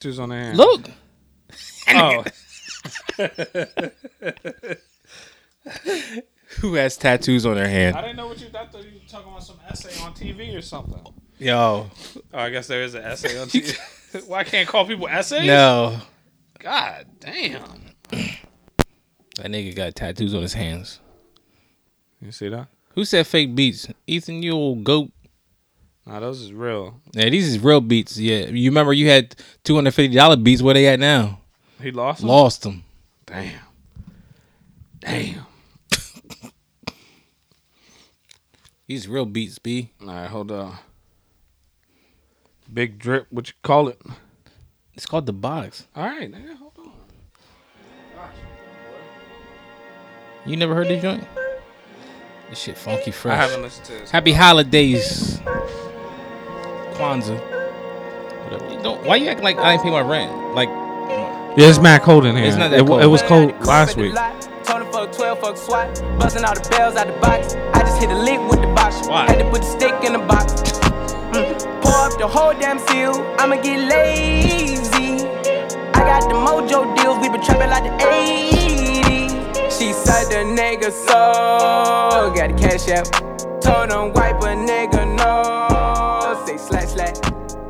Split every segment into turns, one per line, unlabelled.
tattoos on their hand.
Look.
Oh. Who has tattoos on their
I
hand?
didn't know what you. I thought you were talking about some essay on TV or something.
Yo,
Oh, I guess there is an essay on TV. Why I can't call people essays?
no,
God damn.
That nigga got tattoos on his hands.
you see that?
Who said fake beats? Ethan, you old goat.
Nah, those is real.
Yeah, these is real beats. Yeah, you remember you had two hundred fifty dollar beats. Where they at now?
He lost. him?
Lost them.
Damn, damn.
These real beats, b.
All right, hold on. Big drip, what you call it?
It's called the box.
All right, nigga, hold on.
You never heard this joint? This shit funky
I
fresh.
haven't listened to this.
Happy holidays, Kwanzaa. Whatever. You Don't, why you acting like I didn't pay my rent? Like
Yeah, it's Mac holding here.
It's not that
it, wa-
cold.
it was cold last week.
Tony fuck 12 fuck SWAT. Buzzing all the bells out the box. I just hit a lick with the box.
Why?
Had to put the stick in the box. Mm. Pour up the whole damn seal. I'ma get lazy. I got the mojo deals. We been trapping like the 80s. She said the nigga so. Got the cash out. Told him wipe a nigga no. Say slash slash.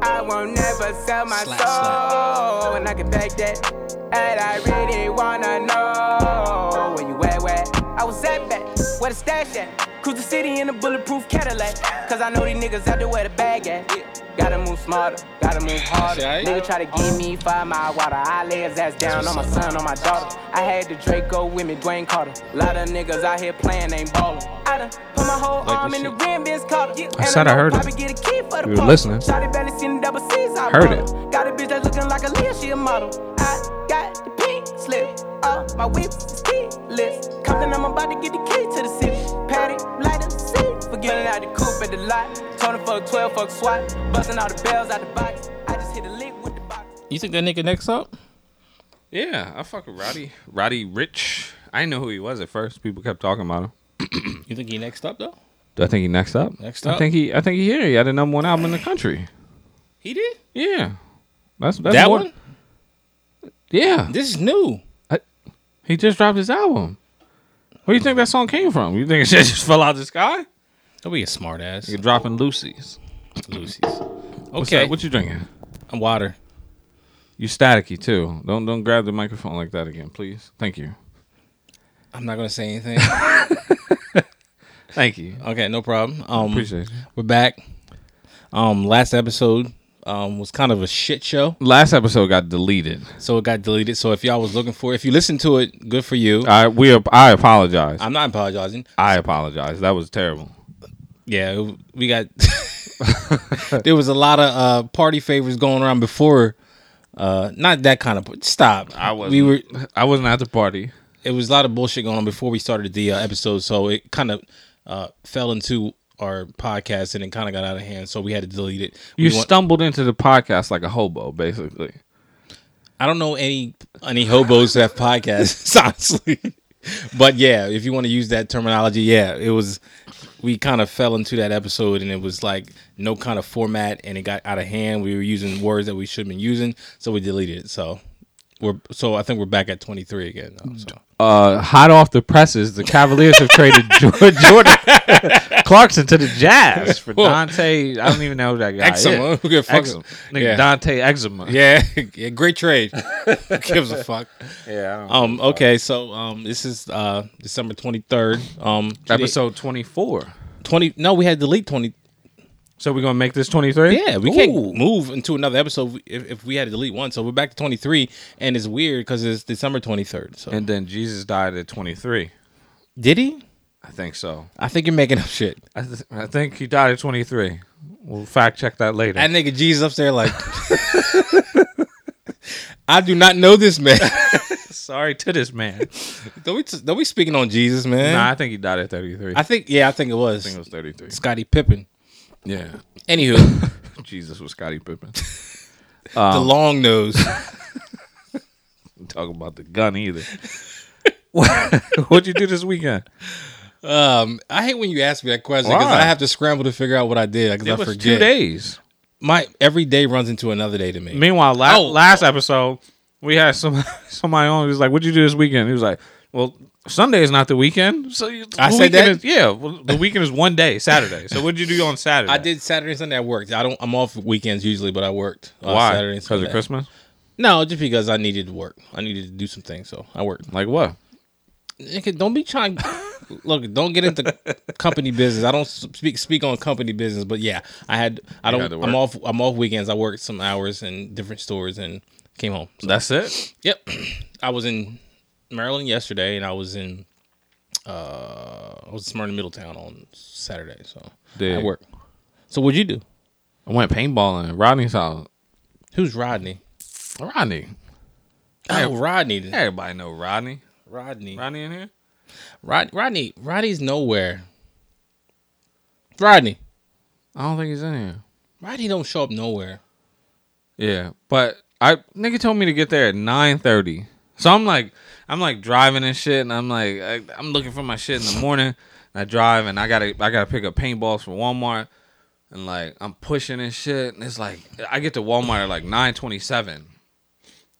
I won't never sell my
Slash,
soul.
slash.
Oh, and I can back that. And I really wanna know where you at, where I was at back, where the stash at. Cruise the city in a bulletproof Cadillac. Cause I know these niggas out there where the bag at. Gotta move smarter, gotta move harder.
That's right.
Nigga try to give me five mile water. I lay his ass down on my son, on my daughter. I had the Draco with me, Dwayne Carter. Lot of niggas out here playing, ain't ballin'. I done put my whole
this
arm in the
shit.
rim, Vince Carter. And
said I
know
heard it.
Poppy get a key for the
You were
party.
listening.
Shawty barely seen the double C's I
Heard
bought
it.
'em. Got a bitch that's looking like a Leah, she a model. I got the pink slip. Uh, my whip is keyless. Compton, I'm about to get the key to the city. Patty, light up the seat. Forgetting out the coupe at the lot. Tony fuck 12, fuck SWAT. Busting all the bells out the box. I just hit a lick with the box.
you think that nigga next up?
Yeah, I fuck with Roddy. Roddy Rich. I didn't know who he was at first. People kept talking about him.
You think he next up though?
Do I think he next up?
Next
I
up?
think he. I think he here. He had the number one album in the country.
He did
Yeah, that's, that's
that
more-
one.
Yeah,
This is new.
he just dropped his album. Where do you think that song came from? You think it just fell out the sky?
Don't be a smart ass,
You're dropping Lucy's.
Lucy's.
What's
Okay,
up? What you drinking?
I'm water.
You staticky too. Don't don't grab the microphone like that again, please. Thank you.
I'm not gonna say anything.
Thank you.
okay, no problem. Um,
Appreciate you.
We're back. Um, last episode um was kind of a shit show,
Last episode got deleted.
so it got deleted. So if y'all was looking for, if you listened to it, good for you.
I we ap- I apologize.
I'm not apologizing.
I apologize. That was terrible.
Yeah, it- we got. there was a lot of uh party favors going around before. Uh, not that kind of. Stop.
I was
We were.
I wasn't at the party.
It was a lot of bullshit going on before we started the uh, episode, so it kind of uh fell into our podcast and it kind of got out of hand. So we had to delete it. We
You
want-
stumbled into the podcast like a hobo, basically.
I don't know any any hobos that have podcasts, honestly. But yeah, if you want to use that terminology, yeah, it was. We kind of fell into that episode, and it was like no kind of format, and it got out of hand. We were using words that we should have been using, so we deleted it. So we're so I think we're back at twenty three again. Now, so.
Uh, hot off the presses, the Cavaliers have traded Jor- Jordan Clarkson to the Jazz for Dante. I don't even know who that guy is.
Exum, who gives a fuck?
Exum. Nigga,
Yeah.
Dante Exuma.
Yeah, yeah, great trade. Who gives a fuck?
yeah.
Um, okay, so um, this is uh December twenty third. Um,
Episode twenty four.
twenty. No, we had to delete twenty.
So we're gonna make this twenty three.
Yeah, we can't move into another episode if, if we had to delete one. So we're back to 23, and it's weird because it's December 23rd. So
And then Jesus died at twenty three.
did he?
I think so.
I think you're making up shit.
I, th- I think he died at twenty three. We'll fact check that later.
That nigga Jesus up there like, I do not know this man.
Sorry to this man.
don't we don't we speaking on Jesus, man?
nah, I think he died at thirty three.
I think yeah, I think it was
think it was thirty three.
Scotty Pippen.
Yeah.
Anywho,
Jesus was Scottie Pippen.
the long nose.
talk about the gun either. What- What'd you do this weekend?
Um, I hate when you ask me that question because
Why?
I have to scramble to figure out what I did because I
It was
forget.
two days.
my every day runs into another day to me.
Meanwhile, la-
Oh.
last episode we had some somebody on. He was like, "What'd you do this weekend?" He was like, "Well, Sunday is not the weekend." So you,
I
the
said that?
weekend is- yeah, well, the weekend is one day, Saturday. So what'd you do on Saturday?
I did Saturday and Sunday. I worked. I don't. I'm off weekends usually, but I worked. uh,
Why?
Saturday and
Because
Sunday.
of Christmas?
No, just because I needed to work. I needed to do some things, so I worked.
Like what?
Nigga, don't be trying. Look, don't get into company business. I don't s- speak speak on company business, but yeah, I had. I
had
don't.
to work.
I'm off. I'm off weekends. I worked some hours in different stores and came home. So,
That's it.
yep, I was in Maryland yesterday, and I was in. Uh, I was in Smyrna Middletown on Saturday, so I
Dig.
worked. So what'd you do?
I went paintballing. Rodney's house.
Who's Rodney?
Rodney.
Oh, Rodney.
Everybody know Rodney.
Rodney.
Rodney in here.
Rod- Rodney. Rodney's nowhere. Rodney.
I don't think he's in here.
Rodney don't show up nowhere.
Yeah, but I nigga told me to get there at nine thirty. So I'm like, I'm like driving and shit, and I'm like, I, I'm looking for my shit in the morning. And I drive and I gotta, I gotta pick up paintballs from Walmart, and like I'm pushing and shit, and it's like I get to Walmart at like nine twenty seven.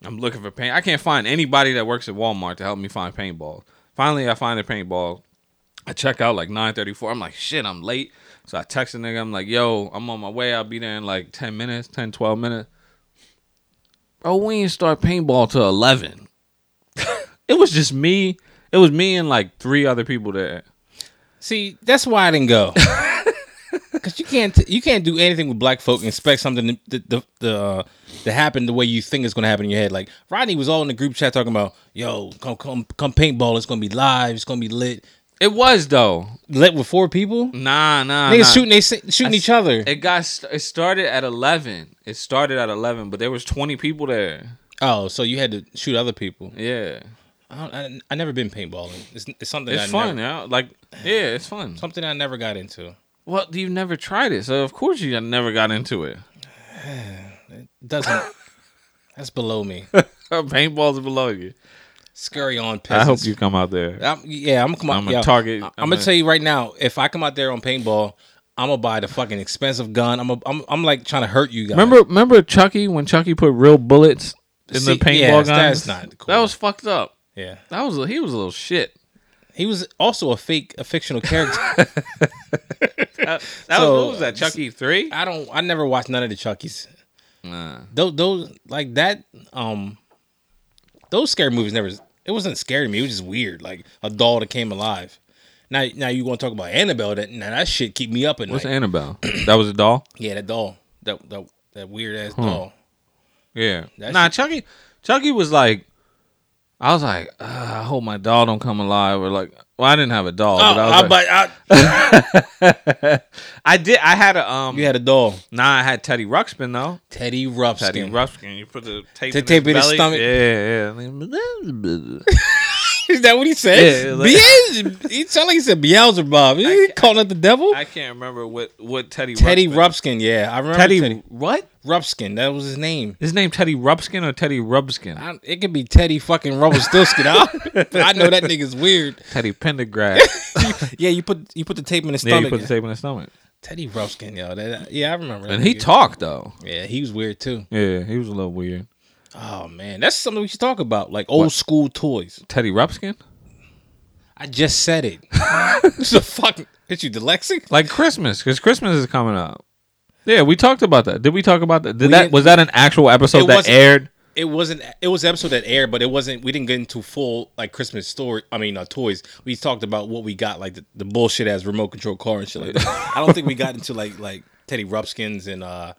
I'm looking for paint. I can't find anybody that works at Walmart to help me find paintballs. Finally, I find a paintball. I check out like 9:34. I'm like, shit, I'm late. So I text a nigga. I'm like, yo, I'm on my way. I'll be there in like 10 minutes, 10, 12 minutes. Bro, Oh, we didn't start paintball till 11. it was just me. It was me and like three other people there.
See, that's why I didn't go. Cause you can't you can't do anything with black folk and expect something to, to, to, to, uh, to happen the way you think it's gonna happen in your head. Like Rodney was all in the group chat talking about, "Yo, come come come paintball. It's gonna be live. It's gonna be lit.
It was though.
Lit with four people.
Nah, nah.
Niggas
nah.
shooting they shooting
I s-
each other.
It got. St- it started at 11. It started at 11, but there was 20 people there.
oh, so you had to shoot other people.
Yeah,
I, don't, I, I never been paintballing. It's, it's something
it's
I
fun.
Never,
yeah, like yeah, it's fun.
something I never got into.
Well, you've never tried it, so of course you never got into it.
Doesn't. that's below me.
Paintballs below you.
Scurry on.
I
Peasants.
hope you come out there.
I'm, yeah, I'm gonna come out.
I'm a
yo,
target.
I- I'm,
I'm
gonna
a-
tell you right now. If I come out there on paintball, I'm gonna buy the fucking expensive gun. I'm a, I'm, I'm like trying to hurt you guys.
Remember, remember Chucky when Chucky put real bullets in
See,
the paintball guns.
yes, that's not cool.
That was fucked up.
Yeah,
That was he was a little shit.
he was also a fake, a fictional character.
That
So-
was what was that Chucky three?
I don't. I never watched none of the Chuckies.
Nah.
Those, those like that. Um, those scary movies never. It wasn't scary to me. It was just weird, like a doll that came alive. Now, now you want to talk about Annabelle? That now that shit keep me up at
What's
night.
Annabelle? that was a doll.
yeah, that doll. That that that weird ass doll.
Yeah.
That
nah,
shit-
Chucky. Chucky was like, I was like, "Ugh, I hope my doll don't come alive. Or like, well, I didn't have a doll,
Oh,
but I was
I,
like-
but I,
I did. I had a um.
you had a doll.
Nah, I had Teddy Ruxpin though.
Teddy Ruxpin.
Teddy Ruxpin. You put the tape,
The
in,
tape
his
in his
belly.
stomach.
Yeah, yeah.
Is that what he said?
Yeah,
Yeah,
like-
he sounded like he said Beelzebub. He ain't calling it the devil.
I can't remember what what Teddy
Teddy
Ruxpin.
Rupskin. Yeah, I remember
Teddy,
Teddy,
what?
Rupskin. That was his name.
His name Teddy Rubskin or Teddy Rubskin?
I, it could be Teddy fucking Rumpelstiltskin. I, but I know that nigga's weird.
Teddy Pendergrass.
Yeah, you put you put the tape in his
yeah,
stomach.
he put the tape in his stomach.
Teddy Rupskin, yo. That, yeah, I remember. That
And he
nigga.
talked though.
Yeah, he was weird too.
Yeah, he was a little weird.
Oh man, that's something we should talk about, like old school toys.
Teddy Rubskin?
I just said it. It's a fucking. Hit you dyslexic?
Like Christmas, because Christmas is coming up. Yeah, we talked about that. Did we talk about that? Did
We
that
didn't-
was that an actual episode
It
that
wasn't-
aired?
it wasn't it was an episode that aired but it wasn't we didn't get into full like christmas story i mean uh, toys we talked about what we got like the, the bullshit as remote control car and shit like that i don't think we got into like like teddy rupskins and uh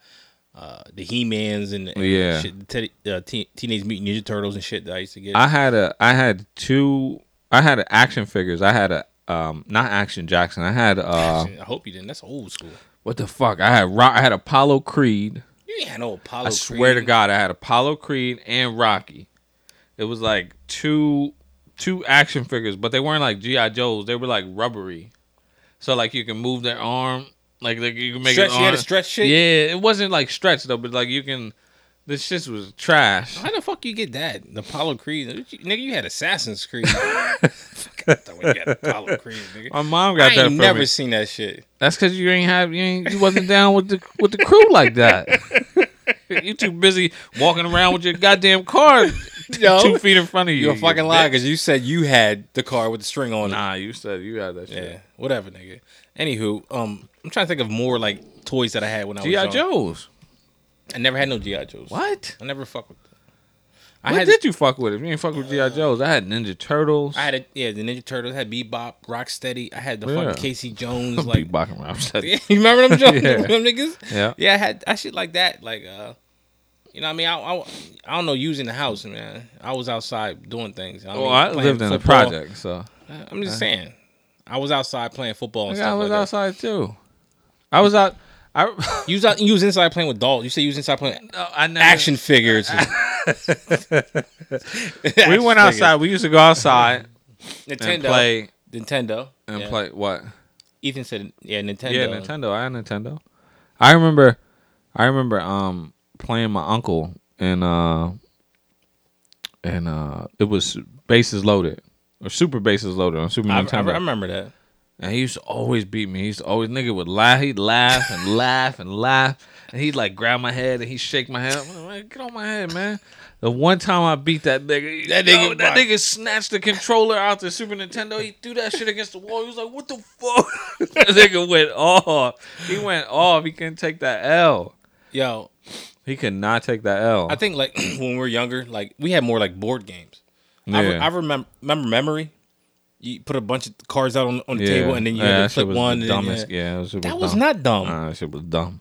uh the he-mans and, and
Yeah.
shit, teddy, uh, Teen teenage mutant ninja turtles and shit that i used to get
I had a I had two I had a action figures. I had a um not action Jackson. I had uh
i hope you didn't that's old school
what the fuck? I had Ro- I had Apollo Creed.
you ain't had no apollo
I swear to
Creed.
God, I had Apollo Creed and Rocky. It was like two two action figures, but they weren't like GI Joes. They were like rubbery, so like you can move their arm, like, like you can make
Stretch-
An
you had
arm.
to stretch shit?
Yeah, it wasn't like stretch though, but like you can. This shit was trash.
how the fuck you get that the apollo creed nigga you had assassin's creed
Apollo Creed, nigga.
My mom
I
got that
ain't
from
never
me.
seen that shit.
That's because you ain't have you ain't, you wasn't down with the with the crew like that. you too busy walking around with your goddamn car
Yo.
two feet in front of you.
You're a
you
fucking liar
bitch.
because you said you had the car with the string on it.
Nah, you said you had that
Yeah,
shit.
whatever, nigga. Anywho, um, I'm trying to think of more like toys that I had when I was
GI
young.
Joes.
I never had no GI Joes.
What?
I never fucked with. Them. I
What
had Uh,
did you fuck with? If you ain't fuck with GI Joes, I had Ninja Turtles.
I had a, yeah the Ninja Turtles. I had Bebop, Rocksteady. I had the
Yeah.
fucking Casey Jones
like
like.
Bach around.
you remember them, Jones,
Yeah.
them niggas?
Yeah.
yeah. I had I shit like that. Like uh, you know what I mean I, I, I don't know using the house man. I was outside doing things. I
Well,
mean,
Oh, I
playing
lived in the
football.
project, so
I'm just saying. I was outside playing football and
Nigga, I
stuff
was
like that.
outside too. I was out. I
You was, out, you was inside playing with dolls. You said you was inside playing
No, I never,
action figures.
We went outside. We used to go outside
Nintendo.
and play
Nintendo.
and
yeah.
play what?
Ethan said, "Yeah, Nintendo."
Yeah, Nintendo. I had Nintendo. I remember, I remember um playing my uncle and uh and uh it was bases loaded or super bases loaded on Super
I, I
Nintendo.
remember that.
And he used to always beat me. He used to always nigga would laugh. He'd laugh and laugh and laugh. And he'd like grab my head and he'd shake my head. I'm like, "Man, get on my head, man. The one time I beat that nigga, that nigga, that nigga snatched the controller out the Super Nintendo. He threw that shit against the wall. He was like, "What the fuck?" that nigga went off. He went off. He couldn't take that L.
Yo,
He could not take that L.
I think like when we were younger, like we had more like board games. I, re-
Yeah.
I remember, remember memory. You put a bunch of cards out on, on the table, and then you
Yeah,
had
that
to
shit
flip
was
one.
The
and then,
dumbest.
yeah.
Yeah, that was,
That was not dumb.
Nah, that shit was dumb.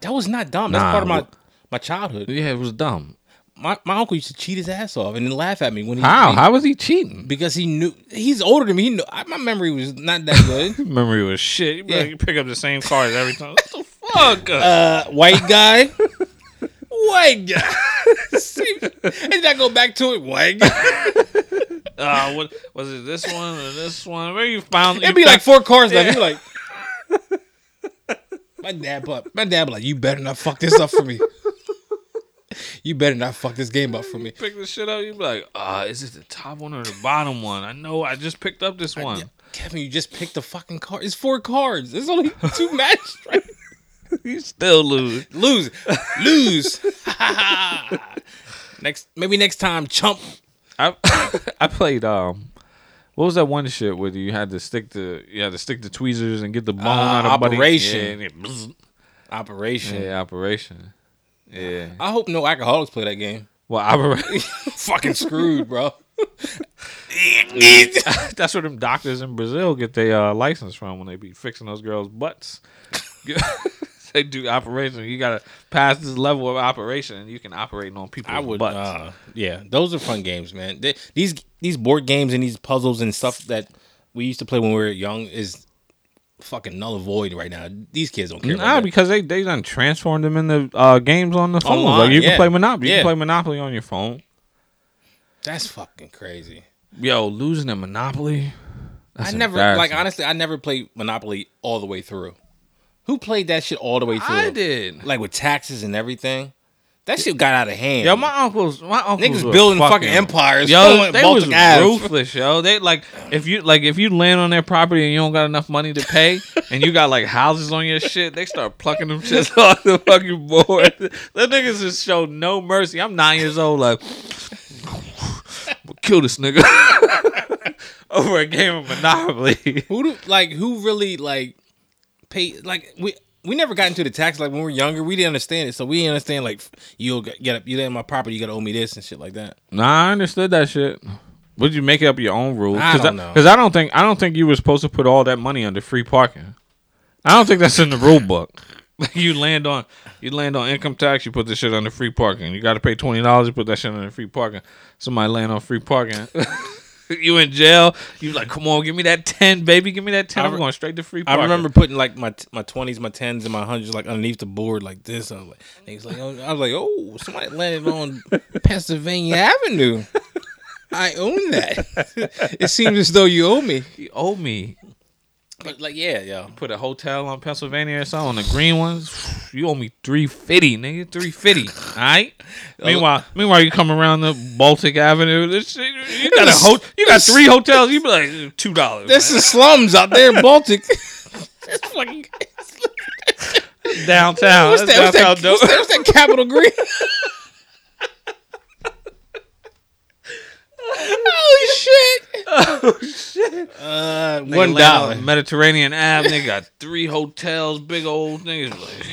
That was not dumb. That's
Nah,
part of my
what-
my childhood.
Yeah, it was dumb.
My my uncle used to cheat his ass off and then laugh at me when he
How?
he-
How was he cheating?
because he knew he's older than me. He knew, I, my memory was not that good.
Memory was shit. You better
Yeah.
You pick up the same cards every time. What the fuck?
uh, white guy, white guy. See, and then I go back to it, white guy.
Uh, what was it? This one or this one? Where you found?
It'd
you
be like
found-
four cars left. You're like, my dad, but my dad, be like, you better not fuck this up for me. You better not fuck this game up for me.
pick this shit up. You be like, uh, is it the top one or the bottom one? I know. I just picked up this one.
Yeah, Kevin, you just picked the fucking card. It's four cards. It's only two matches. Right?
You still lose.
Lose, lose. next, maybe next time, chump.
I I played um what was that one shit where you had to stick the you had to stick the tweezers and get the bone
Uh,
out of buddy?
Operation.
Yeah, and it bzzz.
Operation.
Yeah, operation. Yeah.
I hope no alcoholics play that game.
Well, operation.
Fucking screwed, bro.
That's where them doctors in Brazil get their uh, license from when they be fixing those girls' butts. they do operation. You gotta pass this level of operation, and you can operate on people.
I would.
Butts.
Uh, yeah, those are fun games, man. They, these these board games and these puzzles and stuff that we used to play when we were young is fucking null and void right now. These kids don't care. about
Nah,
that.
because they they done transformed them into uh, games on the phone.
Online,
like you
yeah.
can play Monopoly. You
Yeah.
can play Monopoly on your phone.
That's fucking crazy.
Yo, losing a Monopoly.
I never like honestly. I never played Monopoly all the way through. Who played that shit all the way through?
I did.
Like with taxes and everything. That shit got out of hand.
Yo, my uncles, my uncles
niggas
were
building fucking, empires.
Yo, they was
Baltic Ave.
ruthless. Yo, they like if you like if you land on their property and you don't got enough money to pay, and you got like houses on your shit, they start plucking them shits off the fucking board. Them niggas just show no mercy. I'm nine years old, like kill this nigga over a game of Monopoly.
Who do like who really like pay like we we never got into the tax like when we were younger we didn't understand it so we didn't understand like you'll get get up you land my property you gotta owe me this and shit like that
Nah, I understood that shit. Would you make up your own rules?
I
Cause
don't know.
Because I don't think I don't think you were supposed to put all that money under free parking. I don't think that's in the rule book. Like, you land on you land on income tax, you put this shit under free parking. You got to pay twenty dollars, you put that shit under free parking. Somebody land on free parking. you in jail. You like, come on, give me that ten, baby, give me that ten.
I
I'm
re-
going straight to free
I
parking.
remember putting like my t- my twenties my tens and my hundreds like underneath the board like this I was like they was like oh, I was like oh somebody landed on Pennsylvania Avenue I own that it seems as though you owe me
you owe me.
but like yeah yeah
Put a hotel on Pennsylvania or something on the green ones. You owe me three fifty, nigga. Three fifty. All right. Meanwhile, meanwhile, you come around the Baltic Avenue. This shit, You got a ho- You got three hotels. You be like two dollars.
This is slums out there in Baltic.
downtown.
What's
That's downtown
that? What's that? What's that, what's that Capitol Green? Holy shit! Oh shit!
Nigga
Uh,
land
one
on
dollar.
the Mediterranean Ave. They got three hotels. Big old niggas like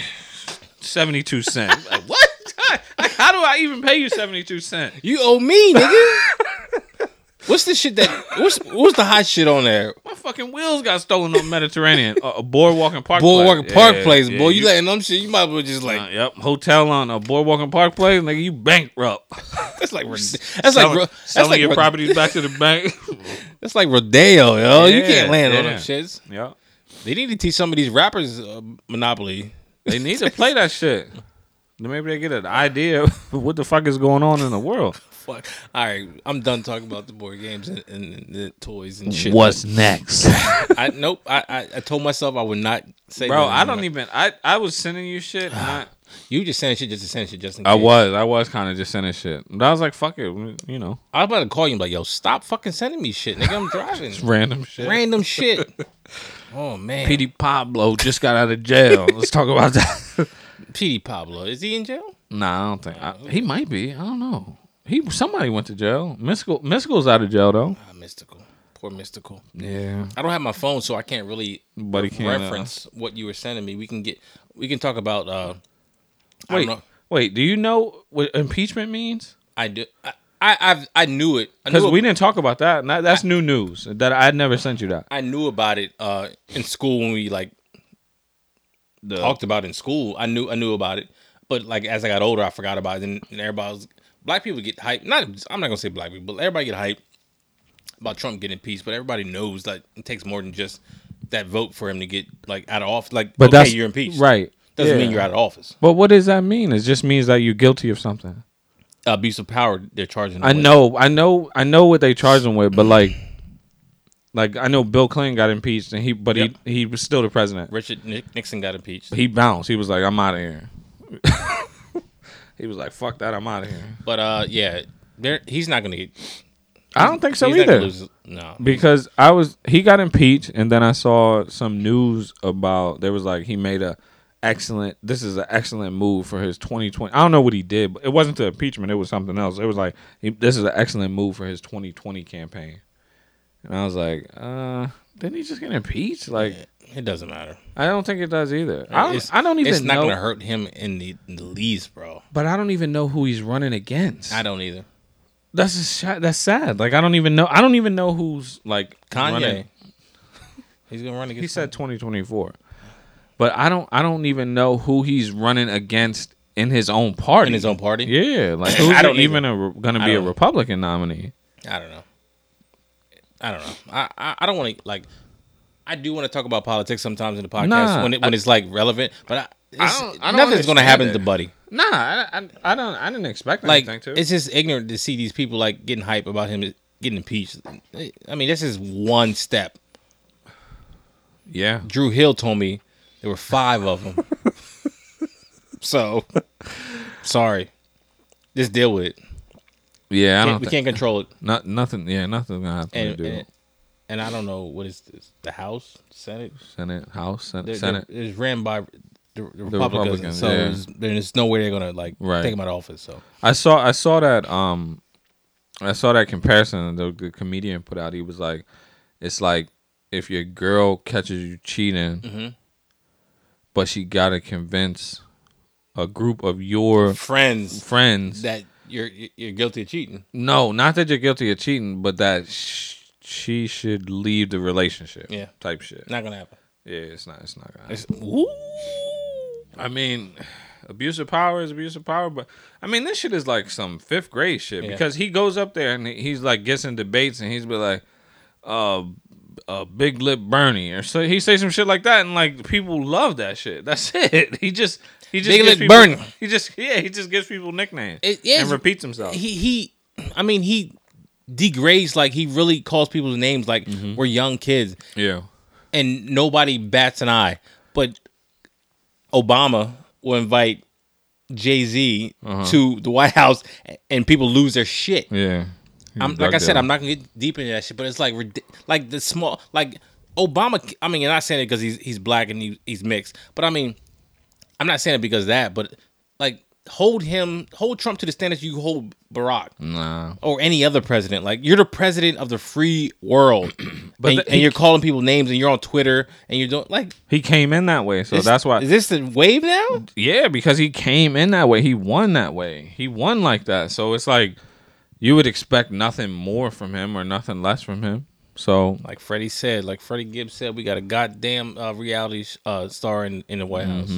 seventy two cents. Like, what? Like, how do I even pay you seventy two cents?
You owe me, nigga. what's the shit that? What's what's the hot shit on there?
My fucking wheels got stolen on Mediterranean. uh, a boardwalk and park.
Boardwalk and
place.
Park
Yeah,
Place,
yeah,
boy. You, letting them shit? You might as well just like
uh, yep, hotel on a boardwalk and park place, nigga. You bankrupt.
that's like rid- that's like
Selling,
ro- that's
selling
like
your
ro-
properties back to the bank.
that's like rodeo, yo. you can't
Yeah,
land on
yeah.
them shits.
yep.
They need to teach some of these rappers uh, monopoly.
They need to play that shit. Then Maybe they get an idea of what the fuck is going on in the world.
Fuck. All right, I'm done talking about the board games and, and, and the toys and shit.
What's next?
I nope. I, I I told myself I would not say.
Bro,
that
I don't
anymore.
even I I was sending you shit. and I,
You just saying shit, just to send shit, just in case.
I was I was kind of just sending shit. But I was like, fuck it, we- you know,
I was about to call you, and be like, yo, stop fucking sending me shit, nigga. I'm driving.
random shit.
Random shit. Oh man,
Petey Pablo just got out of jail. Let's talk about that.
Petey Pablo, is he in jail?
nah, I don't think I, he might be. I don't know. He somebody went to jail. Mystical Mystical's out of jail though.
Ah, mystical. Poor mystical.
Yeah,
I don't have my phone, so I can't really
but he can't uh,
reference what you were sending me. We can get. We can talk about. uh I don't
wait,
know.
wait. Do you know what impeachment means?
I do. I I I've, I knew it. I knew
Because
it-
we didn't talk about that. and that- That's new news. That I had never sent you that.
I knew about it uh, in school when we like talked about it in school. I knew I knew about it, but like as I got older, I forgot about it. And, and everybody was black people get hyped. Not I'm not gonna say black people, but everybody get hyped about Trump getting peace. But everybody knows that it takes more than just that vote for him to get like out of office. Like,
But
okay,
that's
you're impeached,
right?
Doesn't
Yeah.
mean you're out of office.
But what does that mean? It just means that you're guilty of something.
Abuse of power. They're charging. him
I
with.
know, I know, I know what they charged him with, but like, like I know Bill Clinton got impeached, and he, but
Yep.
he, he was still the president.
Richard Nix- Nixon got impeached,
He bounced. He was like, "I'm out of here." he was like, "Fuck that, I'm out of here."
but uh, yeah, there he's not gonna get.
I don't think so
he's not gonna
either,
lose- No,
because I was he got impeached, and then I saw some news about there was like he made a excellent. This is an excellent move for his 2020. I don't know what he did, but it wasn't the impeachment. It was something else. It was like he, this is an excellent move for his 2020 campaign. And I was like, uh, didn't he just get impeached? Like,
it doesn't matter.
I don't think it does either. I
It's-
don't, I don't even
It's not
know,
gonna hurt him in the, in the least, bro.
but I don't even know who he's running against.
I don't either.
that's a sh- that's sad. Like, I don't even know. I don't even know who's like
Kanye,
running.
he's gonna run against.
He said 2024, but I don't. I don't even know who he's running against in his own party.
in his own party.
Yeah, like who's
I don't
even, a re- gonna be a
don't-
Republican nominee.
I don't know. I don't know. I I, I don't want to like. I do want to talk about politics sometimes in the podcast
Nah,
when it, when it's like relevant, but I, it's,
don't- I don't
nothing's
understand
gonna happen
it.
to Buddy.
Nah, I, I, I don't. I didn't expect
Like
anything to.
it's just ignorant to see these people like getting hype about him getting impeached. I mean, this is one step.
yeah,
Drew Hill told me there were five of them. so, sorry. Just deal with it.
yeah. I
Can't-
don't.
we
Think,
can't control it.
not nothing. Yeah, nothing's gonna happen
And,
to do.
and, and I don't know what is this, the House, Senate.
Senate, House, Sen-
They're,
Senate.
they're- it's ran by the, the Republicans,
Republicans,
so
yeah.
there's, there's no way they're gonna like
Right.
take him out of office. So
I saw I saw that um I saw that comparison the, the comedian put out. He was like, it's like if your girl catches you cheating,
Mm-hmm.
but she gotta convince a group of your
friends
friends.
that you're you're guilty of cheating.
no, not that you're guilty of cheating, but that sh- she should leave the relationship.
Yeah.
type shit.
Not gonna happen.
yeah, it's not. It's not. Gonna
It's,
I mean, abuse of power is abuse of power, but I mean, this shit is like some fifth grade shit
Yeah.
because he goes up there and he's like gets in debates and he's be like, uh, uh, big lip Bernie or so he say some shit like that and like people love that shit. That's it. He just he just
Big
gives
lip
people-
Bernie.
He just yeah he just gives people nicknames
It- yeah,
and
it's-
repeats himself.
he he. I mean he degrades like he really calls people's names like
Mm-hmm.
we're young kids
yeah,
and nobody bats an eye. But Obama will invite Jay Z to the White House and people lose their shit.
yeah,
I'm
drug
like I said,
dealer.
I'm not gonna get deep into that shit, but it's like rid- like the small like Obama. I mean, I'm not saying it because he's he's black and he, he's mixed, but I mean, I'm not saying it because of that, but like hold him, hold Trump to the standards you hold Barack
Nah.
or any other president. Like you're the president of the free world, but and,
the-
and you're calling people names and you're on Twitter and you're doing like
He came in that way, so
this-
that's why.
is this the wave now?
Yeah, because he came in that way. He won that way. He won like that. So it's like you would expect nothing more from him or nothing less from him. So
Like Freddie said, like Freddie Gibbs said, we got a goddamn uh, reality sh- uh, star in, in the White House,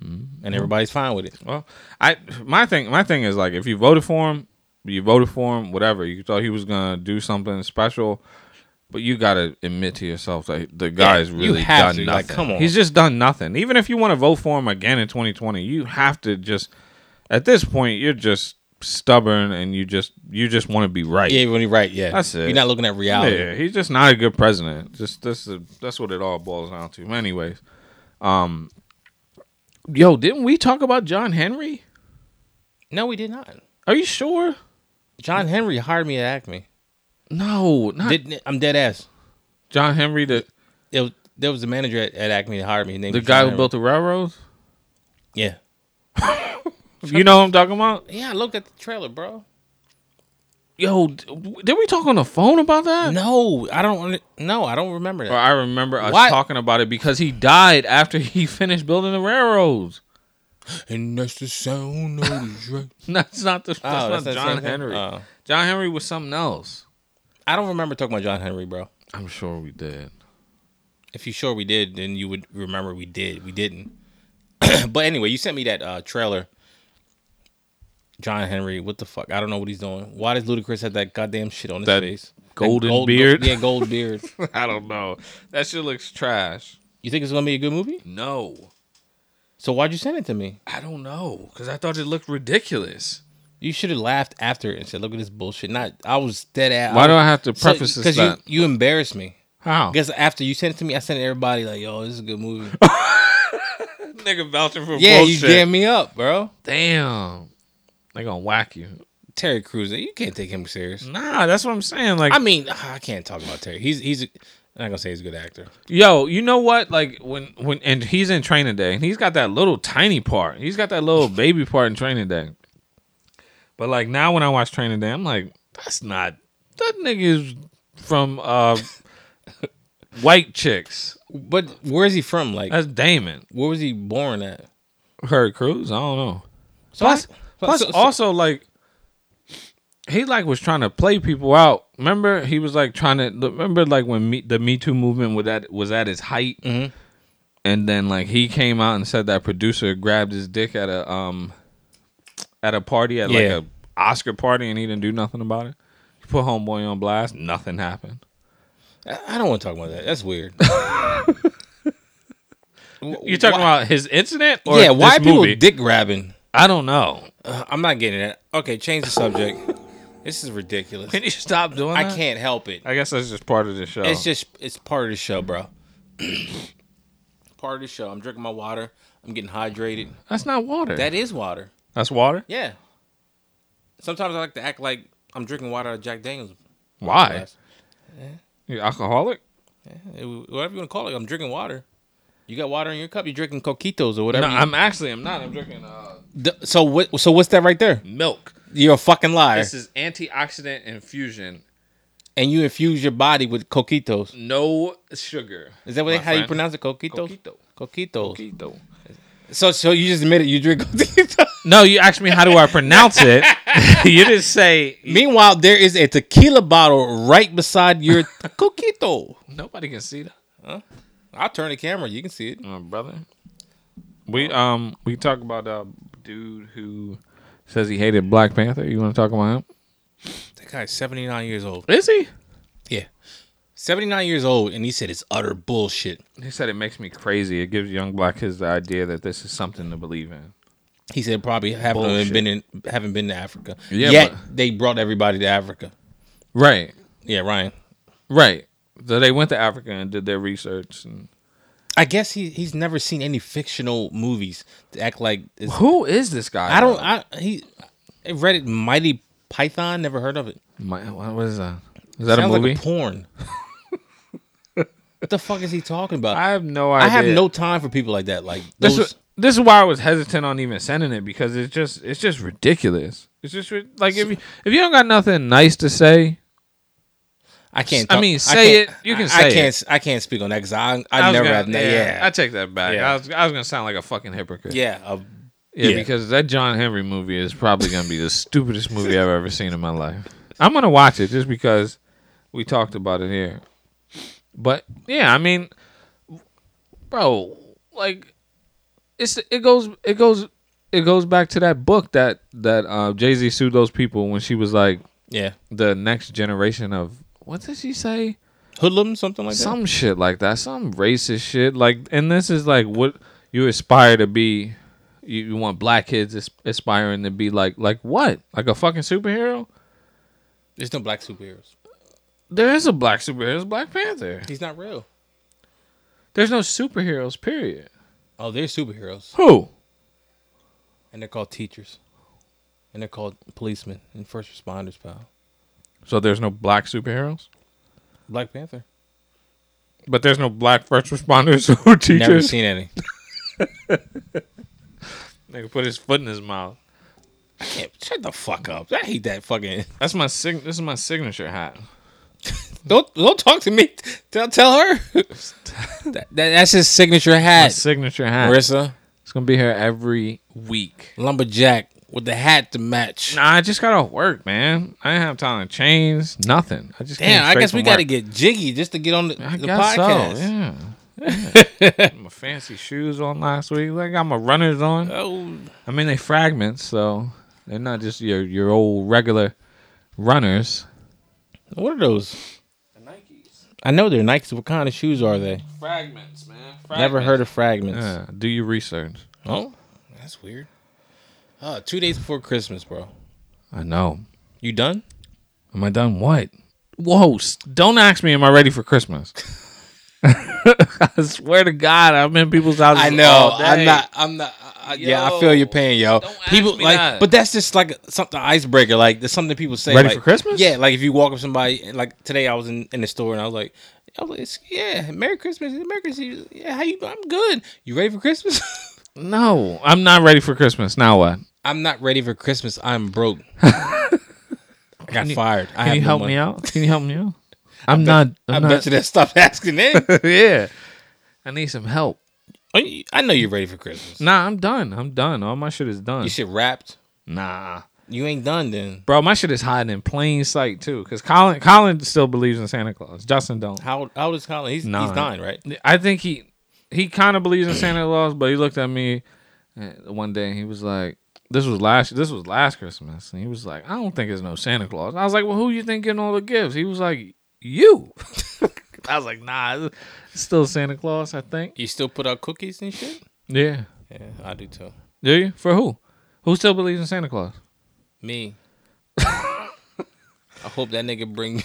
and everybody's fine with it.
Well, I my thing my thing is like if you voted for him, you voted for him, whatever. You thought he was gonna do something special, but you gotta admit to yourself that the guy's
you
really
have
done
to,
nothing.
like, come on.
He's just done nothing. Even if you want to vote for him again in 2020, you have to just at this point you're just stubborn and you just you just want to be right.
Yeah, when you're right. Yeah,
That's it.
You're not looking at reality.
Yeah, he's just not a good president. Just this is that's what it all boils down to. Anyways, um, yo, didn't we talk about John Henry?
No, we did not.
Are you sure?
John Henry hired me at Acme.
No, not
Didn't I'm dead ass.
John Henry, the
It was, there was a manager at, at Acme that hired me. His name
the
was
guy
John
who
Henry.
built the railroads.
Yeah,
You know what I'm talking about?
yeah. I looked at the trailer, bro.
Yo, d- did we talk on the phone about that?
No, I don't. No, I don't remember that.
Or I remember us
Why-
talking about it because he died after he finished building the railroads.
And that's the sound of the dra-
That's not the that's
Oh,
not
that's that
John
same thing?
Henry.
Oh.
John Henry was something else.
I don't remember talking about John Henry, bro.
I'm sure we did.
If you sure we did, then you would remember we did. We didn't. but anyway, you sent me that uh, trailer. John Henry, what the fuck? I don't know what he's doing. Why does Ludacris have that goddamn shit on his
That
face?
golden
gold-
beard?
yeah, gold beard.
I don't know. That shit looks trash.
You think it's gonna be a good movie?
No,
So why'd you send it to me?
I don't know because I thought it looked ridiculous.
You should have laughed after it and said, "Look at this bullshit." Not, I was dead ass.
Why do I
was-
have to
So-
preface this?
you
That?
you embarrassed me.
How?
Because after you sent it to me, I sent it to everybody like, "Yo, this is a good movie."
nigga vouching for
yeah,
bullshit.
you damn me up, bro.
Damn. They gonna whack you.
Terry Crews, you can't take him serious.
Nah, that's what I'm saying. Like,
I mean, ah, I can't talk about Terry. He's he's. I'm not gonna say he's a good actor.
yo, you know what? Like when when and he's in Training Day, and he's got that little tiny part. He's got that little baby part in Training Day. But like now, when I watch Training Day, I'm like, that's not that nigga is from uh white chicks.
But where is he from? Like,
That's Damon.
where was he born at?
Her Cruz. I don't know.
So
Plus-
I-
Plus,
so- so-
also like he like was trying to play people out. Remember, he was like trying to remember like when me, the Me Too movement was at was at its height,
Mm-hmm.
and then like he came out and said that producer grabbed his dick at a um at a party at
Yeah.
like a Oscar party, and he didn't do nothing about it. He put homeboy on blast. Nothing happened.
I I don't want to talk about that. That's weird.
You're talking about his incident, or
yeah?
this
Why people
movie?
dick grabbing?
I don't know.
Uh, I'm not getting it. Okay, change the subject. this is ridiculous.
Can you stop doing?
I
that?
can't help it.
I guess that's just part of the show.
It's just it's part of the show, bro. part of the show. I'm drinking my water. I'm getting hydrated.
that's not water.
That is water.
that's water.
Yeah. Sometimes I like to act like I'm drinking water out of Jack Daniels.
Why? You alcoholic?
Eh, Whatever you want to call it, I'm drinking water. You got water in your cup. You're drinking coquitos or whatever.
No,
you-
I'm actually I'm not. I'm drinking uh,
D- so what? So what's that right there?
milk.
You're a fucking liar.
This is antioxidant infusion,
and you infuse your body with coquitos.
no sugar.
Is that what they,
my
how you
friend.
pronounce it? Coquitos.
Coquito.
Coquitos.
Keto.
So so you just admitted you drink coquitos.
No, you asked me how do I pronounce it. you didn't say.
Meanwhile, there is a tequila bottle right beside your coquito.
Nobody can see that,
I'll turn the camera. You can see it.
my brother. We um we talk about uh dude who says he hated Black Panther. You want to talk about him?
That guy's 79 years old.
Is he?
Yeah. 79 years old, and he said it's utter bullshit.
He said it makes me crazy. It gives young black kids the idea that this is something to believe in.
He said probably haven't
Bullshit.
been in, haven't been to Africa.
Yeah,
Yet
but-
they brought everybody to Africa.
Right.
Yeah, Ryan.
Right. So they went to Africa and did their research and
I guess he, he's never seen any fictional movies to act like it's,
Who is this guy?
I don't
though?
I he I read it mighty Python? Never heard of it.
My, what what is that? Is that a
Sounds
movie?
like a porn. what the fuck is he talking about?
I have no
I
idea.
have no time for people like that. Like
This
those,
is, this is why I was hesitant on even sending it because it's just it's just ridiculous. It's just ri- like if you, if you don't got nothing nice to say,
I can't.
I
talk-
mean,
I
say
can't-
it. You can
I-
say
I
it.
can't. s- I can't speak on that because I,
I
I,
was
never
gonna-
have. Yeah, yeah.
I take that back.
Yeah.
I was I was gonna sound like a fucking hypocrite.
yeah a-
Yeah,
Yeah.
because that John Henry movie is probably gonna be the stupidest movie I've ever seen in my life. I'm gonna watch it just because we talked about it here. But yeah, I mean, bro, like it's it goes it goes it goes back to that book that that uh, Jay Z sued those people when she was like
yeah.
the next generation of what did she say?
Hoodlum, something like that.
some shit like that, some racist shit. Like, and this is like what you aspire to be. You, you want black kids as- aspiring to be like, like what? Like a fucking superhero?
There's no black superheroes.
There is a black superhero. There's Black Panther.
He's not real.
There's no superheroes. Period.
Oh, they're superheroes,
Who?
and they're called teachers, and they're called policemen and first responders, pal.
So there's no black superheroes,
Black Panther.
but there's no black first responders or teachers.
Never seen any.
Nigga put his foot in his mouth.
Damn, shut the fuck up. I hate that fucking.
That's my sig. This is my signature hat.
Don't don't talk to me. Tell tell her. that, that- that's his signature
My
hat.
signature hat.
Marissa
It's gonna be here every week.
lumberjack with the hat to match.
Nah, I just got off work, man. I didn't have time to change nothing. I just
Damn,
came
I
straight
guess
from
we got to
work.
get jiggy just to get on the,
I
the
guess
podcast.
So, yeah. Yeah. my fancy shoes on last week. I got my runners on.
Oh,
I mean, they fragments, so they're not just your your old regular runners.
what are those?
The Nikes
I know they're Nikes. What kind of shoes are they?
fragments, man.
Never heard of fragments.
Yeah, do your research.
Oh, that's weird. Uh, two days before Christmas, bro.
I know.
You done?
Am I done? What? Whoa! s- Don't ask me. Am I ready for Christmas? I swear to God, I'm in people's houses.
I know.
all
I'm
day.
not. I'm not. I, I- yeah, I feel your pain, yo.
ask
People
me
like,
that.
but that's just like something icebreaker. Like there's something people say.
Ready
like-
for Christmas?
Yeah, like if you walk up somebody, and, like today I was in, in the store and I was like, I was like, "It's- yeah, Merry Christmas, Merry Christmas. Yeah, how you? I'm good. You ready for Christmas?
No, I'm not ready for Christmas. Now what?
I'm not ready for Christmas. I'm broke. I got fired. I
Can
have
you
no
help
money.
me out? Can you help me out? I'm not.
I
I'm
bet
not.
you that stopped asking that.
yeah, I need some help.
Oh, I know you're ready for Christmas.
Nah, I'm done. I'm done. All my shit is done.
You shit wrapped.
Nah,
You ain't done then.
bro, my shit is hiding in plain sight too. Cause Colin, Colin still believes in Santa Claus. Justin don't.
How how old is Colin? He's
Nine.
he's nine, right?
I think he he kind of believes in Santa Claus, but he looked at me uh, one day and he was like, "This was last this was last Christmas," and he was like, "I don't think there's no Santa Claus." I was like, "Well, who you think getting all the gifts?" He was like, "You." I was like, "Nah, it's still Santa Claus, I think."
You still put out cookies and shit?
Yeah,
Yeah, I do too.
do you for who? Who still believes in Santa Claus?
Me. I hope that nigga bring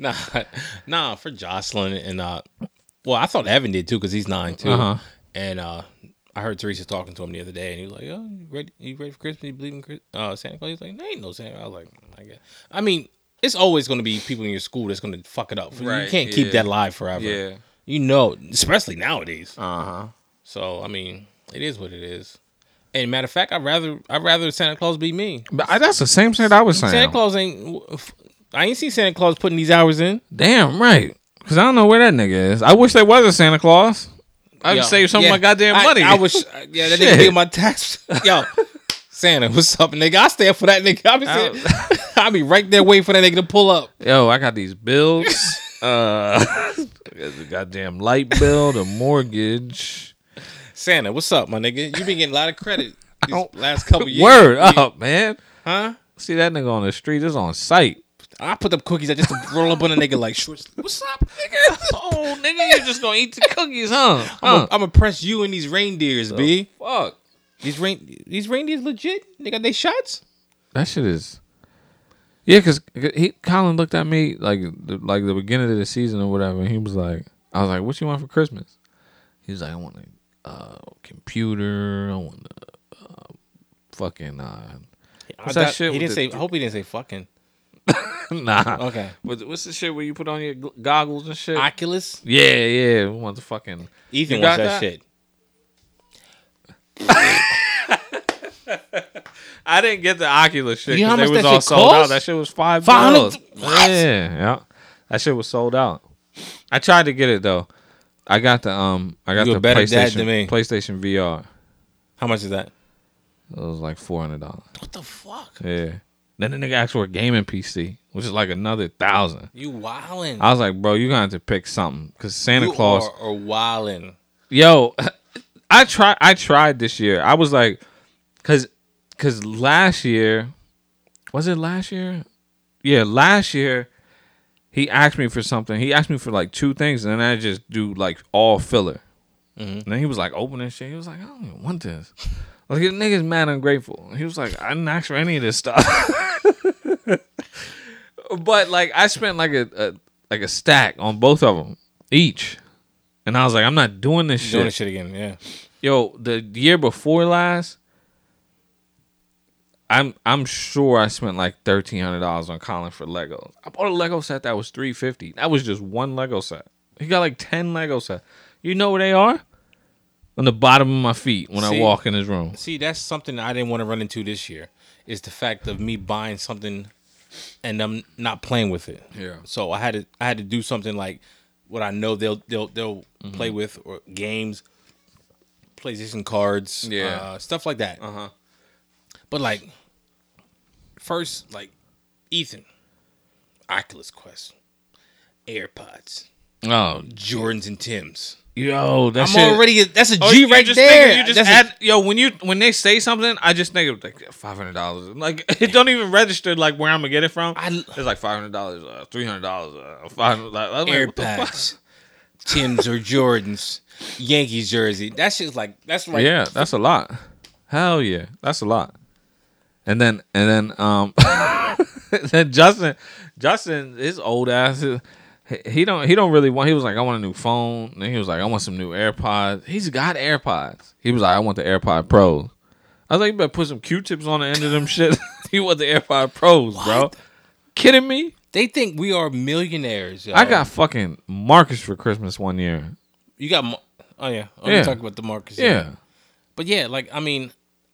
Nah, nah, for Jocelyn and uh well, I thought Evan did too cuz he's 9 too.
Uh-huh.
And uh I heard Teresa talking to him the other day and he was like, "Oh, you ready you ready for Christmas? You believe in Chris- uh Santa Claus?" He's like, "There ain't no Santa." I was like, "Mm, "I guess." I mean, it's always going to be people in your school that's going to fuck it up.
Right,
you can't keep
yeah.
that live forever. You know, especially nowadays.
Uh huh.
So I mean, it is what it is. And matter of fact, I'd rather I'd rather Santa Claus be me.
But I, that's the same shit I was saying.
Santa Claus ain't. I ain't seen Santa Claus putting these hours in.
Damn right. Cause I don't know where that nigga is. I wish there was a Santa Claus. I'd
Yo,
save some
yeah.
of my goddamn
I-
money.
I, was. uh, Yeah, that nigga
Shit.
did my tax. Yo, Santa, what's up, nigga? I stand for that nigga. I be, saying, I be right there waiting for that nigga to pull up.
yo, I got these bills. uh, the goddamn light bill, the mortgage.
Santa, what's up, my nigga? You been getting a lot of credit these last couple years.
Word up, man.
huh?
See that nigga on the street is on site.
I put up cookies. I just roll up on a nigga like, "Shorts, what's up, nigga?
Oh, nigga, you just gonna eat the cookies, huh?
I'm gonna press you and these reindeers, b.
Fuck.
These rain these reindeers legit? They got they shots?
That shit is. Yeah, cause he Colin looked at me like the, like the beginning of the season or whatever. And he was like, I was like, "What you want for Christmas?" He was like, "I want a uh, computer. I want a uh, fucking uh, What's
I
that
thought-
shit
He
with
didn't say.
the-
I hope he didn't say fucking
nah.
Okay.
What, what's the shit where you put on your gl- goggles and shit?
Oculus.
yeah, yeah. We want the fucking.
Ethan
You
wants
got that?
that, shit.
I didn't get the Oculus shit
You know how
because
much
they was
that
all
shit
sold out.
cost?
That shit was five
Five hundred-
dollars. Yeah, yeah. That shit was sold out. I tried to get it though. I got the um. I got
You a
the
better
PlayStation.
dad than me.
PlayStation VR.
How much is that?
It was like four hundred dollars.
What the fuck?
Yeah. Then the nigga asked for a gaming PC, which is like another thousand.
You wildin'.
I was like, bro, you gonna have to pick something because Santa
You
Claus.
are, are wildin'.
Yo, I try. I tried this year. I was like, cause, cause last year, was it last year? Yeah, last year, he asked me for something. He asked me for like two things, and then I just do like all filler. And then he was like opening shit. He was like, I don't even want this. Like the nigga's mad ungrateful. He was like, I didn't ask for any of this stuff. but like, I spent like a, a like a stack on both of them each. And I was like, I'm not doing this shit.
Doing this shit again. Yeah.
Yo, the year before last, I'm I'm sure I spent like thirteen hundred dollars on Colin for Legos. I bought a Lego set that was three fifty. That was just one Lego set. He got like ten Lego set. You know where they are? On the bottom of my feet when
See?
I walk in his room.
See, that's something I didn't want to run into this year. Is the fact of me buying something and I'm not playing with it.
Yeah.
So I had to I had to do something like what I know they'll they'll they'll
Mm-hmm.
play with or games, PlayStation cards,
Yeah. Uh-huh.
uh, stuff like that. Uh huh. But like, first like, Ethan, Oculus Quest, AirPods,
Oh,
Jordans and Tim's.
yo, that
I'm
shit.
already that's a G
Oh, you
right
just
there.
Think, you just
That's a-
add, yo, when you when they say something, I just think of like five hundred dollars. Like it don't even register like where I'm gonna get it from.
I-
it's like five hundred dollars, uh, three hundred dollars, uh, five. Like, I'm like, what the fuck?
AirPods, Tim's or Jordans, Yankees jersey. That shit's like that's like
Yeah, that's a lot. Hell yeah, that's a lot. And then and then um, then Justin, Justin, his old ass. he- He don't he don't really want. He was like, I want a new phone. And he was like, I want some new AirPods. He's got AirPods. He was like, I want the AirPod Pros. I was like, you better put some Q-tips on the end of them shit. you want the AirPod Pros, bro? Kidding me?
they think we are millionaires. yo.
I got fucking Marcus for Christmas one year.
you got. Mar- Oh yeah, I'm
Yeah.
talk about the Marcus.
Yeah,
but yeah, like I mean,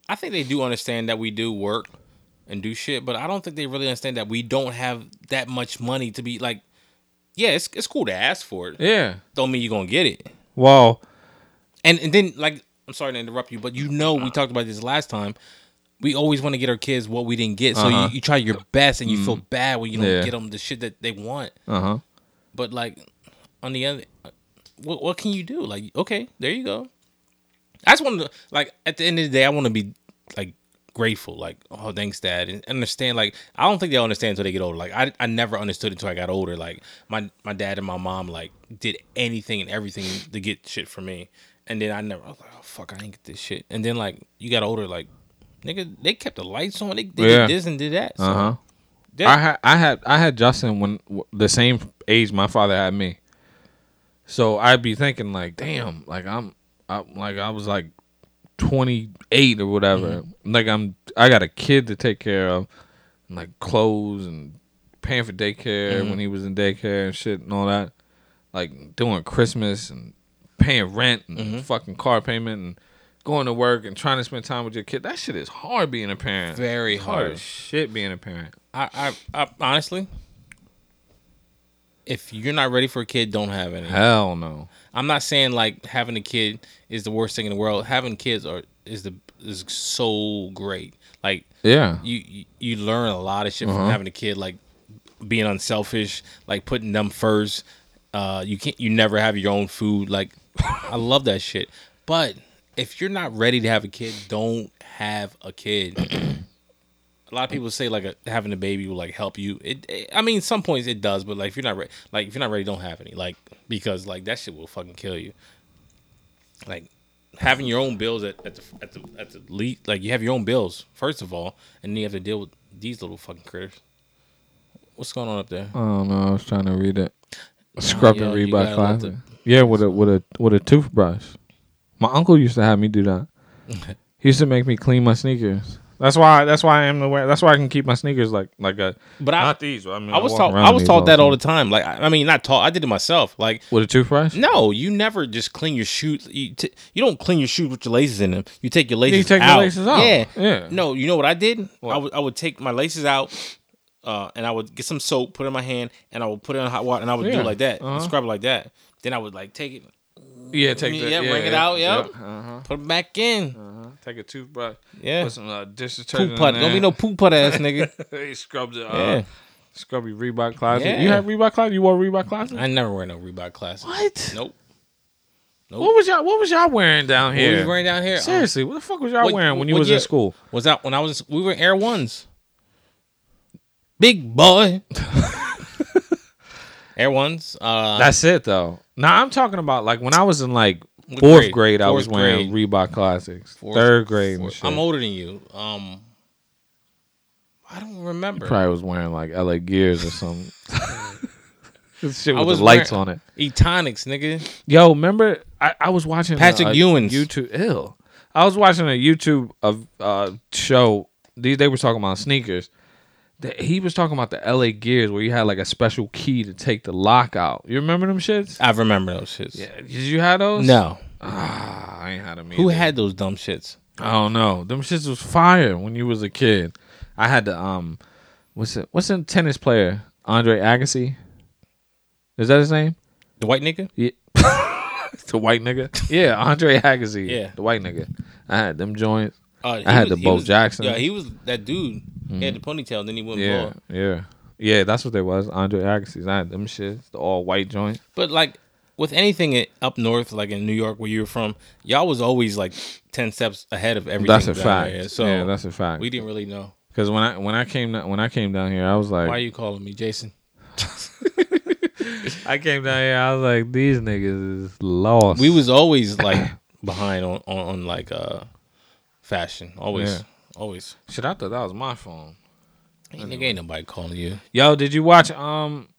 I think they do understand that we do work and do shit, but I don't think they really understand that we don't have that much money to be like. Yeah, it's it's cool to ask for it.
yeah.
Don't mean you're gonna get it.
Well,
And and then like I'm sorry to interrupt you, but you know we talked about this last time. We always want to get our kids what we didn't get, so you, you try your best and you feel bad when you don't
Yeah.
get them the shit that they want.
uh huh.
But like on the other, what what can you do? Like okay, there you go. I just want to like at the end of the day, I want to be like grateful, like oh thanks dad, and understand. Like I don't think they understand until they get older. Like I I never understood until I got older. Like my my dad and my mom like did anything and everything to get shit for me, and then I never I was like oh fuck I didn't get this shit, and then like you got older like. Nigga, they kept the lights on. They, they
Yeah.
did this and did that. So
Uh huh.
Yeah.
I had I had I had Justin when w- the same age my father had me. So I'd be thinking like, damn, like I'm, I like I was like twenty eight or whatever.
Mm-hmm.
Like I'm, I got a kid to take care of, and like clothes and paying for daycare when he was in daycare and shit and all that. Like doing Christmas and paying rent and fucking car payment and going to work and trying to spend time with your kid. That shit is hard being a parent.
Very
hard
hard.
as shit being a parent.
I, I, I honestly, if you're not ready for a kid, don't have any.
Hell no.
I'm not saying like having a kid is the worst thing in the world. Having kids are is the is so great. Like
Yeah.
you you, you learn a lot of shit from having a kid. Like being unselfish, like putting them first. Uh, you can't you never have your own food. Like I love that shit. But if you're not ready to have a kid, don't have a kid. a lot of people say like a, having a baby will like help you. It, it- I mean, some points it does, but like if you're not ready, like if you're not ready, don't have any. Like because like that shit will fucking kill you. Like having your own bills at, at the at the at the least, like you have your own bills first of all, and then you have to deal with these little fucking critters. What's going on up there?
I don't know. I was trying to read it. Scrub
yo,
and
you
read by
gotta let
five. Yeah, with a with a with a toothbrush. My uncle used to have me do that. he used to make me clean my sneakers. That's why. That's why I am aware. That's why I can keep my sneakers like like a.
But I-
not these. I mean,
I was
walk
taught.
around
I was
these
taught that
the
all the time. Like, I I mean, not taught. I did it myself. Like,
With a toothbrush?
no, you never just clean your shoes. You, t- you don't clean your shoes with your laces in them. You take your laces.
take your
out.
laces out.
Yeah.
Yeah.
No, you know what I did? I would I would take my laces out, uh, and I would get some soap, put it in my hand, and I would put it in hot water, and I would do
Yeah.
it like that,
Uh-huh.
scrub it like that. Then I would like take it,
Yeah, take the
Yeah, wring it out, yep.
Uh-huh.
put it back in.
Take a toothbrush.
Yeah.
Put some uh, dish detergent.
Poop putt.
in
Don't be
there.
no poop putt ass nigga.
he scrubbed it. Uh,
Yeah.
Scrub your Reebok closet.
Yeah.
You had Reebok closet. You wore Reebok closet.
I never wear no Reebok classes.
What?
Nope.
What was y'all? What was y'all wearing down
What were
here?
you wearing down here? Uh,
Seriously, what the fuck was y'all
What-
wearing when you
what
was
year-
in school?
Was that when I was? We were Air Ones. Big boy. Air Ones. Uh,
That's it though. Now I'm talking about like when I was in like
What
fourth grade,
grade?
I was
Fourth
wearing Reebok classics.
fourth-
Third grade, and
fourth-
shit.
I'm older than you. Um, I don't remember.
Probably was wearing like LA Gears or something. this shit
I
with
was
the lights
wearing-
on it.
Etonics, nigga.
Yo, remember I, I was watching
Patrick
uh,
Ewing's.
YouTube. Ill. I was watching a YouTube of uh, show. These they were talking about sneakers. The- He was talking about the LA Gears where you had like a special key to take the lock out. You remember them shits?
I remember those shits.
Yeah. Did you have those?
No,
Ah, I ain't had them.
who
either.
had those dumb shits?
I don't know. Them shits was fire when you was a kid. I had the um, what's it? What's the tennis player? Andre Agassi. Is that his name?
The white nigga.
Yeah. the white nigga. Yeah, Andre Agassi.
Yeah.
the white nigga. I had them joints.
Uh, he
I had the
he
Bo Jackson.
Yeah, he was that dude. He had the ponytail, then he went
Yeah,
bald.
yeah, yeah. That's what they was. Andre Agassi's. I had them shits. The all white joint.
But like with anything in- up north, like in New York where you were from, y'all was always like ten steps ahead of everything.
That's a
down
fact.
here. So
yeah, that's a fact.
we didn't really know.
Because when I when I came down- when I came down here, I was like,
Why are you calling me Jason?
I came down here. I was like, these niggas is lost.
We was always like behind on, on, on like uh fashion. Always.
Yeah.
Always.
shit. I thought that was my phone.
Hey, nigga, ain't nobody calling you.
Yo, did you watch um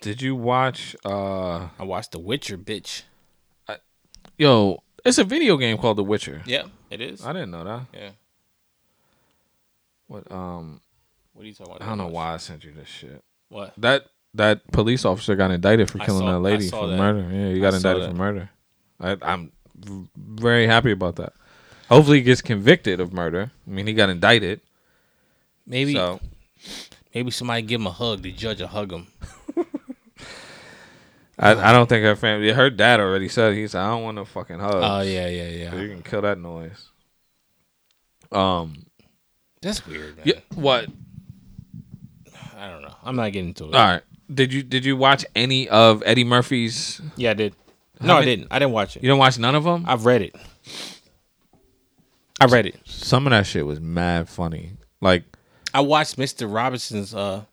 Did you watch uh
I watched The Witcher, bitch.
Yo, it's a video game called The Witcher.
Yeah, it is.
I didn't know that.
yeah.
What um
What are you talking about?
I don't know why I sent you this shit.
What?
That that police officer got indicted for
I
killing
saw-
that
I
lady
saw
for
that.
murder. Yeah, he got
saw
indicted
that.
for murder. I I'm v- very happy about that. Hopefully he gets convicted of murder. I mean he got indicted.
Maybe
So
maybe somebody give him a hug. The judge will hug him.
I, I don't think her family her dad already said he said I don't want no fucking hug.
Oh yeah, yeah, yeah.
you can kill that noise. Um
That's weird, man.
Yeah. What?
I don't know. I'm not getting into it.
All right. Did you did you watch any of Eddie Murphy's?
Yeah, I did. No, I
many-
didn't. I didn't watch it.
You don't watch none of them.
I've read it. I read it.
Some of that shit was mad funny. Like
I watched Mr. Robinson's. Uh,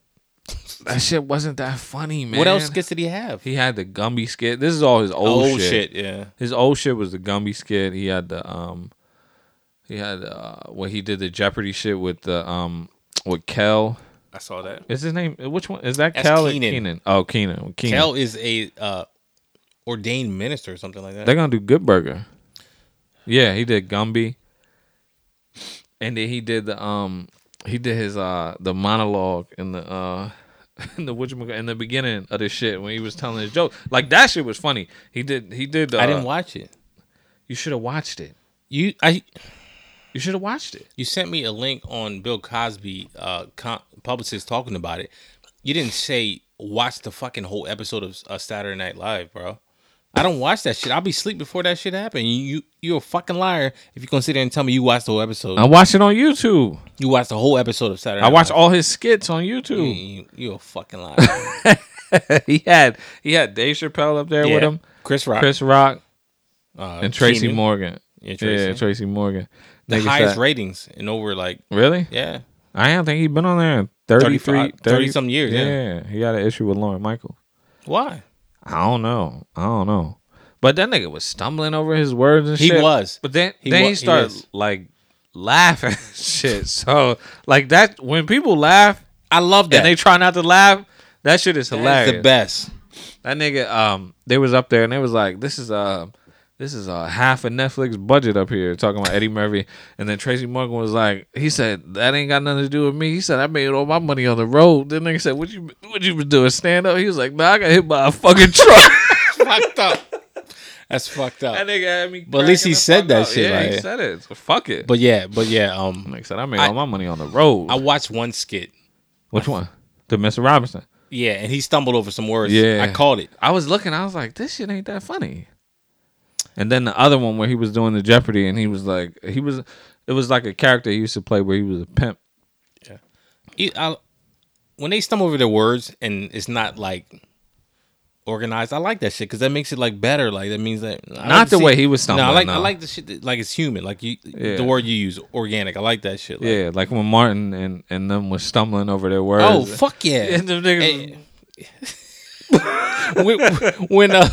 that shit wasn't that funny, man.
what else skits did he have?
He had the Gumby skit. This is all his old
oh
shit.
shit. Yeah.
His old shit was the Gumby skit. He had the um, he had uh, when he did the Jeopardy shit with the um with Kel.
I saw that.
Is his name? Which one is that?
That's
Kel or
Keenan.
Keenan? Oh, Keenan. Keenan.
Kel is a uh, ordained minister or something like that.
They're gonna do Good Burger. Yeah, he did Gumby. And then he did the um he did his uh the monologue in the uh in the which in the beginning of this shit when he was telling his joke. Like that shit was funny. He did he did uh,
I didn't watch it.
you should have watched it.
You I
You should have watched it.
you sent me a link on Bill Cosby uh con- publicist talking about it. You didn't say watch the fucking whole episode of uh, Saturday Night Live, bro. I don't watch that shit. I'll be asleep before that shit happened. You, you you're a fucking liar if you gonna sit there and tell me you watched the whole episode.
I watched it on YouTube.
You watched the whole episode of Saturday.
I
Night
watched
Live.
all his skits on YouTube.
You, you a fucking liar.
he had he had Dave Chappelle up there with him,
Chris Mm. Rock,
Chris Rock,
uh,
and Tracy
Keenan,
Morgan.
Yeah, Tracy.
Yeah, Tracy Morgan.
the
Nigga
highest
said-
ratings in over like
Really?
yeah.
I don't think he's been on there in 33,
35, 30 some years, yeah.
he had an issue with Lauren Michael.
Why?
I don't know. I don't know. But that nigga was stumbling over his words and
He
shit.
was.
But then
He
then
wa-
he
he
started
is.
like laughing and shit. So like that when people laugh
I love that.
and they try not to laugh, that shit is
That's
hilarious.
the best.
That nigga um they was up there and they was like, This is um this is a half a Netflix budget up here talking about Eddie Murphy. And then Tracy Morgan was like, he said, that ain't got nothing to do with me. He said, I made all my money on the road. Then nigga said, what you what you been doing, stand up? He was like, nah, I got hit by a fucking truck.
fucked up. That's fucked
that
up.
nigga had me
But at least
cracking
he
the
said
fuck
that
up.
shit,
Yeah, he
like-
said it. So fuck it. But
But yeah, but yeah, um
nigga said, I made
I-
all my money on the road.
I watched one skit.
Which one? The Mr. Robinson.
Yeah, and he stumbled over some words.
Yeah.
I called it.
I was looking, I was like, this shit ain't that funny. And then the other one where he was doing the Jeopardy and he was like he was it was like a character he used to play where he was a pimp.
It- I- when they stumble over their words and it's not like organized, I like that shit because that makes it like better. Like that means that I
Not
to
the way he was stumbling,
No, I like I
no.
like the shit that, like it's human. Like you,
Yeah.
the word you use, organic. I like that shit. Like,
Yeah, like when Martin and, and them was stumbling over their words.
Oh fuck yeah!
And them niggas-
when when, uh,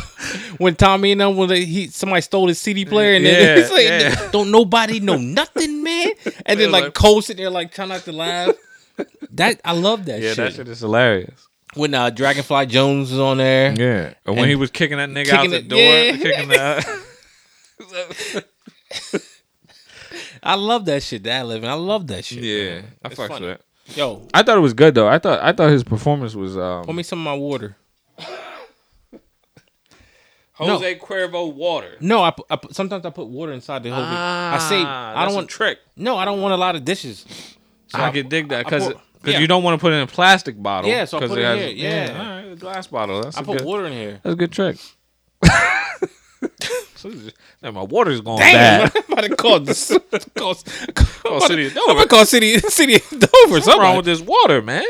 when Tommy and them when they, he somebody stole his CD player and then
Yeah,
it's like
yeah.
don't nobody know nothing, man. And then like Cole sitting there like trying not to laugh. That I love that
Yeah,
shit.
that shit is hilarious.
When uh, Dragonfly Jones was on there,
Yeah. Or when
And
he was kicking that nigga out
kicking
the
it-
door,
yeah.
kicking the
I love that shit. That living, I love that shit.
Yeah. I fucks
funny.
with it.
Yo,
I thought it was good though. I thought I thought his performance was um
pour me some of my water.
Jose Cuervo water.
No, I, pu- I pu- sometimes I put water inside the whole.
Ah,
I say I don't want.
trick.
no, I don't want a lot of dishes. So
I could dig that
I
because
pour- yeah.
you don't want to put it in a plastic bottle.
Yeah, so I
'cause
put it
has-
here,
all
yeah.
right, a glass bottle. That's
I
a
put
good,
water in here.
That's a good trick. So it's just- now my water's going
Damn,
bad.
I'm about to call this. Call, call
City of
I'm about to call city, city of Dover.
What's wrong with this water, man?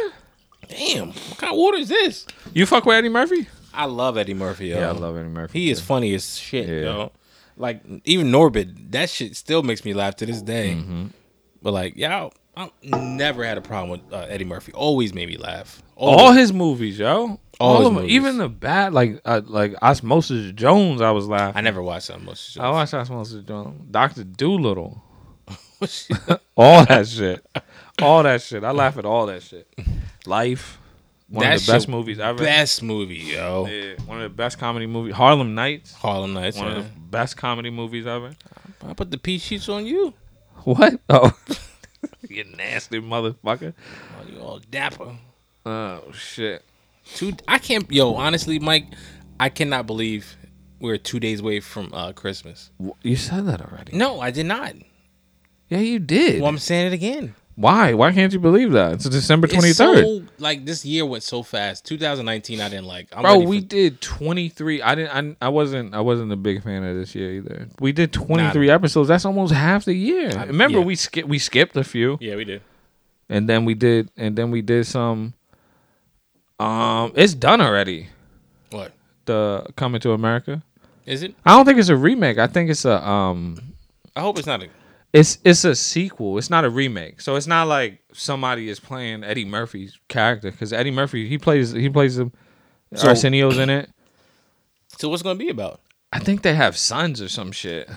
Damn, what kind of water is this?
You fuck with Eddie Murphy?
I love Eddie Murphy. Yo.
Yeah, I love Eddie Murphy.
He is funny as shit,
Yeah.
yo. Like even Norbit, that shit still makes me laugh to this day.
Mm-hmm.
But like, y'all, I never had a problem with uh, Eddie Murphy. Always made me laugh. Always.
all his movies, yo.
All
All,
his
of them,
movies.
even the bad, like uh, like Osmosis Jones. I was
I
laughing.
never watched that much.
I watched Osmosis Jones, Doctor Doolittle,
Shit.
all that shit, all that shit. I laugh at all that shit. Life, one
That
of the best
shit-
movies ever.
Best movie, yo.
Yeah, one of the best comedy movies. Harlem Nights.
Harlem Nights.
One of the
man.
best comedy movies ever.
I put the pea sheets on you.
What? Oh, you nasty motherfucker.
Oh, you all dapper.
Oh shit.
Two. I can't. Yo, honestly, Mike, I cannot believe we're two days away from uh, Christmas.
You said that already.
No, I did not.
Yeah, you did.
Well, I'm saying it again.
Why? Why can't you believe that? It's December twenty
It's
third.
so- like this year went so fast. 2019, I didn't like. I'm
Bro,
ready for-
we did twenty three. I didn't. I, I wasn't. I wasn't a big fan of this year either. We did twenty three episodes. That's almost half the year. Remember,
yeah.
we skipped. We skipped a few,
yeah, we did.
and then we did. And then we did some. Um, it's done already.
What
The Coming to America.
is it?
I don't think it's a remake. I think it's a um
I hope it's not a.
it's it's a sequel. It's not a remake. So it's not like somebody is playing Eddie Murphy's character cuz Eddie Murphy he plays he plays him Arsenio's in it.
So what's it gonna be about?
I think they have sons or some shit.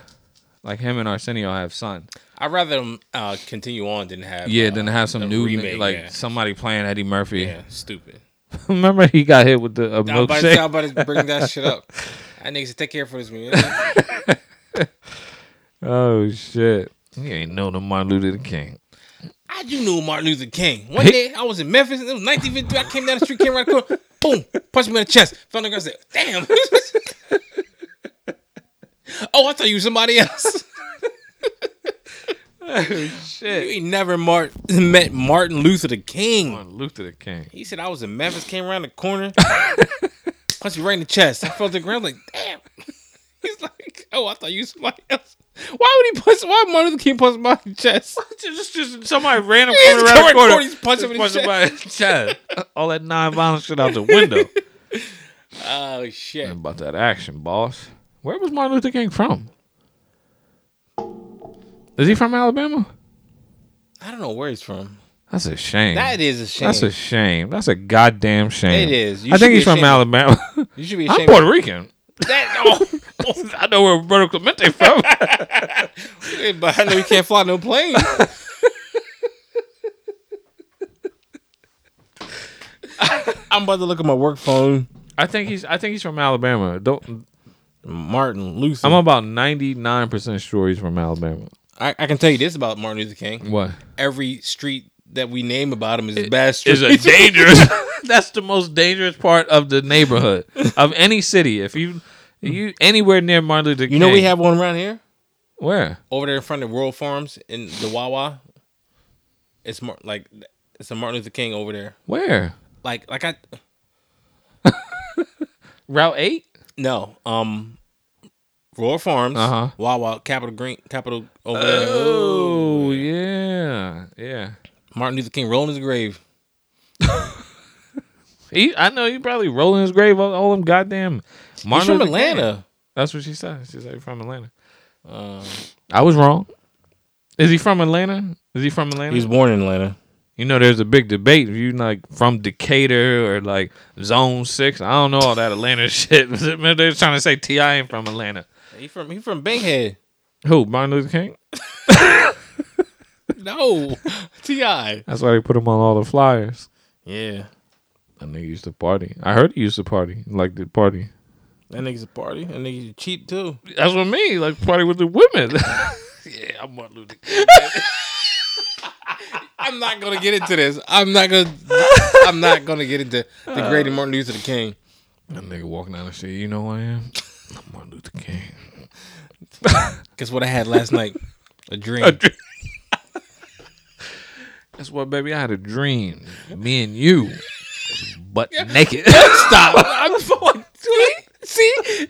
Like him and Arsenio have sons.
I'd rather them uh, continue on than have.
Yeah,
uh,
then have some
a
new
remake,
like
yeah.
somebody playing Eddie Murphy.
Yeah, stupid.
Remember he got hit with the a
I'm about, to, I'm
milkshake.
about to bring that shit up. I niggas take care for this man.
Oh shit. He ain't know the Martin Luther King.
I do know Martin Luther King. One day I was in Memphis. It was 1953. I came down the street, came around the corner. Boom! Punched me in the chest. Found the girl. Said, "Damn." oh, I thought you was somebody else.
Shit.
Oh, You ain't never Mar- met Martin Luther the King.
Martin Luther the King.
He said I was in Memphis, came around the corner, punched me right in the chest. I felt the ground like, damn. He's like, oh, I thought you was somebody else. Why would he punch? Why Martin Luther King punch my chest?
just, just somebody random
He's
corner around the
covering
corner.
corners, punching him in
Just
the
punching somebody- Chad, All that non-violent shit out the window.
Oh shit!
About that action, boss. Where was Martin Luther King from? Is he from Alabama?
I don't know where he's from.
That's a shame.
That is a shame.
That's a shame. That's a goddamn shame.
It is. You
I
should
think
be
he's from
ashamed.
Alabama.
you should be
I'm
ashamed.
Puerto Rican.
that, oh,
I know where Roberto Clemente from.
but I know you can't fly no plane. I'm about to look at my work phone.
I think he's. I think he's from Alabama. Don't.
Martin Luther.
I'm about 99% sure he's from Alabama.
I, I can tell you this about Martin Luther King.
What?
Every street that we name about him is a bad street.
Is a dangerous. that's the most dangerous part of the neighborhood of any city. If you you anywhere near Martin Luther King,
you know we have one around here
where
over there in front of World Farms in the Wawa. It's more like it's a Martin Luther King over there.
where
Like like I
Route Eight.
no um. Royal Farms,
Uh-huh.
Wawa, Capital Green, Capital over
Uh.
there.
Oh yeah, yeah.
Martin Luther King rolling his grave.
He, I know he probably rolling his grave all, all them goddamn.
He's
Martin
from
Luther King.
Atlanta.
That's what she said. She said he's from Atlanta.
Uh,
I was wrong. Is he from Atlanta? Is he from Atlanta?
he was born in Atlanta.
you know, there's a big debate. If you like from Decatur or like Zone Six, I don't know all that Atlanta shit. They're trying to say Ti ain't from Atlanta.
He from he from Bankhead.
Who Martin Luther King?
No, Ti.
That's why they put him on all the flyers.
Yeah,
That nigga used to party. I heard he used to party, like the party.
that nigga's a party. That nigga's cheap too.
That's what I mean, like party with the women. yeah, I'm Martin Luther King.
I'm not gonna get into this. I'm not gonna. I'm not gonna get into the great Martin Luther King.
That nigga walking down the street, you know who I am? I'm Martin Luther King.
Guess what I had last night? A dream.
That's what, baby. I had a dream. Me and you, butt naked.
Stop. I'm fucking. See,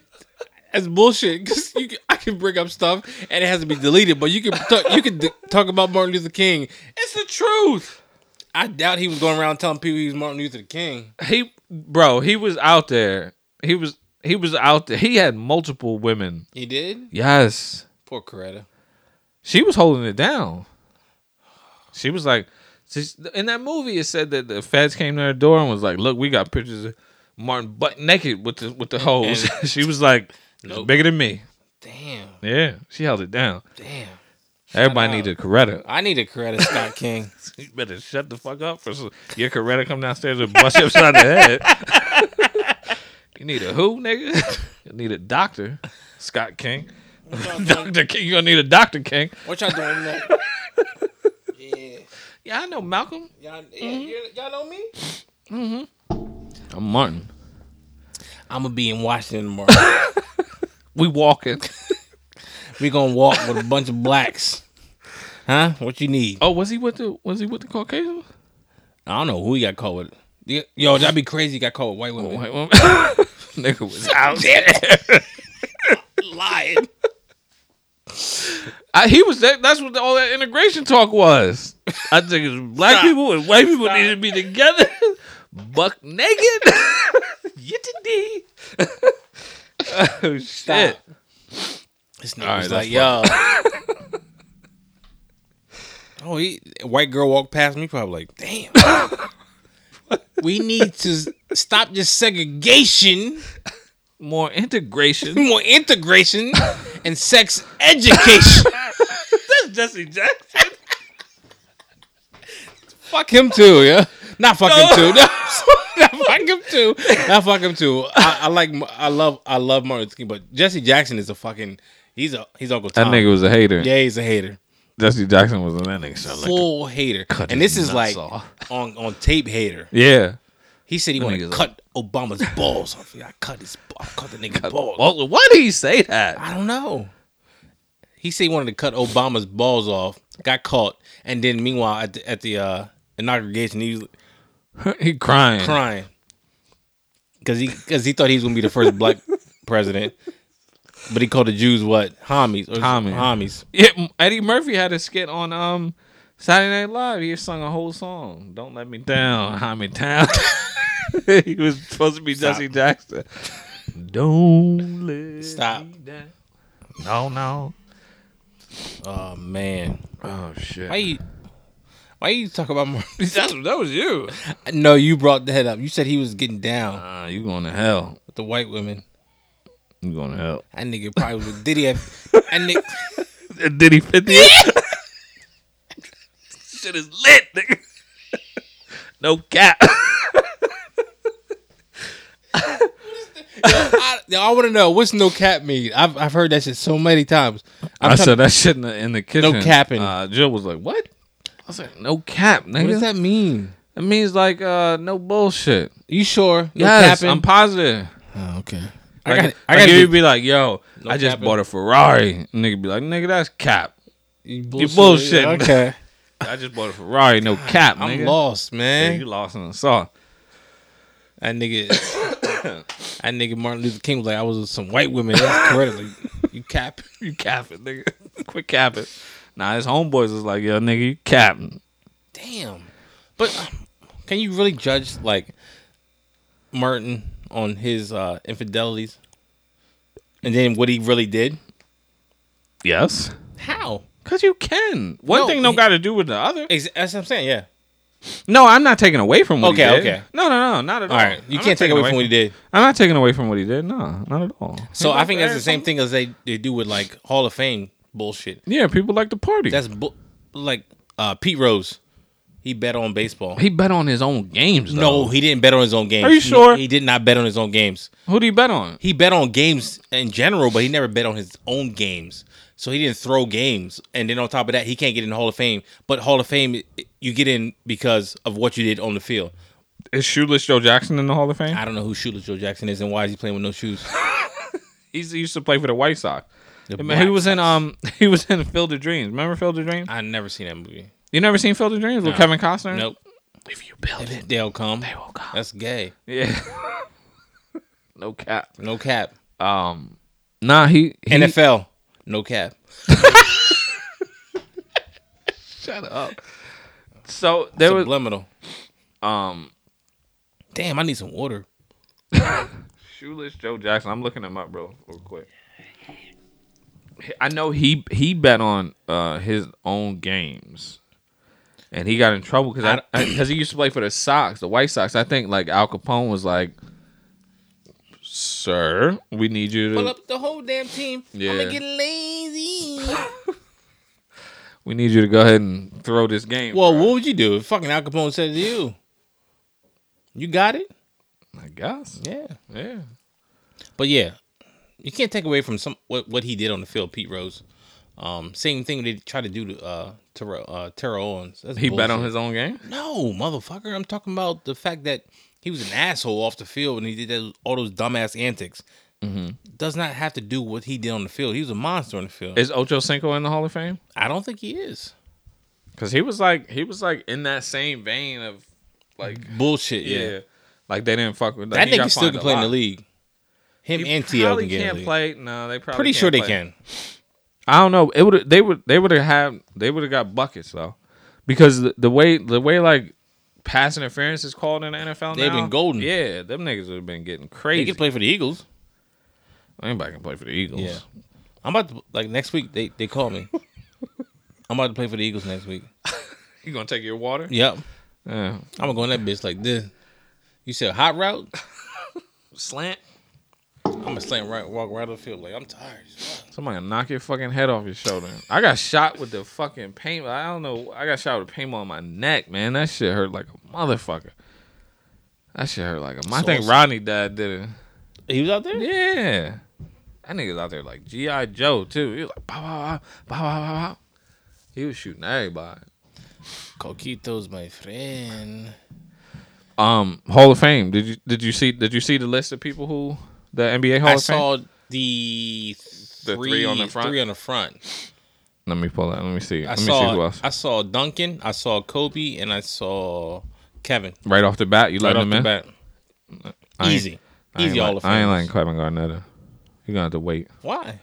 that's bullshit. Cause you can, I can bring up stuff and it has to be deleted, but you can talk, you can d- talk about Martin Luther King. It's the truth. I doubt he was going around telling people he was Martin Luther King.
he, bro, he was out there. He was, he was out there. He had multiple women.
He did.
Yes,
Poor Coretta.
she was holding it down. She was like, she's- in that movie, it said that the feds came to her door and was like, "Look, we got pictures of Martin butt naked with the with the hose." she was like,
Nope.
"Bigger than me."
Damn.
Yeah, she held it down.
Damn.
Everybody needed Coretta.
I need a Coretta Scott King.
You better shut the fuck up for some, your Coretta come downstairs and bust you upside the head. you need a who, nigga? You need a doctor, Scott King. Doctor King, you gonna need a Doctor King.
What y'all doing now? yeah.
Yeah, I know Malcolm.
Y'all, yeah, you- y'all know me?
I'm Martin.
I'm going to be in Washington tomorrow.
We walking.
we going to walk with a bunch of blacks. Huh? What you need?
Oh, was he with the was he with the Caucasian?
I don't know who he got caught with. Yeah, Yo, that'd be crazy. He got caught with white women.
White woman. nigga was out there.
Lying.
I, he was that, that's what all that integration talk was. I think it's black people and white people need to be together. Buck naked. Yittity. oh shit.
This
right,
nigga was
that's
like, yo. oh, he, a white girl walked past me, probably like, damn. we need to stop this segregation.
More integration.
more integration and sex education.
that's Jesse Jackson.
fuck him too, yeah. Not fuck him too. No, not fuck him too. Not fuck him too. I, I like. I love. I love Martin Luther King, but Jesse Jackson is a fucking. He's a. He's Uncle
That
Tom.
nigga was a hater.
Yeah, he's a hater.
Jesse Jackson was a that nigga. sound like
Full hater.
cut
And
his
this is
nuts
like
off.
on on tape hater.
yeah.
He said he wanted to
nigga's
cut Obama's balls off. I cut his. I cut the nigga's balls.
Well, why did he say that?
I don't know. He said he wanted to cut Obama's balls off, got caught, and then meanwhile at the, at the uh, inauguration he was
he crying.
crying because he because he thought he was gonna be the first black president, but he called the Jews what homies or
Homies.
homies.
Yeah, M- Eddie Murphy had a skit on um Saturday Night Live. He sung a whole song. Don't let me down, I'm in town. he was supposed to be Jesse Jackson. Don't let
Stop.
me down. No, no.
Oh man,
Oh
why
shit.
you why you talk about more?
That's, that was you.
no, you brought that up. You said he was getting down
Uh, you going to hell.
with the white women.
You going to hell.
That nigga probably was with Diddy. At, that nigga,
Did he fit the Shit is lit, nigga. No cap.
I, yo, I want to know what's no cap mean. I've I've heard that shit so many times. I'm
I
trying-
said that shit in the, in the kitchen.
capping.
Uh, Jill was like, "What?" I was like, "No cap, nigga."
what does that mean?
It means like uh, no bullshit.
You sure? No
yes,
capping?
I'm positive.
Oh, okay.
Like,
I
I
got.
got,
I got.
you be like, "Yo, I just
capping.
bought a Ferrari." Nigga be like, "Nigga, that's cap."
you
bullshit.
Okay.
I just bought a Ferrari, no cap,
I'm
nigga.
lost,
Yeah,
man.
you lost in the sauce.
That nigga, that nigga Martin Luther King was like, I was with some white women. That's correct. Like, you cap.
You capping, nigga. Quit capping. Nah, his homeboys was like, "Yo, nigga, you capping."
Damn. But um, can you really judge like Martin on his uh, infidelities and then what he really did?
Yes,
How?
cause you can. One
No,
thing don't
he-
got to do with the other.
Ex- That's what I'm saying. Yeah.
No, I'm not taking away from what
Okay,
he did.
okay.
No, no, no, not at all.
All right. You
I'm not
can't take
taking
away from what he did.
I'm not taking away from what he did. No, not at all.
So I think that's the
Eric
same thing as they, they do with like Hall of Fame bullshit.
Yeah, people like to party.
That's bu- like uh, Pete Rose. He bet on baseball.
he bet on his own games.
No, he didn't bet on his own games.
Are you
He-
sure?
He, did not bet on his own games.
who did he bet on?
He bet on games in general, but he never bet on his own games. So he didn't throw games, and then on top of that, he can't get in the Hall of Fame. But Hall of Fame, you get in because of what you did on the field.
Is Shoeless Joe Jackson in the Hall of Fame?
I don't know who Shoeless Joe Jackson is, and why is he playing with no shoes?
He's, he used to play for the White Sox.
The
I mean,
Black
he was in um he was in Field of Dreams. Remember Field of Dreams?
I never seen that movie.
You never seen Field of Dreams with Kevin Costner?
Nope.
If you build it,
They'll come.
they will come.
That's gay.
Yeah. no cap.
No cap.
Um. Nah, he, he
NFL. No cap.
so there was
Subliminal.
um
Damn, I need some water.
Shoeless Joe Jackson. I'm looking him up, bro, real quick. I know he he bet on uh, his own games, and he got in trouble because because he used to play for the Sox, the White Sox. I think like Al Capone was like, "Sir, we need you
Pull
to
up the whole damn team. I'm
Yeah.
gonna get lazy.
we need you to go ahead and throw this game."
Well,
bro."
what would you do if fucking Al Capone said to you, "You got it"?
I guess,
Yeah,
yeah.
but yeah, you can't take away from some what, what he did on the field, Pete Rose. Um, same thing they tried to do to uh Terrell uh, Terrell Owens. That's
He bet on
bullshit.
his own game.
no motherfucker. I'm talking about the fact that he was an asshole off the field and he did that, all those dumbass antics.
Mm-hmm.
Does not have to do what he did on the field. He was a monster on the field.
Is Ocho Cinco in the Hall of Fame?
I don't think he is
Because he was like he was like in that same vein of like
bullshit.
yeah,
Yeah,
like they didn't fuck with
that
he got
nigga still
fined
can
a
play in the
lot.
league. Him
He
and T.O.
probably
can get in the
can't
league.
play. No, they probably
Pretty
can't
sure they
play.
can.
I don't know. It would they would they would have had they would have got buckets though, because the, the way the way like pass interference is called in the NFL.
They've
now,
been golden.
Yeah, them niggas would have been getting
They
crazy.
can play for the Eagles.
Anybody can play for the Eagles.
Yeah. I'm about to like next week. They they call me. I'm about to play for the Eagles next week.
You gonna take your water?
Yep.
Yeah.
I'm gonna go in that bitch like this. You said hot route.
Slant.
I'm gonna slam right, walk right up the field. Like I'm tired. as fuck.
Somebody gonna knock your fucking head off your shoulder. I got shot with the fucking paintball. I don't know. I got shot with a paintball on my neck, man. That shit hurt like a motherfucker. That shit hurt like a. I think
awesome.
Rodney died did it.
He was out there.
Yeah, that nigga's out there like GI Joe too. He was like bah bah bah bah bah bah. bah. He was shooting everybody.
Coquitos, my friend.
Um, Hall of Fame. Did you did you see did you see the list of people who the NBA Hall
I
of Fame?
saw the three,
The three on the front?
Three on the front.
Let me pull that. Let me see.
I
Let me see who
saw.
else.
I saw Duncan. I saw Kobe, and I saw Kevin.
right off the bat, you
Right
let
off
him
the
in.
bat.
I ain't-
Easy.
I ain't
Easy.
like-
All of
I ain't
Famers.
like Kevin Garnett. You're gonna have to wait.
Why?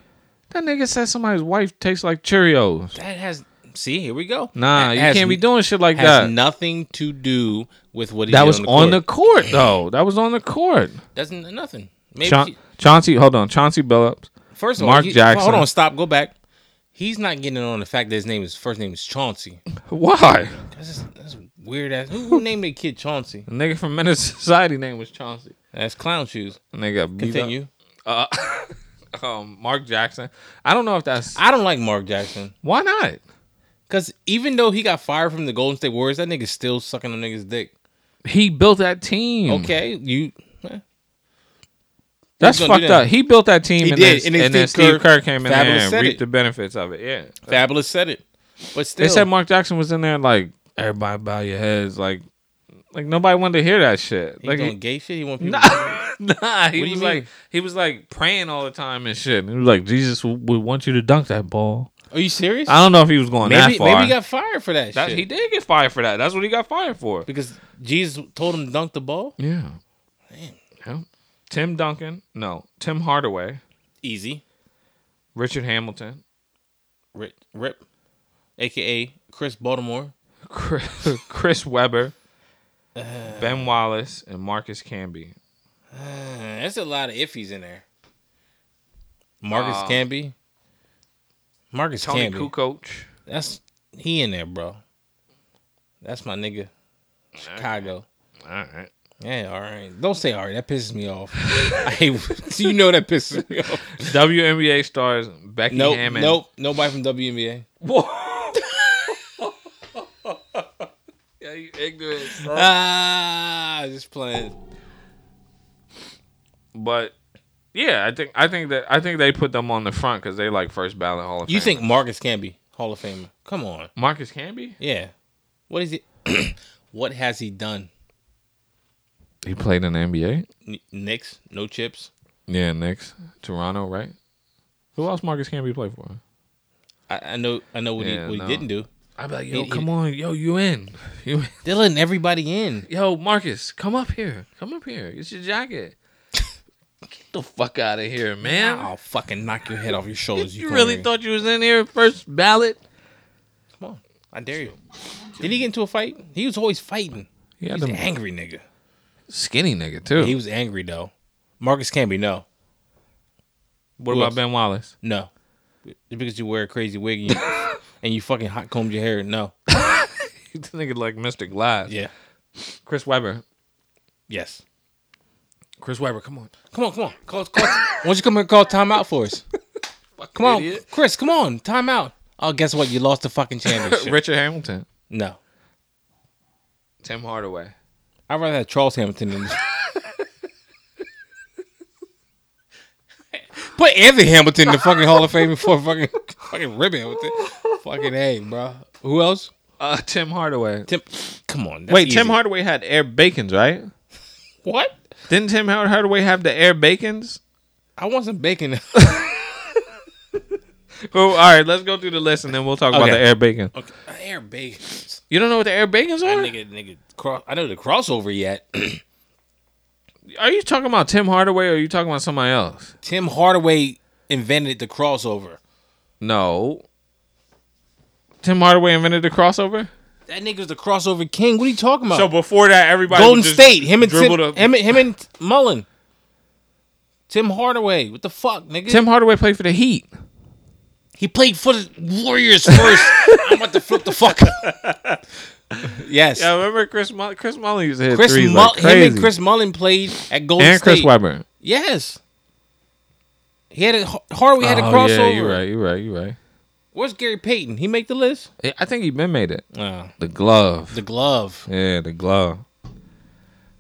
That nigga said somebody's wife tastes like Cheerios.
That has. See, here we go.
Nah,
That
you
has
can't be doing shit like
has
that.
nothing to do with what he
that
did
was
on the court.
court though. That was on the court.
That's n- nothing. Maybe
Cha-
he-
Chauncey, hold on. Chauncey Billups.
first of all,
Mark
he-
Jackson.
Hold on, stop. Go back. He's not getting on the fact that his name is first name is Chauncey.
Why?
That's, just, that's weird ass. Who, who named their kid Chauncey?
The nigga from Menace Society name was Chauncey.
That's clown shoes.
And they got beat up.
Continue.
Um, Mark Jackson. I don't know if that's
I don't like Mark Jackson
why not.
because even though he got fired from the Golden State Warriors, that nigga's still sucking the nigga's dick.
Mm. He built that team.
Okay, you. eh.
That's
gonna do
fucked
that.
up. He built that team,
He
and,
did,
Then, and, then Steve Kerr came in there
Fabulous
and
said
reaped
it.
the benefits of it. Yeah,
Fabulous said it, but still,
they said Mark Jackson was in there like everybody bow your heads, like like nobody wanted to hear that shit.
he
like
doing gay shit. He want people.
nah, he
What do you
was
mean?
like he was like praying all the time and shit. And he was like, Jesus w- would want you to dunk that ball.
Are you serious?
I don't know if he was going
maybe
that far.
maybe he got fired for that,
That-
shit
he did get fired for that. That's what he got fired for.
because Jesus told him to dunk the ball.
Yeah. yeah. Tim Duncan, no, Tim Hardaway,
Easy,
Richard Hamilton,
rip, rip, aka Chris Baltimore.
Chris, Chris Webber, Uh. Ben Wallace, and Marcus Camby.
Uh, That's a lot of iffies in there. Oh. Marcus Camby. Marcus
Tony
Camby.
Kukoc.
That's he in there, bro. That's my nigga. Chicago.
All right.
Yeah, all right. Don't say all right. That pisses me off. I hate, you know that pisses me off.
WNBA stars Becky
Nope,
Hammond.
nope. Nobody from WNBA.
Yeah, you ignorant. son.
Ah, just playing.
But yeah, I think I think that I think they put them on the front because they like first ballot Hall of
You
Famer.
think Marcus Camby Hall of Famer? Come on.
Marcus Camby?
Yeah. What is he? what has he done?
He played in the NBA.
N- Knicks, no chips.
Yeah, Knicks, Toronto, right? Who else Marcus Camby play for?
I, I know. I know what he
Yeah,
what
no.
he didn't do.
I'd be like, yo,
He-
come on, yo, you in? You in?
They're letting everybody in.
Yo, Marcus, come up here. Come up here. It's your jacket. Get the fuck out of here, man.
I'll fucking knock your head off your shoulders.
You
come
really
here.
thought you was in here first ballot?
Come on, I dare you. Did he get into a fight? He was always fighting.
Yeah,
He's an angry nigga.
skinny nigga too.
He was angry though. Marcus Camby, no,
what
who
about
else?
Ben Wallace?
no, Just because you wear a crazy wig and you, and you fucking hot combed your hair. No,
this nigga like Mr. Glass.
yeah,
Chris Webber.
yes.
Chris Webber, come on.
Come on, come on, call, call. Why don't you come here and call timeout for us? come on, Chris. Come on, timeout. Oh, guess what? You lost the fucking championship.
Richard Hamilton.
No,
Tim Hardaway.
I'd rather have Charles Hamilton than. Put Anthony Hamilton in the fucking Hall of Fame before fucking fucking Rip Hamilton. Fucking A, bro. Who else?
Uh, Tim Hardaway.
Tim. Come on. that's
Wait, Tim
easy.
Hardaway had air bacons, right?
What?
Didn't Tim Howard Hardaway have the air bacons?
I want some bacon.
Well, Oh, all right, let's go through the list and then we'll talk about
Okay.
the air bacon.
okay. Air bacon.
You don't know what the air bacons
That
are?
nigga, nigga. Cross. I know the crossover yet.
Are you talking about Tim Hardaway or are you talking about somebody else?
Tim Hardaway invented the crossover.
No. Tim Hardaway invented the crossover?
That nigga's the crossover king. What are you talking about?
So before that, everybody
Golden
would just
State, him and Tim,
dribble the-
him, and- him and Mullen, Tim Hardaway. What the fuck, nigga?
Tim Hardaway played for the Heat.
he played for the Warriors first. I'm about to flip the fuck. up. yes,
Yeah, I remember Chris Mull- Chris Mullin used to hit
Chris
threes
Mull-
like crazy.
him and Chris Mullen played at Golden
and Chris
State.
Webber.
Yes, he had a Hardaway had a
Oh, Yeah,
crossover.
you're right. You're right. You're right.
Where's Gary Payton? He make the list.
Yeah, I think he been made it.
Uh,
The glove.
the glove.
yeah, the glove.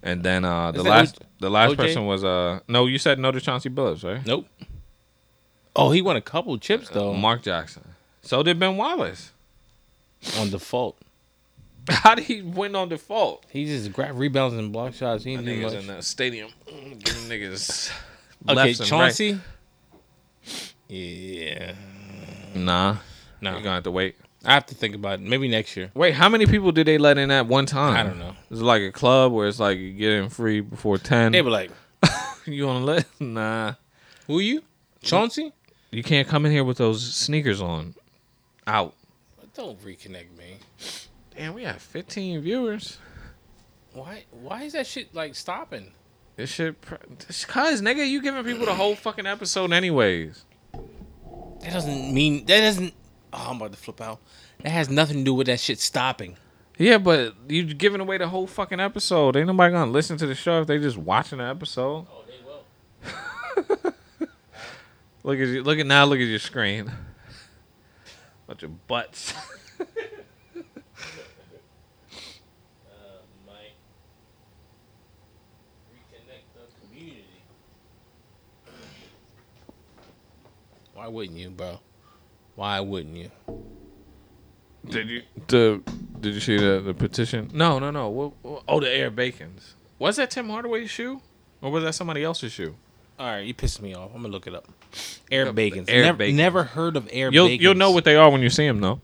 And then uh, the
that
last
O-
the last
OJ?
person was uh no you said no to Chauncey Billups right?
Nope. Oh, he won a couple chips though
Mark Jackson. So did Ben Wallace.
on default.
How did he win on default?
He just grabbed rebounds and block shots. He didn't do
Niggas
much.
in that stadium. Giving niggas.
Okay,
lefts and right.
Chauncey. Yeah,
Nah.
no,
You're gonna have to wait.
I have to think about it. Maybe next year.
Wait, how many people did they let in at one time?
I don't know.
It's like a club where it's like you get in free before ten.
They were like,
you on the list? Nah.
"Who you, Chauncey?"
You can't come in here with those sneakers on. Out.
Don't reconnect me.
Damn, we have 15 viewers.
Why? Why is that shit like stopping?
This shit. pr- This cuz, nigga, you giving people the whole fucking episode, anyways.
That doesn't mean that doesn't. Oh, I'm about to flip out. That has nothing to do with that shit stopping.
Yeah, but you giving away the whole fucking episode. Ain't nobody gonna listen to the show if they just watching the episode.
Oh, they will.
Look at you. Look at now. Look at your screen. Bunch of butts.
Might reconnect the community. Why wouldn't you, bro? Why wouldn't you?
Did you the Did you see the, the petition? No, no, no. What, what- oh, the Air Bacon's. Was that Tim Hardaway's shoe, or was that somebody else's shoe?
All right, you pissed me off. I'm gonna look it up. Air bacons.
Air
never,
Bacons.
never heard of air
You'll
bacons.
You'll know what they are when you see them, though.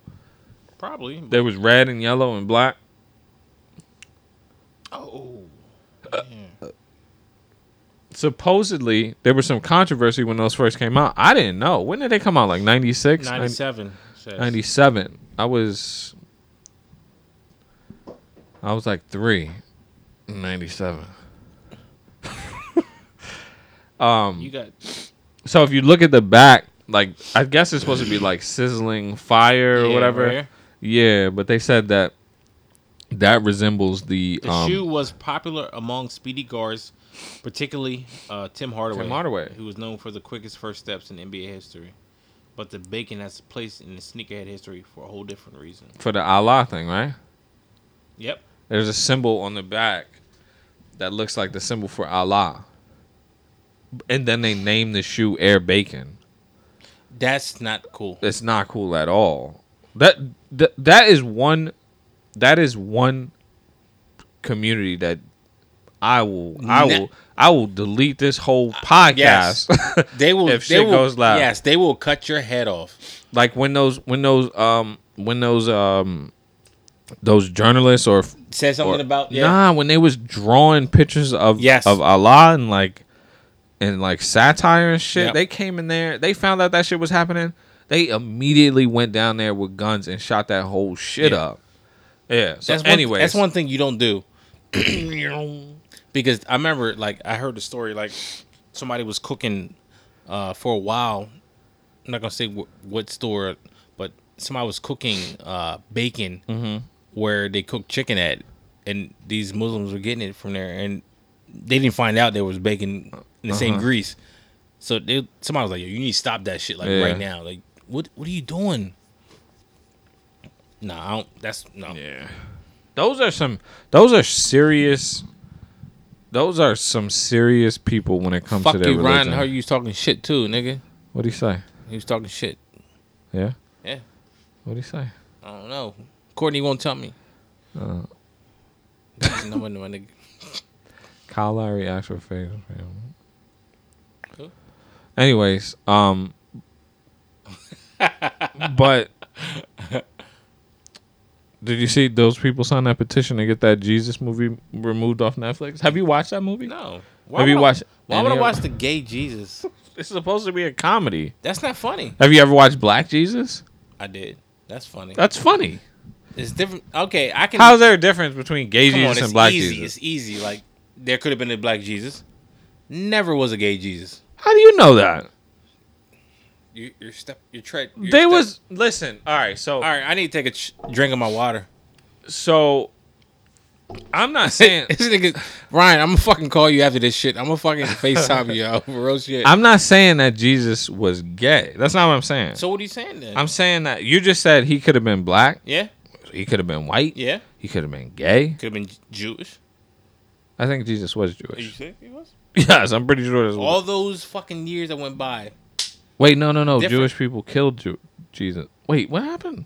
probably. but-
There was red and yellow and black.
oh,
Supposedly, there was some controversy when those first came out. I didn't know. When did they come out? Like 96?
97. says.
97. I was I was like 3 in 97. um,
You got
So if you look at the back, like I guess it's supposed to be like sizzling fire or
Yeah,
whatever.
rare.
Yeah, but they said that that resembles the,
the
um,
shoe was popular among speedy guards, particularly uh, Tim Hardaway.
Tim Hardaway.
who was known for the quickest first steps in NBA history. But the bacon has a place in the sneakerhead history for a whole different reason.
for the Allah thing, right?
Yep.
There's a symbol on the back that looks like the symbol for Allah. And then they named the shoe Air Bacon.
That's not cool.
it's not cool at all. That th- that is one that is one community that I will I
Ne-
will I will delete this whole podcast.
They will.
If
they
shit
will,
goes loud.
Yes, they will cut your head off.
like when those when those um when those um those journalists or,
Said
or
something about yeah.
nah when they was drawing pictures of
Yes.
of Allah and like and like satire and shit
Yep.
they came in there they found out that shit was happening they immediately went down there with guns and shot that whole shit
Yeah.
up yeah so
that's
anyways
one, that's one thing you don't do. because I remember, like, I heard the story, like, somebody was cooking uh, for a while. I'm not gonna say wh- what store, but somebody was cooking uh, bacon
Mm-hmm.
where they cook chicken at, and these Muslims were getting it from there, and they didn't find out there was bacon in the
Uh-huh.
same grease. So they, somebody was like, "Yo, you need to stop that shit like
Yeah.
right now. Like, what what are you doing?" Nah, I don't. That's no.
Yeah. Those are some those are serious those are some serious people when it comes
Fuck
to their
you, Ryan.
religion.
How you was talking shit too, nigga?
what do you say?
He was talking shit.
Yeah?
Yeah.
What do you say?
I don't know. Courtney won't tell me.
Uh.
That's no one, my nigga.
Kyle Lowry actual favorite. man.
Who?
Anyways, um but did you see those people sign that petition to get that Jesus movie removed off Netflix? Have you watched that movie?
No.
Have you
would I-
watched
Why would I
any of-
watch the gay Jesus?
It's supposed to be a comedy.
That's not funny.
Have you ever watched Black Jesus?
I did. That's funny.
That's funny.
It's different. Okay, I can.
How's there a difference between gay
come on,
Jesus
it's
and black
easy.
Jesus?
It's easy. Like there could have been a black Jesus. Never was a gay Jesus.
How do you know that?
You, your step, your tread. your
They
step-
was listen. All right, so
All right, I need to take a ch- drink of my water.
so I'm not saying
this nigga, Ryan, I'm gonna fucking call you after this shit. I'm gonna fucking FaceTime you out for real shit.
I'm not saying that Jesus was gay. That's not what I'm saying.
so what are you saying then?
I'm saying that you just said he could have been black,
yeah,
he could have been white,
yeah.
he could have been gay.
Could have been J- Jewish.
I think Jesus was Jewish.
think he was?
Yes, I'm pretty sure. This
All
was.
those fucking years that went by,
Wait, no, no, no.
Different.
Jewish people killed Jew- Jesus. Wait, what happened?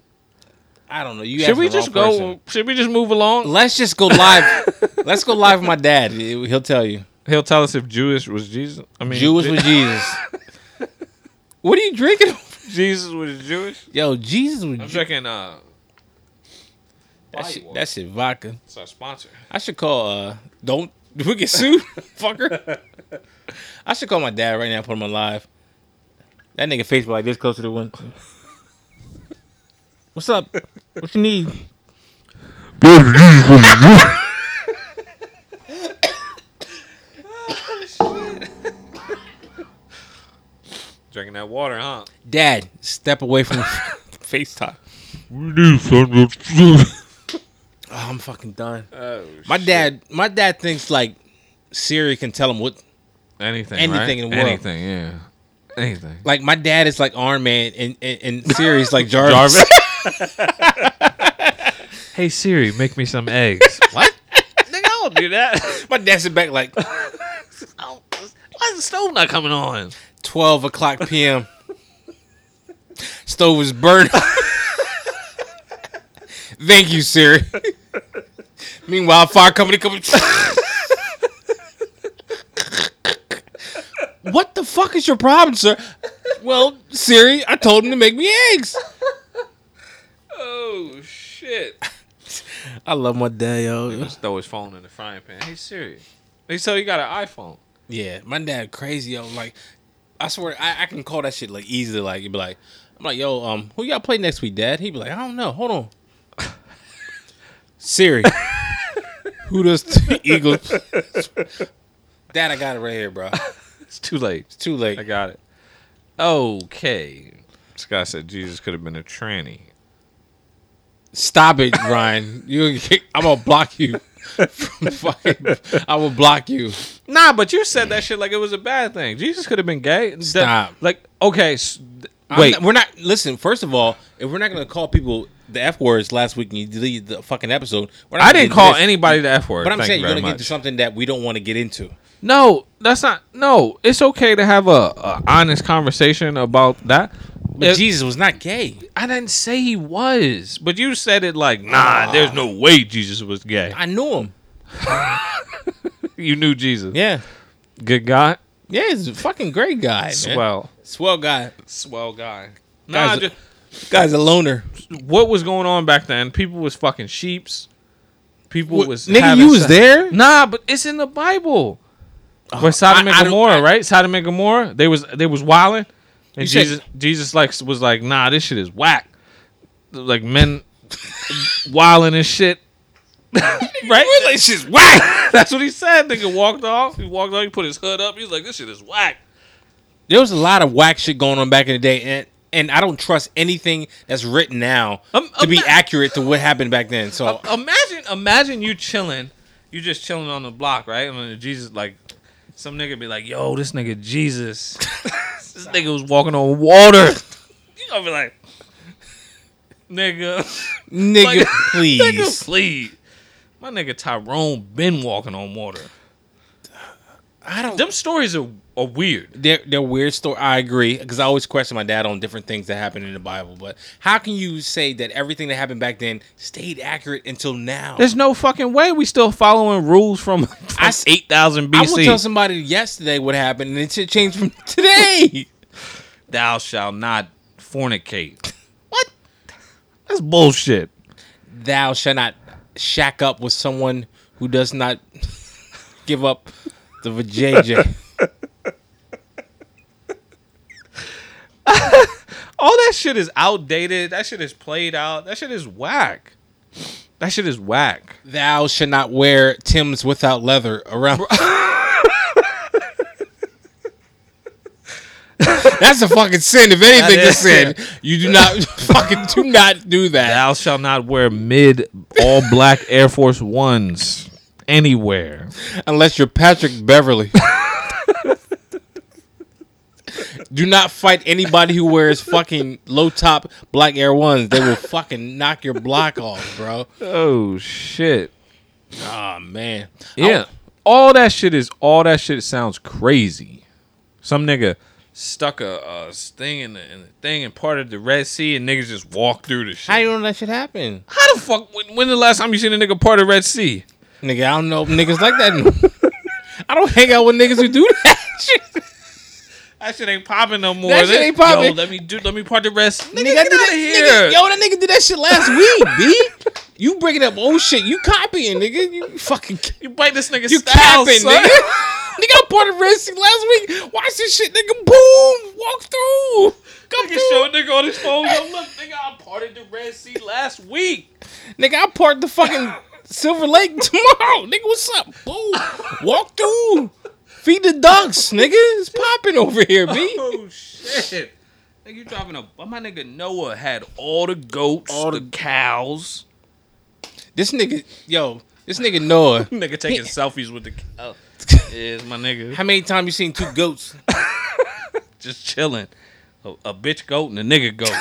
I don't know. You
Should
asked
we
the wrong
just go?
person.
Should we just move along?
Let's just go live. Let's go live with my dad. He- He'll tell you.
He'll tell us if Jewish was Jesus. I mean,
Jewish with Jesus. what are you drinking?
Jesus was Jewish.
Yo, Jesus with
I'm
Jesus.
checking uh
That shit, that shit vodka.
it's our sponsor.
I should call. uh Don't do we get sued, fucker? I should call my dad right now. Put him on live. That nigga Facebook like this close to the one. What's up? What you need?
Drinking that water, huh?
Dad, step away from FaceTime. Oh, I'm fucking done.
Oh,
My dad, my dad thinks like Siri can tell him what.
anything,
Anything
right?
in the world.
anything, yeah, anything.
Like my dad is like Iron Man, and and, and Siri's like Jarvis.
hey Siri, make me some eggs. what? Nigga, I don't do that.
my dad's in back like
Why is the stove not coming on?
12 o'clock p.m. Stove is burnt. Thank you, Siri. Meanwhile, fire company coming. what the fuck is your problem, sir? Well, Siri, I told him to make me eggs.
Oh shit!
I love my dad, yo.
Just throw his phone in the frying pan. Hey Siri, they so you got an iPhone.
Yeah, my dad crazy, yo. Like, I swear, I, I can call that shit like easily. Like, you'd be like, I'm like, yo, um, who y'all play next week, Dad? He'd be like, I don't know. Hold on, Siri. who does the Eagles? Dad, I got it right here, bro.
It's too late.
It's too late.
I got it. Okay. This guy said Jesus could have been a tranny.
Stop it, Ryan. You, I'm gonna block you. From fucking, I will block you.
Nah, but you said that shit like it was a bad thing. Jesus could have been gay. That-
Stop.
like, okay, s- th-
I'm
wait.
not- we're not. Listen, first of all, if we're not gonna call people the f words last week and you deleted the fucking episode, we're not
I
gonna
didn't
get
call
this.
anybody the F word.
But I'm
Thank
saying
you
you're
very
gonna
much.
get into something that we don't want to get into.
No, that's not. No, it's okay to have a, a honest conversation about that.
But
If-
Jesus was not gay.
I didn't say he was, but you said it like, nah, there's no way Jesus was gay.
I knew him.
You knew Jesus.
Yeah,
Good guy.
yeah, he's a fucking great guy. Swell,
Swell.
swell guy.
Swell guy. Nah,
Guys,
just,
Guy's a loner.
what was going on back then? People was fucking sheeps. People
What-
was
nigga,
having
you was
sex.
there?
Nah, but it's in the Bible. With Sodom
Oh, I- I
and
don't-
Gomorrah,
I-
right? Sodom and Gomorrah, they was they was wilding, and
You said-
Jesus Jesus like was like, nah, this shit is whack. Like men wilding and shit, right?
Really, shit's whack.
That's what he said. Nigga walked off. He walked off. He put his hood up. He's like, this shit is whack.
There was a lot of whack shit going on back in the day, and and I don't trust anything that's written now
Um,
to be
ima-
accurate to what happened back then. So
Imagine, imagine you chilling. You just chilling on the block, right? And then Jesus, like, some nigga be like, yo, this nigga Jesus. this nigga was walking on water. You gonna be like, nigga,
nigga,
Like- nigga,
please,
please. My nigga Tyrone been walking on water.
I don't.
Them stories are, are weird.
they're, they're weird story. I agree because I always question my dad on different things that happened in the Bible. But how can you say that everything that happened back then stayed accurate until now?
There's no fucking way we still following rules from,
I s-
8,000
I would tell
BC.
somebody yesterday what happened, and it should change from today.
Thou shalt not fornicate. what? That's bullshit.
Thou shall not shack up with someone who does not give up the vajayjay.
All that shit is outdated. That shit is played out. That shit is whack. That shit is whack.
Thou shall not wear Tim's without leather around. That's a fucking sin. If anything,
That
is sin.
is-
You do not fucking do not do that.
Thou shalt not wear mid all black Air Force Ones anywhere.
unless you're Patrick Beverly. Do not fight anybody who wears fucking low top black Air Ones. They will fucking knock your block off, bro.
Oh shit.
Oh man,
Yeah. All that shit is all that shit sounds crazy. Some nigga stuck a, a thing in the, in the thing and parted the Red Sea and niggas just walked through the shit.
how you know that shit happen,
How the fuck? When, when the last time you seen a nigga part of Red Sea?
nigga? I don't know if niggas like that. anymore. I don't hang out with niggas who do that. shit.
That shit ain't popping no more.
That shit
They-
ain't popping.
Yo, let me do. Let me part the Red Sea. Nigga,
Nigga, I
get
did
out
that,
of
nigga,
here.
yo, that nigga did that shit last week, b. You bringing up old shit? You copying, nigga? You fucking
you bite this nigga.
You
style,
capping,
son.
nigga. nigga, I bought a red seat last week. Watch this shit, nigga. Boom. Walk through. Come
Nigga
through.
show a nigga on his phone. Yo, look, nigga, I parted the Red Sea last week.
Nigga, I parked the fucking Silver Lake tomorrow. Nigga, what's up? Boom. Walk through. Feed the ducks, nigga. It's popping over here, B.
Oh shit. Nigga, you dropping a. but My nigga Noah had all the goats, all the, cows.
This nigga, yo, this nigga Noah.
Nigga taking selfies with the. cow. Is my nigga
How many times you seen two goats?
just chilling? A, a bitch goat and a nigga goat.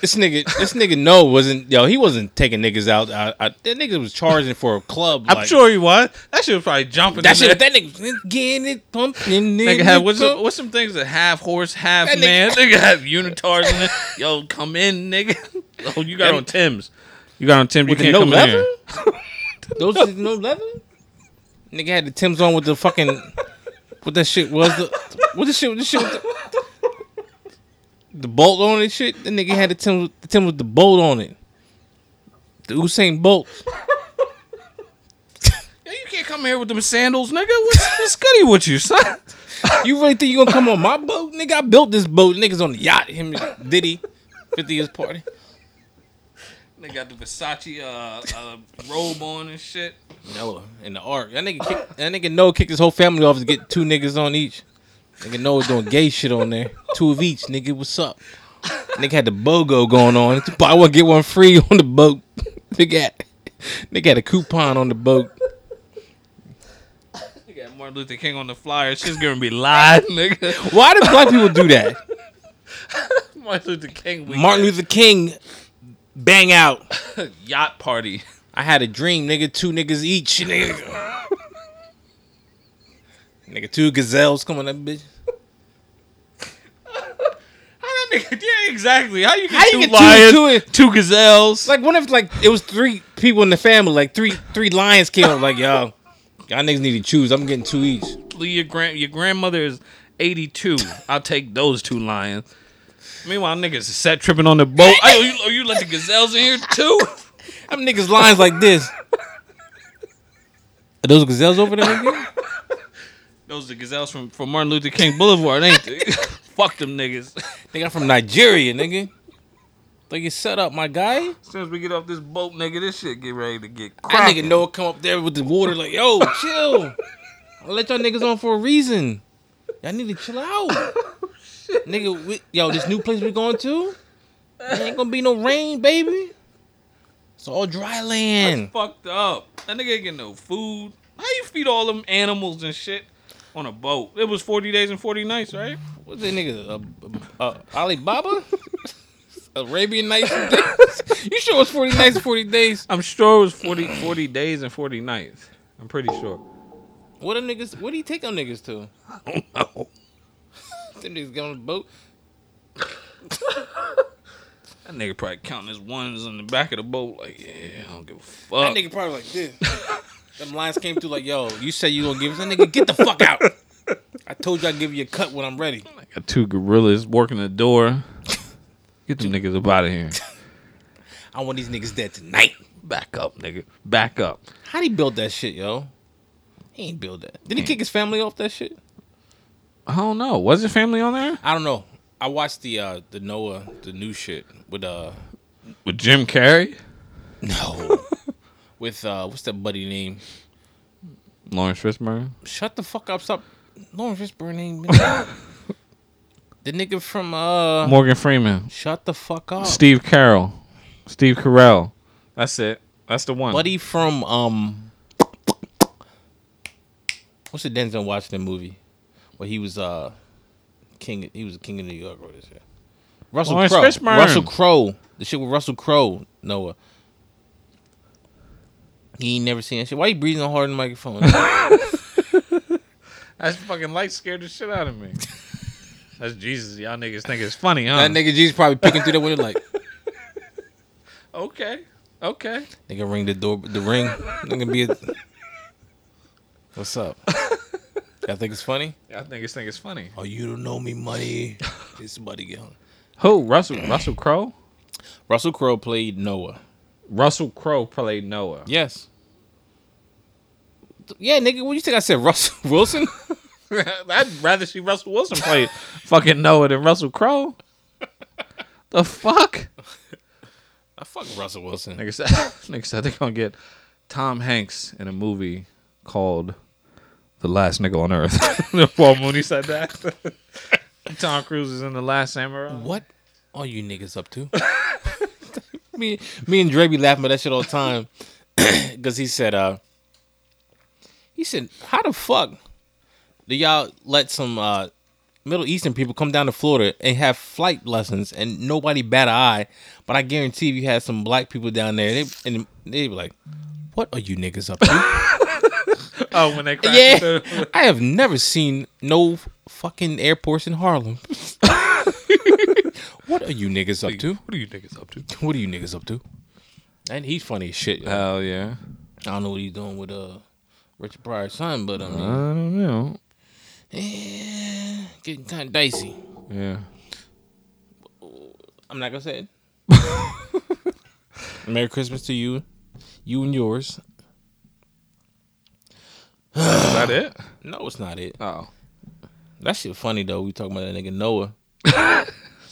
This nigga, this nigga, no, wasn't yo. He wasn't taking niggas out. I, I, that nigga was charging for a club.
I'm
like,
sure he was. That shit was probably jumping.
that shit.
in there.
That nigga getting it pumping.
Nigga had what's, some- what's some things that half horse, half
That nigga-
man. Nigga have unitards in it. Yo, come in, nigga. Oh, you got
That-
on Tim's. You got on Tim's. You
With
can't
the no
come in
leather?
here.
Those is no leather. Nigga had the Tim's on with the fucking what that shit was. The, what the shit? What the shit? With the, the bolt on it. Shit. The nigga had the Tim. The Tim with the bolt on it. The Usain Bolt.
Yeah, you can't come here with them sandals, nigga. What's, what's goody with you, son?
You really think you gonna come on my boat, nigga? I built this boat. Niggas on the yacht. Him, and Diddy, fiftieth party.
They got the Versace uh, uh, robe on and shit.
Noah in the ark. That nigga, kick, that nigga Noah kicked his whole family off to get two niggas on each. Nigga Noah doing gay shit on there. Two of each. Nigga, what's up? Nigga had the BOGO going on. Buy one get one free on the boat. Nigga had, nigga had a coupon on the boat.
They got Martin Luther King on the flyer. Shit's gonna be live, nigga.
Why do black people do that?
Martin Luther King weekend.
Martin Luther King, bang out.
yacht party.
I had a dream, nigga. Two niggas each, nigga. nigga, two gazelles coming up, bitch.
How that nigga? Yeah, exactly. How you get
How you
two
get two-
lions,
two-
two gazelles?
It's like what if like it was three people in the family, like three three lions came up, like yo, y'all niggas need to choose. I'm getting two each.
your grand your grandmother is 82. I'll take those two lions. Meanwhile, niggas is set tripping on the boat. Oh, you, oh, you let the gazelles in here too?
Them niggas lions like this. Are those gazelles over there? nigga?
Those are gazelles from, from Martin Luther King Boulevard, ain't they? Fuck them niggas.
They got from Nigeria, nigga. Like you set up, my guy.
As soon as we get off this boat, nigga, this shit get ready to get
That
cracking.
nigga Noah come up there with the water, like yo, chill. I let y'all niggas on for a reason. Y'all need to chill out,
Oh,
nigga. We, yo, this new place we going to, there ain't gonna be no rain, baby. It's all dry land.
fucked up. That nigga ain't getting no food. How you feed all them animals and shit on a boat? It was 40 days and 40 nights, right?
What's that nigga? Uh, uh, Alibaba? Arabian Nights? you sure it was 40 nights and 40 days?
I'm sure it was 40, 40 days and 40 nights. I'm pretty sure.
What a niggas, what do you take them niggas to?
Oh, no.
Them niggas get on the boat.
That nigga probably counting his ones on the back of the boat like, yeah, I don't give a
That
fuck.
nigga probably like this. Them lines came through like, yo, you said you gonna give us that nigga, get the fuck out. I told you I'd give you a cut when I'm ready.
Got two gorillas working the door. Get them niggas up out of here.
I want these niggas dead tonight.
Back up, nigga. Back up.
How'd he build that shit, yo? He ain't build that. Did he kick his family off that shit?
I don't know. Was it family on there?
I don't know. I watched the uh the Noah, the new shit with uh
With Jim Carrey?
No. With uh what's that buddy name?
Lawrence Fishburne?
Shut the fuck up, stop Lawrence Fishburne name. the nigga from uh
Morgan Freeman.
Shut the fuck up.
Steve Carroll. Steve Carell. That's it. That's the one.
Buddy from um What's the Denzel Washington movie? Where he was uh King he was the King of New York or this shit. Russell
Lawrence
Crowe.
Fishburne.
Russell Crowe. The shit with Russell Crowe, Noah. He ain't never seen that shit. Why you breathing hard in the microphone?
That fucking light scared the shit out of me. That's Jesus. Y'all niggas think it's funny, huh?
that nigga G's probably picking through the window like
okay. Okay.
They can ring the door, the ring. They can be. A, What's up? Y'all think it's funny?
Y'all niggas think it's funny.
Oh, you don't know me, money. It's buddy get home.
Who? Russell Russell Crowe?
Russell Crowe played Noah.
Russell Crowe played Noah.
Yes. Yeah, nigga. What you think I said, Russell Wilson?
I'd rather see Russell Wilson play fucking Noah than Russell Crowe. The fuck?
I fuck Russell Wilson.
Nigga said, nigga said they're gonna get Tom Hanks in a movie called The Last Nigga on Earth. Paul Mooney said that. Tom Cruise is in The Last Samurai.
What are you niggas up to? me, me and Dre be laughing at that shit all the time because he said, uh, he said, how the fuck do y'all let some uh Middle Eastern people come down to Florida and have flight lessons, and nobody bat an eye. But I guarantee, if you had some black people down there, they and they be like, "What are you niggas up to?"
Oh, when they crash
yeah, I have never seen no fucking airports in Harlem. what are you niggas up to?
What are you niggas up to?
What are you niggas up to? And he's funny as shit. yo.
Hell yeah.
I don't know what he's doing with uh Richard Pryor's son, but I
I
mean,
don't know.
eh, getting kind of dicey.
Yeah.
I'm not gonna say it. Merry Christmas to you, you and yours.
Is that it?
No, it's not it.
Oh.
That shit funny though. We talking about that nigga Noah.
This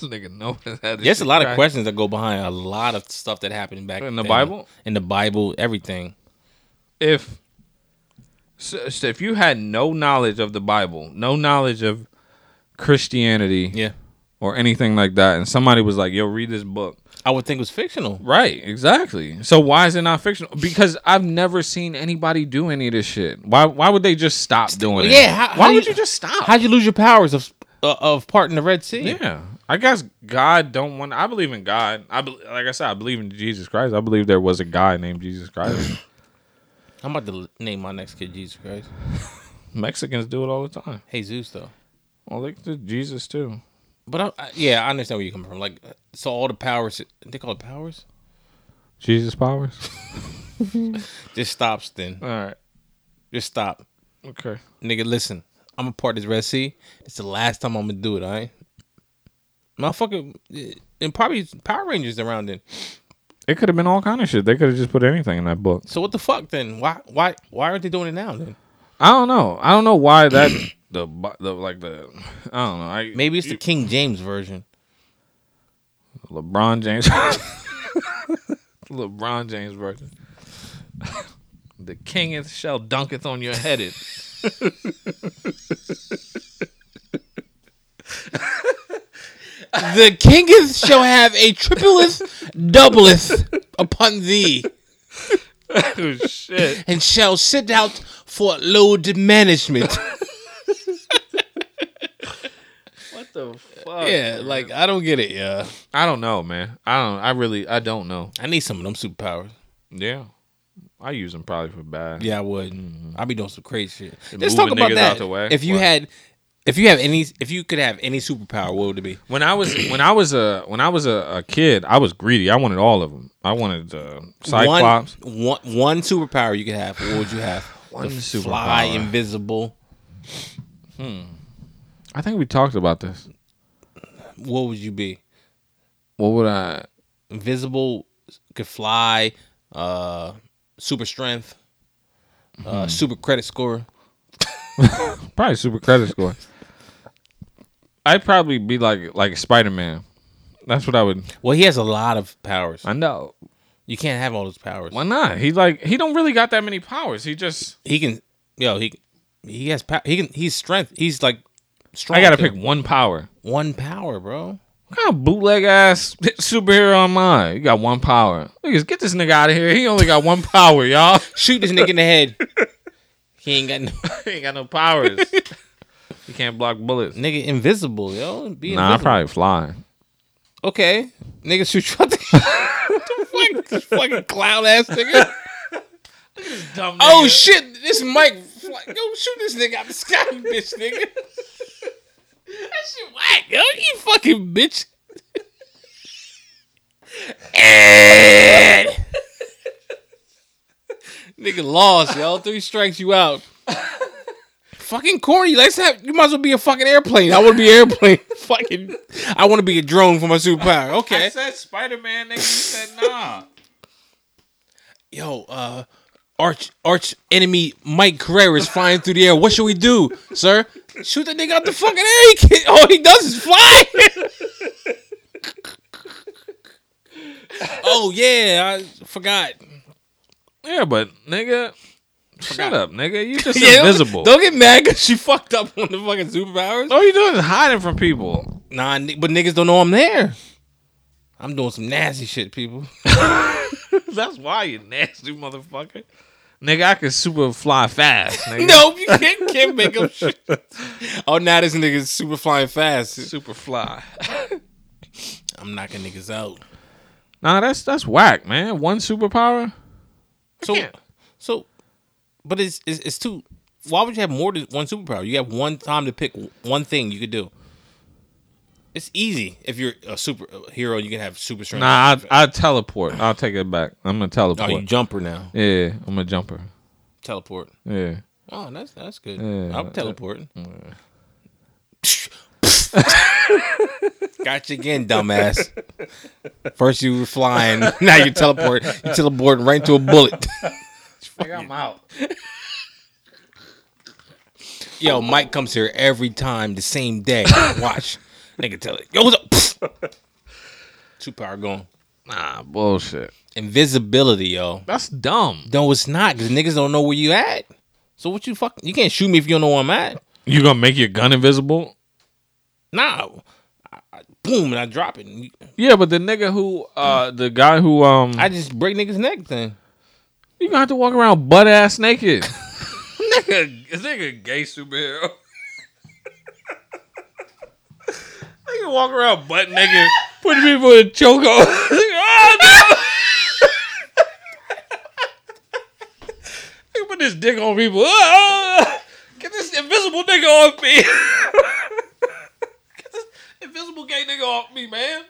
nigga knows that.
There's a
shit
lot of
crack.
questions that go behind a lot of stuff that happened back
In the
then.
Bible?
In the Bible, everything.
If so, so if you had no knowledge of the Bible, no knowledge of Christianity
Yeah,
or anything like that, and somebody was like, "Yo, read this book."
I would think it was fictional.
Right, exactly. So why is it not fictional? Because I've never seen anybody do any of this shit. Why? Why would they just stop doing it?
Yeah, how-
why
how
would
you-
you, just stop?
How'd you lose your powers of uh, of parting the Red Sea?
yeah, I guess God don't want. I believe in God. I bel like I said, I believe in Jesus Christ. I believe there was a guy named Jesus Christ.
I'm about to name my next kid Jesus Christ.
Mexicans do it all the time.
Hey Zeus though.
Well, they did Jesus too.
But I, I, yeah, I understand where you're coming from. Like, so all the powers they call it powers
Jesus powers.
just stops. Then
all right.
just stop,
Okay.
nigga. Listen, I'm a part of this Red Sea. It's the last time I'm gonna do it. All right, motherfucker. eh, And probably Power Rangers around then.
It could have been all kind of shit. They could have just put anything in that book.
So what the fuck then? Why why why aren't they doing it now then?
I don't know. I don't know why that the Bi- the like the I don't know. I,
Maybe it's the King James version.
LeBron James. LeBron James version. the kingeth shall dunketh on your head. It.
The kingeth shall have a tripleth, doubleth upon thee,
oh shit!
and shall sit out for load management.
What the fuck?
yeah, like I don't get it. Yeah,
I don't know, man. I don't. I really. I don't know.
I need some of them superpowers.
Yeah, I use them probably for bad.
Yeah, I would. I'd be doing some crazy shit.
moving
Let's talk about
niggas
that.
out the way.
If you
What?
had, if you have any, if you could have any superpower, what would it be?
When I was when I was a when I was a, a kid, I was greedy. I wanted all of them. I wanted the Cyclops.
One, one, one superpower you could have. What would you have?
One
The Fly
superpower.
invisible.
I think we talked about this.
What would you be?
What would I?
Invisible could fly. Uh, super strength. Uh, super credit score.
Probably super credit score. I'd probably be like like Spider Man. That's what I would.
Well, he has a lot of powers.
I know.
You can't have all those powers.
Why not? He like he don't really got that many powers. He just.
He can, yo, he he has power. He can. He's strength. He's like strong.
I gotta
to-
pick one power.
one power, bro.
What kind of bootleg ass superhero am I? You got one power. Niggas, get this nigga out of here. He only got one power, y'all.
Shoot this nigga in the head. He ain't got no
he ain't got no powers. he can't block bullets.
nigga invisible, yo. Be
Nah, I
invisible.
probably fly.
Okay, nigga shoot you. out the- What the fuck, fucking clown ass nigga.
Dumb
Oh shit, this mic. fly- Yo, shoot this nigga out the sky, you bitch, nigga. That shit whack, yo. You fucking bitch. And- nigga lost, yo. Three strikes, you out. fucking corny. Let's have. You might as well be a fucking airplane. I want to be an airplane. fucking. I want to be a drone for my superpower. Okay.
said Spider Man, nigga. You said nah.
yo, uh, arch arch enemy Mike Carrera is flying through the air. What should we do, sir? Shoot that nigga out the fucking air. He can't, all he does is fly. oh yeah, I forgot.
Yeah, but nigga, shut up, nigga. You just
Yeah, don't-
invisible. Oh.
Don't, get mad because she fucked up on the fucking superpowers.
All you doing is hiding from people.
Nah, ni- but niggas don't know I'm there. I'm doing some nasty shit, people.
That's why you nasty motherfucker. Nigga, I can super fly fast. Nigga.
Nope, you can't, can't make up shit. Oh, now this nigga's super flying fast.
super fly.
I'm knocking niggas out.
Nah, that's that's whack, man. One superpower.
So, so, but it's, it's it's too. Why would you have more than one superpower? You have one time to pick one thing you could do. It's easy if you're a superhero. You can have super strength.
Nah, I I teleport. I'll take it back. I'm gonna
oh,
teleport.
you jumper now.
yeah, I'm a jumper.
Teleport.
Yeah.
Oh, that's that's good.
Yeah.
I'm teleporting. Got you again, dumbass. First you were flying, now you teleport. You teleporting right into a bullet.
I'm out.
Yo, Mike comes here every time, the same day. Watch, nigga, tell it. Yo, what's up? Superpower gone.
Nah, bullshit.
Invisibility, yo.
That's dumb.
No, it's not because niggas don't know where you at. So what you fuck? You can't shoot me if you don't know where I'm at.
You gonna make your gun invisible?
Nah. I- I- boom, and I drop it. and you-
Yeah, but the nigga who, uh, the guy who, um,
I just break niggas' neck then.
you gonna have to walk around butt ass naked. nigga, is nigga gay superhero? nigga walk around butt naked, put people in choke on. oh, no! nigga put this dick on people. Ah! get this invisible nigga off me. get this invisible gay nigga off me, man.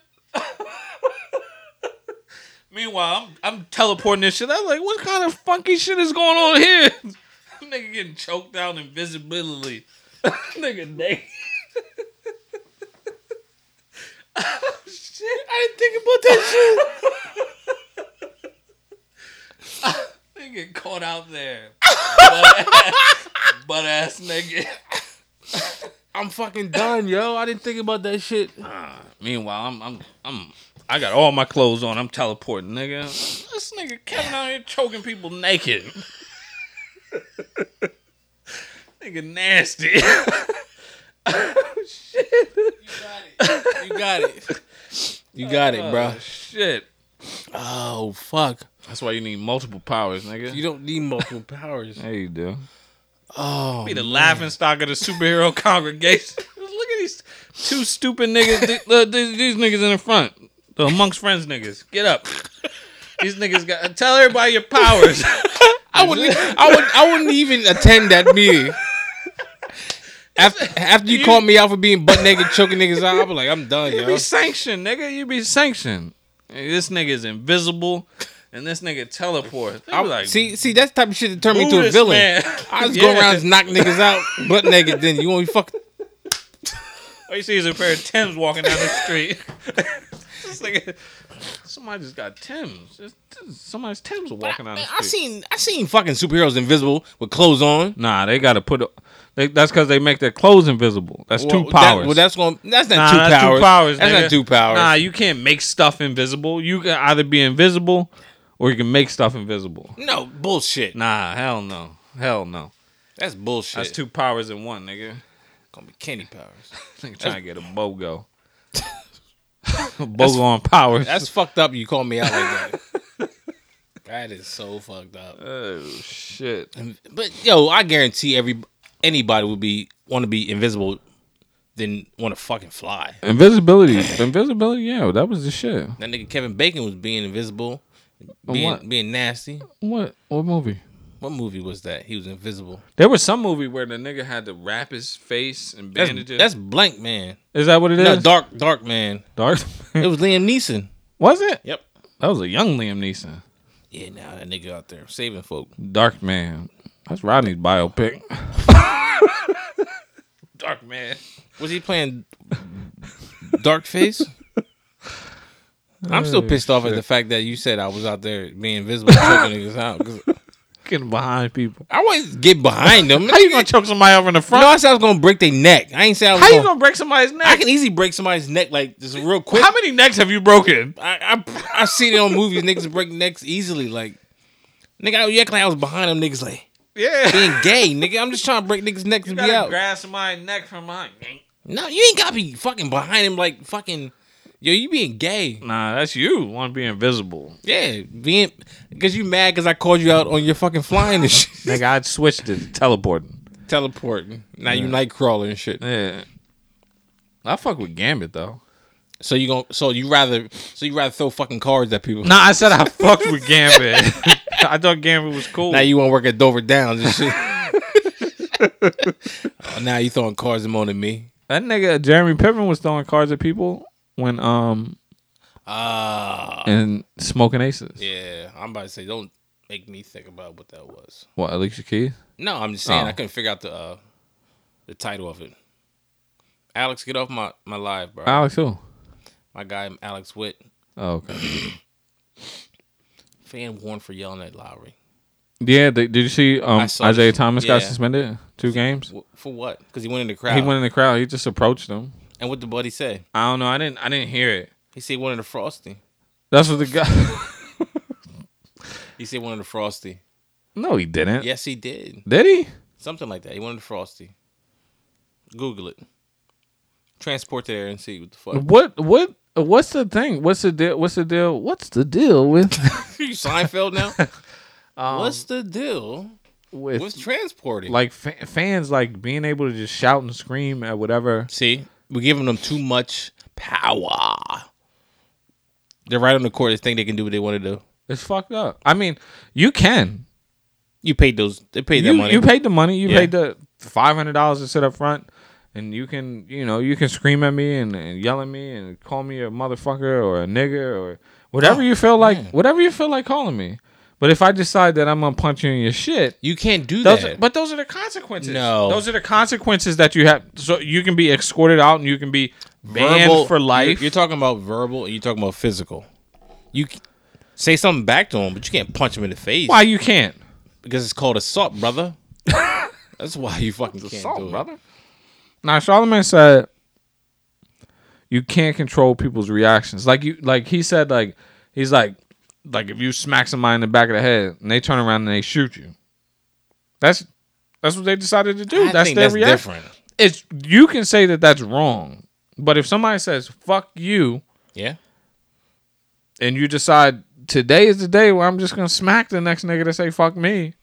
Meanwhile, I'm, I'm teleporting this shit. I'm like, what kind of funky shit is going on here? nigga getting choked out invisibility. nigga naked. shit, I didn't think about that shit. nigga get caught out there. Butt ass nigga.
I'm fucking done, yo. I didn't think about that shit.
Meanwhile, I'm I'm I'm I got all my clothes on. I'm teleporting, nigga. This nigga Kevin out here choking people naked. nigga nasty.
You got it. You got it, bro.
Shit.
Oh fuck.
That's why you need multiple powers, nigga.
You don't need multiple powers.
There you do.
Oh,
Be the laughing stock of the superhero congregation. Look at these two stupid niggas. Th- look, these, these niggas in the front. The amongst friends niggas. Get up. These niggas got tell everybody your powers.
I wouldn't. e- I would. I wouldn't even attend that meeting. After, after you called me out for being butt naked choking niggas out, I'm like, I'm done,
You
yo.
be sanctioned, nigga. You be sanctioned. Hey, This nigga is invisible, and this nigga teleports.
I,
I'm like,
see, see, that's the type of shit that turned me
Who
into a
this
villain.
man?
I just go
Yeah.
around and knock niggas out butt naked. Then you want me fucking
all you see is a pair of Tims walking down the street. this nigga, somebody just got Tims. This- this- Somebody's Tims are walking down the
Man,
street.
I seen I seen fucking superheroes invisible with clothes on.
Nah, they gotta put. They, that's because they make their clothes invisible. That's two
Well, that-
powers.
well, that's going. That's not
Nah,
two
that's
powers.
two powers.
That's
nigga.
not two powers.
Nah, you can't make stuff invisible. You can either be invisible, or you can make stuff invisible.
no bullshit.
Nah, hell no, hell no.
That's bullshit.
That's two powers in one, nigga.
gonna be candy powers.
Nigga trying to get a bogo. a bogo on powers.
That's fucked up. You called me out like that. that is so fucked up.
oh shit.
But yo, I guarantee every anybody would be want to be invisible than want to fucking fly.
Invisibility. Invisibility, yeah, that was the shit.
That nigga Kevin Bacon was being invisible, being
what?
being nasty.
What what movie?
What movie was that? He was invisible.
There was some movie where the nigga had to wrap his face and
That's,
bandages.
that's blank man.
is that what it is?
No, dark dark man.
dark.
It was Liam Neeson.
was it?
Yep.
That was a young Liam Neeson.
Yeah, now that nigga out there saving folk.
Dark Man. That's Rodney's biopic. Dark Man.
Was he playing dark face? I'm still pissed off at the fact that you said I was out there being invisible choking niggas out. 'cause
Getting behind people.
I wasn't get behind them.
How you gonna choke somebody over in the
You
front?
know, I said I was gonna break their neck. I ain't say I was.
How
Gonna,
you gonna break somebody's neck?
I can easily break somebody's neck like just real quick.
How many necks have you broken?
I I, I seen it on movies. Niggas break necks easily. Like nigga, you acting like I was behind them. Niggas like
Yeah.
being gay. Nigga, I'm just trying to break niggas' necks to be out.
grab somebody's neck from mine.
no, you ain't gotta be fucking behind him like fucking Yo, you being gay.
Nah, that's you. Want to be invisible?
Yeah, being because you mad because I called you out on your fucking flying and shit.
Nigga, I switched it. Teleporting.
Teleporting. Now you night crawling and shit.
Yeah. I fuck with Gambit though.
So you gon' so you rather so you rather throw fucking cards at people.
Nah, I said I fucked with Gambit. I thought Gambit was cool.
Now you want to work at Dover Downs and shit. Oh, now you throwing cards and more than me.
that nigga Jeremy Piven was throwing cards at people when um
Ah,
and smoking aces.
yeah. I'm about to say don't make me think about what that was.
What Alicia Keys?
No, I'm just saying
Oh.
I couldn't figure out the uh the title of it. Alex, get off my my live, bro.
Alex who?
my guy Alex Witt,
Oh, okay.
fan warned for yelling at Lowry.
Yeah, they, did you see um
I saw
Isaiah
this.
Thomas got
Yeah.
suspended two games?
W- For what? Because he went in the crowd.
He went in the crowd. He just approached them.
and what did Buddy say?
I don't know. I didn't. I didn't hear it.
He said one of the frosty.
That's what the guy.
He said one of the frosty.
no, he didn't.
Yes, he did.
Did he?
Something like that. He wanted the frosty. Google it. Transport to there and see what the fuck.
What? What? What's the thing? What's the deal? What's the deal? What's the deal with
You Seinfeld now? What's the deal
with
with transporting?
Um, like fa- fans like being able to just shout and scream at whatever?
see, we're giving them too much power. They're right on the court. They think they can do what they want to do.
It's fucked up. I mean, you can.
You paid those. They paid that
You,
money.
you paid the money. You
Yeah.
paid the five hundred dollars to sit up front, and you can you know you can scream at me and, and yell at me and call me a motherfucker or a nigger or whatever
Oh,
you feel like whatever you feel like calling me. But if I decide that I'm gonna punch you in your shit,
You can't do
Those
that.
are, but those are the consequences.
No.
those are the consequences that you have. So you can be escorted out, and you can be banned for life.
You're, you're talking about verbal. and You're talking about physical. You c- say something back to him, but you can't punch him in the face
Why you can't?
because it's called assault, brother. That's why you fucking can't do it.
Now Charlemagne said, "You can't control people's reactions." Like you, like he said, like he's like, like if you smack somebody in the back of the head and they turn around and they shoot you, that's that's what they decided to do.
I
that's
think
their
that's
reaction.
different.
It's you can say that that's wrong, but if somebody says "fuck you,"
Yeah.
and you decide today is the day where I'm just gonna smack the next nigga to say fuck me,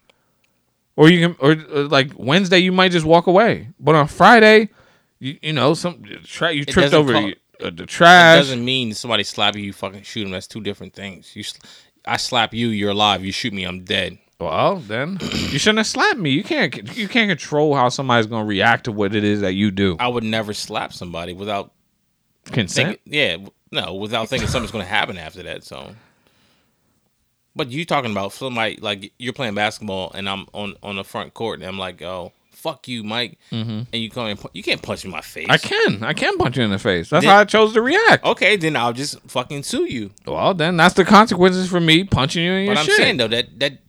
or you can, or uh, like Wednesday you might just walk away, but on Friday, you you know some tra- you tripped
doesn't
over
call-
you- uh, the
It
trash.
doesn't mean somebody slap you, you fucking shoot him. That's two different things. You, sl- I slap you, you're alive. You shoot me, I'm dead.
Well, then you shouldn't have slapped me. You can't c- you can't control how somebody's gonna react to what it is that you do.
I would never slap somebody without
Consent.
thinking, yeah, w- no, without thinking something's going to happen after that. So, but you talking about somebody like you're playing basketball and I'm on on the front court and I'm like, oh, fuck you, Mike, and you come and pu- you can't punch me in my face.
Mm-hmm. I can I can punch you in the face. That's
Then- Oh.
how I chose to react.
Okay, then I'll just fucking sue you.
Well, then that's the consequences for me punching you in your
But I'm
shit.
saying though that that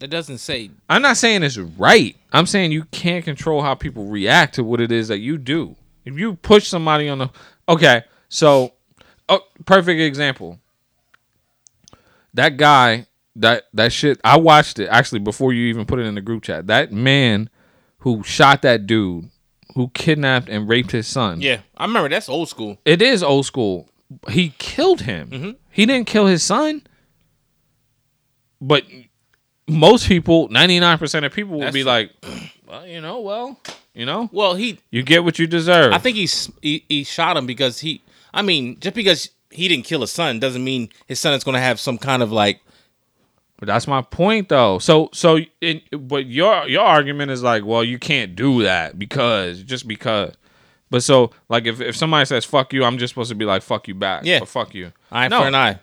that doesn't say
I'm not saying it's right. I'm saying you can't control how people react to what it is that you do. If you push somebody on the okay, so oh, perfect example. That guy, that that shit, I watched it actually before you even put it in the group chat. That man who shot that dude, who kidnapped and raped his son.
yeah. I remember that's old school.
It is old school. He killed him.
Mm-hmm.
He didn't kill his son. But most people, 99% of people would
That's
be
true.
like, well, you know, well, you know,
Well, he
you get what you deserve.
I think he, s- he he shot him because he. I mean, just because he didn't kill his son doesn't mean his son is going to have some kind of like.
but that's my point though. So so in, but your your argument is like, well, you can't do that because just because but so like if, if somebody says fuck you, I'm just supposed to be like fuck you back.
Yeah.
Or fuck you.
Eye
No.
for an eye.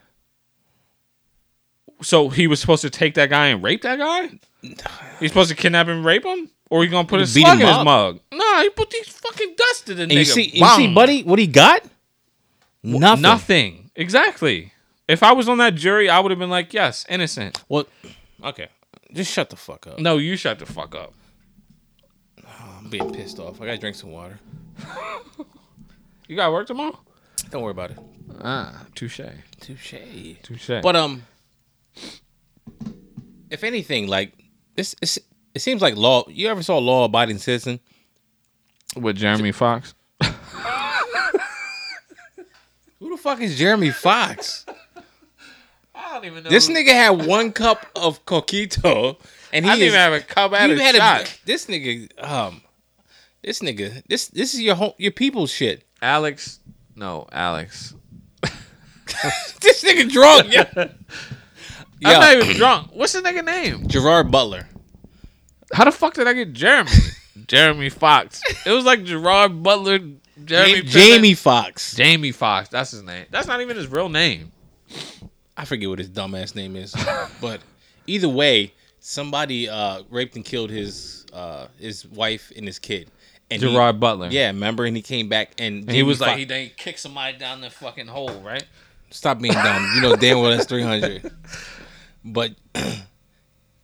So he was supposed to take that guy and rape that guy? He's supposed to kidnap and rape him? Or he gonna put his
Beat
slug
him
in his
up.
mug? Nah, he put these fucking dust in the
And
nigga.
you see, you see,
Bang.
buddy, what he got? Nothing.
Nothing. Exactly. If I was on that jury, I would have been like, yes, innocent.
Well, okay, just shut the fuck up.
No, you shut the fuck up.
I'm being pissed off. I gotta drink some water.
You got work tomorrow?
Don't worry about it.
Ah, touche.
Touche.
Touche.
But um, if anything, like this, it's, it seems like law. You ever saw Law Abiding Citizen? uh,
with Jeremy Fox.
Who the fuck is Jeremy Fox?
I don't even know.
This nigga had one cup of coquito, and he
I didn't
is-
even have a cup out
you
of
had
shot.
a this nigga um this nigga this this is your home your people shit.
Alex, no, Alex.
This nigga drunk.
I'm
Yeah, yeah.
not even drunk. What's the nigga name?
Gerard Butler.
How the fuck did I get Jeremy? Jeremy Fox. It was like Gerard Butler, Jeremy
Jamie,
Piven-
Jamie Fox.
Jamie Fox. That's his name. That's not even his real name.
I forget what his dumbass name is, but either way, somebody uh, raped and killed his uh, his wife and his kid. And he-
Gerard Butler.
yeah, remember? And he came back and,
And he was like,
Fox-
he didn't kick somebody down the fucking hole, right?
Stop being dumb. You know damn well that's three hundred. But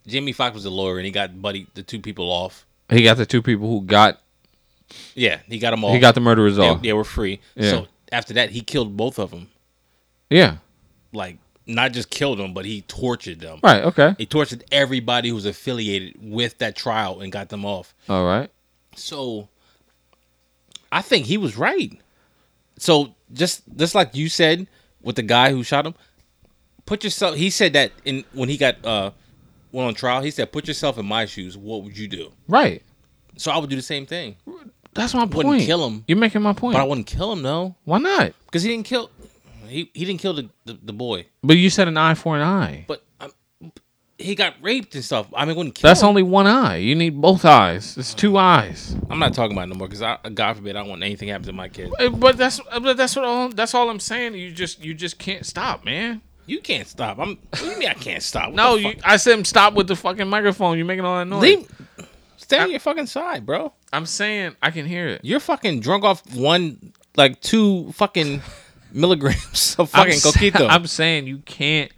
Jamie Foxx was a lawyer, and he got buddy the two people off.
He got the two people who got
Yeah, he got them off.
he got the murderers
They,
off.
they were free.
Yeah.
So after that, he killed both of them.
yeah.
Like not just killed them, but he tortured them.
Right. Okay.
He tortured everybody who was affiliated with that trial and got them off.
All right.
So I think he was right. So just just like you said with the guy who shot him, put yourself he said that in when he got uh went on trial, he said, Put yourself in my shoes, what would you do?
Right.
So I would do the same thing.
That's my point.
Wouldn't kill him.
You're making my point.
But I wouldn't kill him though.
Why not?
Because he didn't kill he, he didn't kill the, the, the boy.
But you said an eye for an eye.
But um, he got raped and stuff. I mean, wouldn't kill
That's
him.
only one eye. You need both eyes. It's two eyes.
I'm not talking about it no more because I, God forbid, I don't want anything to happen to my kid.
Eh, But that's but that's what all, that's all I'm saying. You just you just can't stop, man.
You can't stop. I'm. What do you mean I can't stop? What
No,
the
you, I said stop with the fucking microphone. You're making all that noise.
fuck? leave. Stay on your fucking side, bro.
I'm saying I can hear it.
You're fucking drunk off one, like two fucking milligrams of fucking
I'm, sa-
coquito.
I'm saying you can't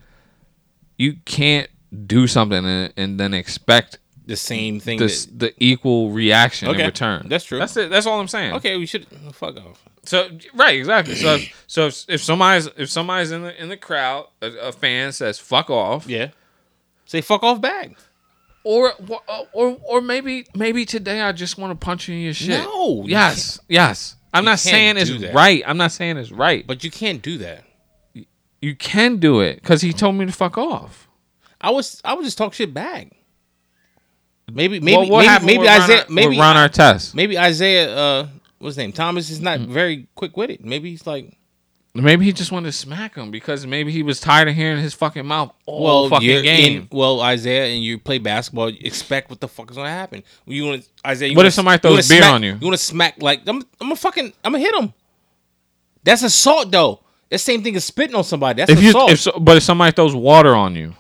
you can't do something and, and then expect
the same thing.
this the equal reaction
Okay.
in return.
That's true.
That's it. That's all I'm saying.
that, okay, we should fuck off.
So right, exactly. So if, so if, if somebody's if somebody's in the in the crowd, a, a fan says "fuck off,"
Yeah. Say fuck off back.
or uh, or or maybe maybe today I just want to punch you in your shit.
No, you
Yes. Yes. I'm not saying
can't
it's
do that.
right. I'm not saying it's right. But
But you can't do that.
you can do it because he told me to fuck off.
I was. I would just talk shit back. Maybe. Maybe.
well, what
maybe.
happened
Maybe
with
Isaiah.
Ron, Ar-
maybe.
with Ron Artest?
maybe Isaiah. Uh, what's his name? Thomas is
Hmm.
not very quick witted. Maybe he's like.
Maybe he just wanted to smack him because maybe he was tired of hearing his fucking mouth all
well, you're
fucking game.
In, well, Isaiah, and you play basketball. You expect what the fuck is gonna happen. You want Isaiah? You
What
wanna-
if somebody
you
throws
wanna
beer
smack-
on you?
You want to smack like I'm? I'm a fucking. I'm gonna hit him. That's assault, though. That same thing as spitting on somebody. That's
if you
assault.
if so, but if somebody throws water on you,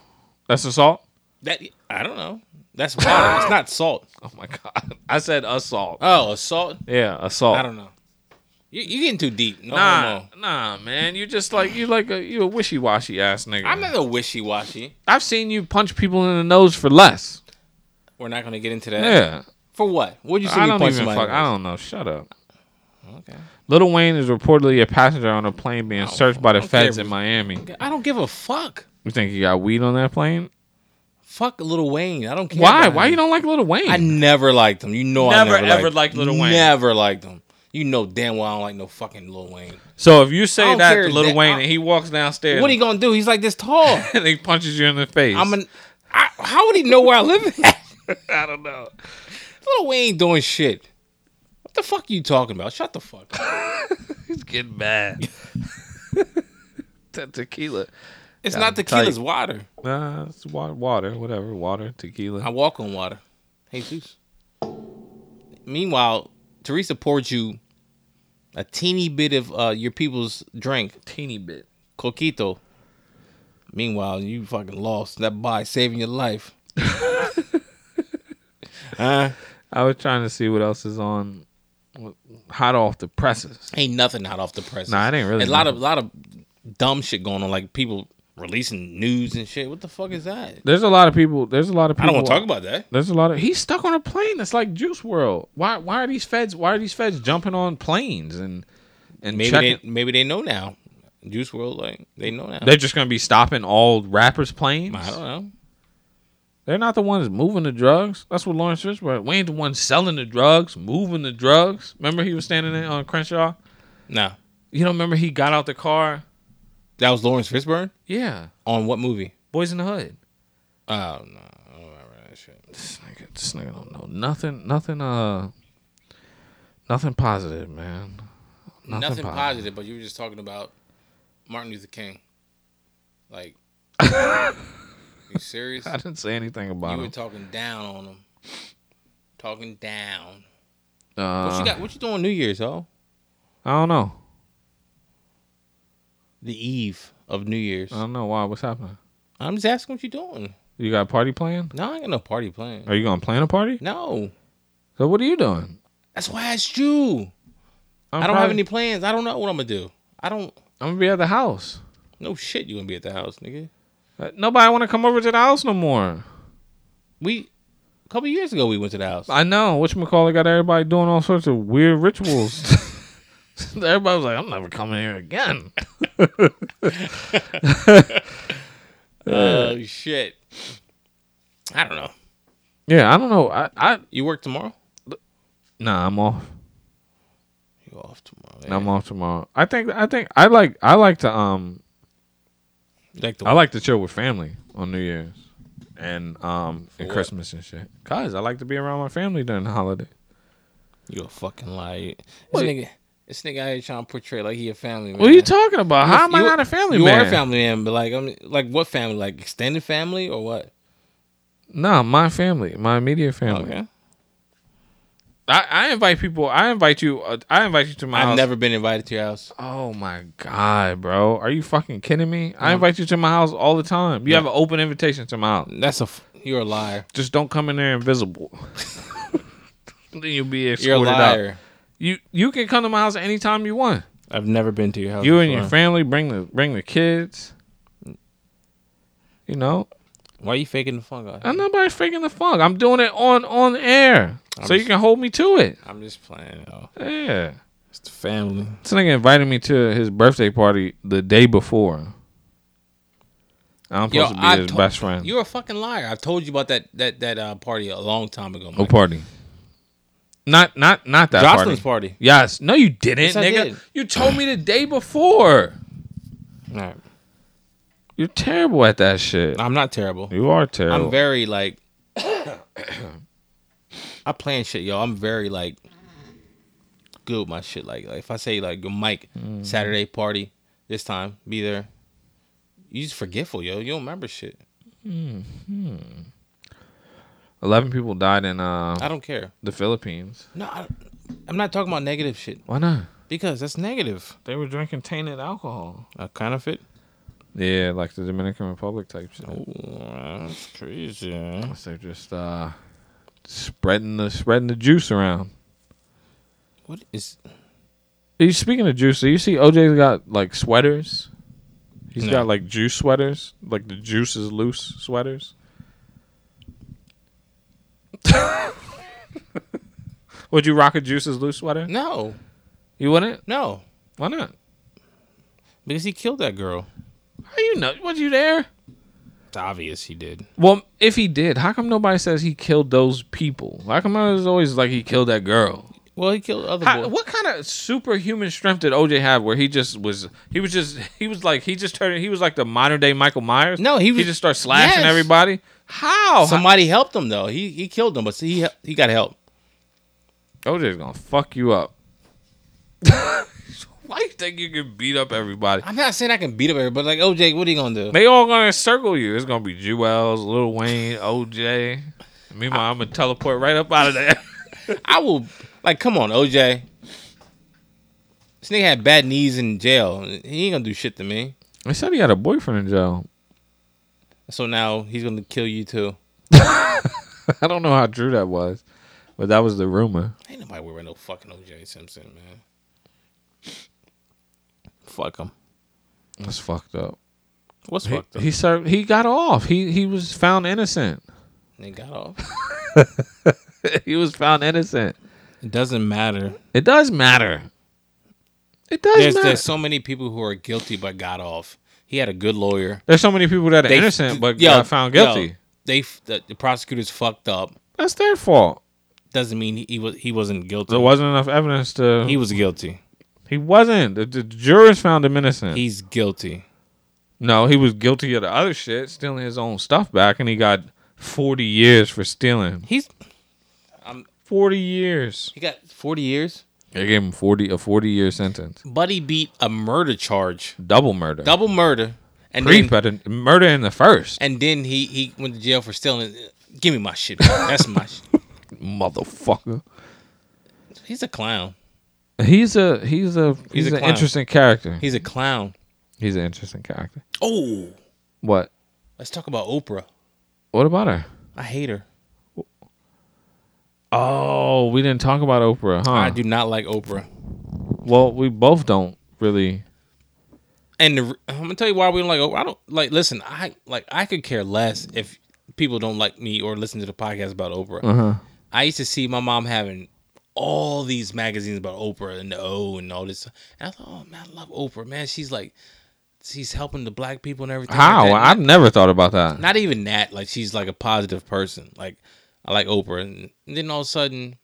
that's assault.
that I don't know. That's water. it's not salt.
Oh my god! I said assault.
Oh, assault.
yeah, assault.
I don't know. You you getting too deep. No,
Nah,
homo.
nah, man. You just like you like a you a wishy washy ass nigga.
I'm not a wishy washy.
I've seen you punch people in the nose for less.
We're not gonna get into that.
Yeah,
For what? What'd you see
I
me
don't
punch
even
somebody?
fuck. I don't know. Shut up.
Okay.
Lil Wayne is reportedly a passenger on a plane
Oh,
being searched by the
care
feds
if-
in Miami.
I don't give a fuck.
You think he got weed on that plane?
Fuck Little Wayne. I don't care.
Why?
about
Why
him.
you don't like Lil Wayne?
I never liked him. You know,
Never,
I never
ever liked
liked
Lil Wayne.
Never liked him. You know damn well I don't like no fucking Lil Wayne.
so if you
I
say
don't
that
care
to Lil
that-
Wayne
I-
and he walks downstairs
What he gonna do? He's like this tall.
and he punches you in the face,
I'm an. I, how would he know where I live? at?
I don't know.
Lil Wayne ain't doing shit. What the fuck you talking about? Shut the fuck. up.
He's getting mad. that tequila.
It's
Got
not
him
tequila's
tight.
water.
Nah, it's water, water, whatever, water, tequila.
I walk on water. Hey Zeus. Meanwhile, Teresa poured you a teeny bit of uh, your people's drink,
teeny bit.
coquito. Meanwhile, you fucking lost that by saving your life. uh,
I was trying to see what else is on, hot off the presses.
ain't nothing hot off the press.
Nah, it ain't really
A lot of a lot of dumb shit going on, like people releasing news and shit. What the fuck is that?
There's a lot of people. There's a lot of
I
people.
don't want to talk about that.
There's a lot of. He's stuck on a plane. That's like Juice World. Why? Why are these feds? Why are these feds jumping on planes and and
Maybe
checking?
they, maybe they know now. Juice World, like they know now.
They, are just gonna be stopping all rappers' planes.
I don't know.
They're not the ones moving the drugs. That's what Lawrence Fishburne. We ain't the ones selling the drugs, moving the drugs. Remember he was standing there on Crenshaw.
No.
You don't remember he got out the car?
That was Lawrence Fishburne
Yeah,
on what movie?
Boys in the Hood.
Oh no, I don't remember that shit.
This nigga, this nigga don't know nothing. Nothing. Uh, nothing positive, man.
Nothing,
positive.
positive. but you were just talking about Martin Luther King. Like, you serious?
I didn't say anything about
You were
him.
talking down on him. Talking down.
Uh,
What you got? What you doing New Year's, oh?
I don't know.
The eve of New Year's.
I don't know why. What's happening?
I'm just asking what you doing.
You got a party plan?
No, I ain't got no party plan.
Are you gonna plan a party?
No,
So what are you doing?
that's why I asked you.
I'm
I'm I do not have
probably-
any plans. I don't know what I'm gonna do. I don't.
I'm gonna be at the house.
No shit, you gonna be at the house, nigga.
Uh, Nobody want to come over to the house no more.
We a couple years ago we went to the house.
I know. Which McCauley got everybody doing all sorts of weird rituals. everybody was like, "I'm never coming here again."
Oh shit. I don't know.
Yeah, I don't know. I, I
You work tomorrow?
nah, I'm off.
You off tomorrow?
I'm off tomorrow. I think. I think. I like. I like to. Um.
Like the
I like to chill with family on New Year's and um and
what?
Christmas and shit. Cause I like to be around my family during the holiday.
you a fucking liar. This
What?
nigga, this nigga out here trying to portray like he a family man.
What are you talking about? How am I
You-
not a family
you
man?
are a family man, but like, I'm like, what family? Like extended family or what?
No, my family, my immediate family.
Okay.
I, I invite people. I invite you. Uh, I invite you to my
I've
house.
never been invited to your house.
Oh my god, bro! Are you fucking kidding me? I invite you to my house all the time. You have an open invitation to my house.
That's a f- you're a liar.
Just don't come in there invisible. then you'll be escorted
You're a liar.
out. You you can come to my house anytime you want.
I've never been to your house.
You and your
before.
family bring the bring the kids. You know,
Why are you faking the funk? out here?
and nobody's faking the funk. I'm doing it on on air, so you can hold me to it.
I'm just playing. Yo.
Yeah.
It's the family.
This nigga invited me to his birthday party the day before. I'm supposed to be his
to-
best friend.
You're a fucking liar. I've told you about that that that uh, party a long time ago.
What
Mike.
party? Not not not that
Jocelyn's
party.
party.
Yes. No, you didn't,
Yes, I
nigga.
did.
You told me the day before.
All right.
You're terrible at that shit.
I'm not terrible.
You are terrible.
I'm very like. I plan shit, yo. I'm very like good with my shit. Like, like if I say like Mike
Mm.
Saturday party this time, be there. You just forgetful, yo. You don't remember shit.
Eleven people died in uh,
I don't care.
the Philippines.
No, I, I'm not talking about negative shit
Why not?
because that's negative.
They were drinking tainted alcohol.
A counterfeit.
Yeah, like the Dominican Republic type shit.
That's crazy.
So Oh, they're just uh, spreading the spreading the juice around.
What is?
You speaking of juice, do you see OJ's got like sweaters? He's
No.
got like juice sweaters, like the juice is loose sweaters. Would you rock a juice is loose sweater?
No,
You wouldn't?
no,
Why not?
because he killed that girl.
How you know? Was you there?
It's obvious he did.
Well, if he did, how come nobody says he killed those people? How come it's always like he killed that girl?
Well, he killed other
How,
boys.
what kind of superhuman strength did OJ have? Where he just was, he was just, he was like, he just turned, he was like the modern day Michael Myers.
No, he
he
was-
just starts slashing
Yes.
everybody. How?
Somebody helped him though. He he killed him, but see, he he got help.
OJ's gonna fuck you up. Why you think you can beat up everybody?
I'm not saying I can beat up everybody. Like OJ, what are you gonna do?
They all gonna encircle you. It's gonna be Jewels, Lil Wayne, OJ. Meanwhile, I'm gonna teleport right up out of there.
I will. Like, come on, OJ. This nigga had bad knees in jail. He ain't gonna do shit to me.
They said he had a boyfriend in jail.
So now he's gonna kill you too.
I don't know how true that was, but that was the rumor.
Ain't nobody wearing no fucking OJ Simpson, man. Fuck him.
That's fucked up.
What's
He,
fucked up?
he served. He got off. He he was found innocent.
They got off.
he was found innocent.
It doesn't matter.
It does matter. It does
There's
matter.
there's so many people who are guilty but got off. He had a good lawyer.
There's so many people that are
They-
innocent but
yo,
got found guilty.
yo, they f- the, the prosecutors fucked up.
That's their fault.
Doesn't mean he, he was he wasn't guilty.
There wasn't enough evidence to.
He was guilty.
He wasn't. The, the jurors found him innocent.
He's guilty.
no, he was guilty of the other shit, stealing his own stuff back, and he got forty years for stealing.
He's
Forty years.
he got 40 years.
They gave him forty a forty year sentence.
Buddy beat a murder charge,
Double murder.
double murder, and then,
Pre-pedi- murder in the first.
and then he he went to jail for stealing. Give me my shit. back. That's my. shit.
Motherfucker.
He's a clown.
He's a he's a he's,
a
an
clown.
interesting character.
He's a clown.
He's an interesting character.
Oh,
What?
let's talk about Oprah.
What about her?
I hate her.
Oh, we didn't talk about Oprah, huh?
I do not like Oprah.
Well, we both don't really.
And the, re- I'm gonna tell you why we don't like Oprah. I don't like. Listen, I like. I could care less if people don't like me or listen to the podcast about Oprah. I used to see my mom having all these magazines about Oprah and the O and all this. And I thought, oh man, I love Oprah. Man, she's like, she's helping the black people and everything. like
How?
that.
I've never thought about that.
not even that. Like she's like a positive person. Like I like Oprah, and then all of a sudden,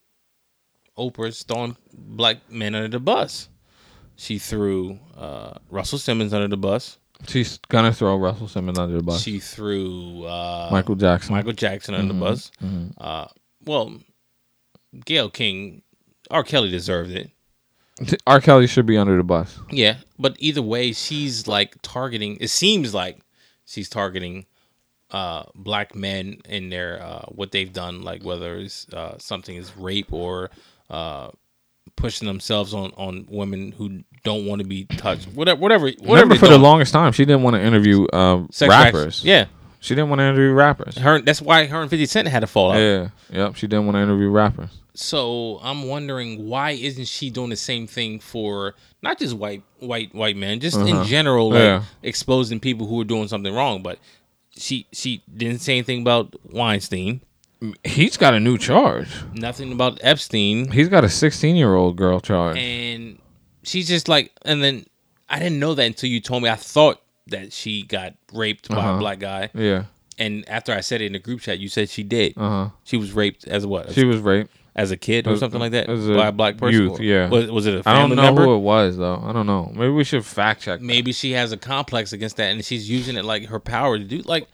Oprah's throwing black men under the bus. She threw uh, Russell Simmons under the bus.
She's gonna throw Russell Simmons under the bus.
She threw uh,
Michael Mm-hmm, Jackson.
Michael Jackson under the bus. Uh, well, Gail King, R. Kelly deserved it.
R. Kelly should be under the bus.
Yeah, but either way, she's like targeting. It seems like she's targeting uh black men in their uh what they've done, like whether it's uh something is rape or uh pushing themselves on on women who don't want to be touched. Whatever, whatever, whatever.
Remember
they're
for the
doing.
longest time, she didn't want to interview um,
Sex acts.
rappers.
Yeah,
she didn't want to interview rappers.
her. That's why her and Fifty Cent had a fallout.
Yeah, yep. She didn't want to interview rappers.
So I'm wondering why isn't she doing the same thing for not just white white white men, just in general, like
Uh-huh. Yeah.
exposing people who are doing something wrong. But she she didn't say anything about Weinstein,
He's got a new charge.
nothing about Epstein,
He's got a 16 year old girl charge.
and she's just like. And then I didn't know that until you told me. I thought that she got raped
Uh-huh.
by a black guy,
yeah.
and after I said it in the group chat, you said she did.
Uh huh.
She was raped as what?
She was raped.
as a kid or
As-
something like that
as a
by a black person.
youth,
Or-
yeah.
Was, was it a
I don't
family
know
member?
who it was though. I don't know. Maybe we should fact check. that.
maybe she has a complex against that and she's using it like her power to do like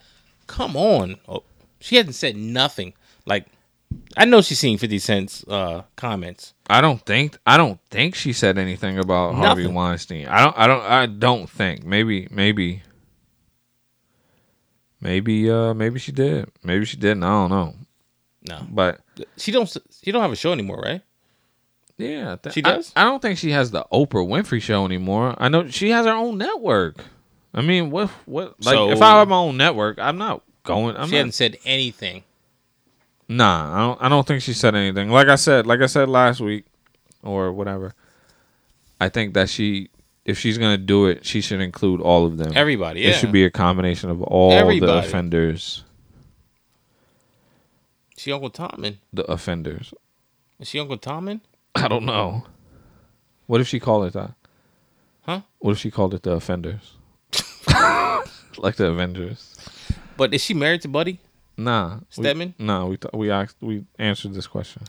come on oh, she hasn't said nothing like i know she's seen 50 cent's uh comments
I don't think I don't think she said anything about Harvey
Nothing.
Weinstein. I don't I don't I don't think. Maybe maybe maybe uh maybe she did. Maybe she didn't. I don't know.
no
But
she don't she don't have a show anymore right
yeah, I thi-
She
I-
does?
I, don't think she has the Oprah Winfrey show anymore. I know she has her own network. I mean, what what like if
So-
I have my own network, I'm not going I'm
she
not
hasn't said anything
Nah, I don't. I don't think she said anything. Like I said, like I said last week, or whatever. I think that she, if she's gonna do it, she should include all of them.
everybody yeah
It should be a combination of all the
Everybody.
offenders.
she uncle tommen
The offenders.
is she uncle tommen
I don't know. What if she called it that?
Huh?
What if she called it the offenders? like the Avengers.
but is she married to buddy
Nah. we-
Stedman?
Nah. We th- we asked, we answered this question.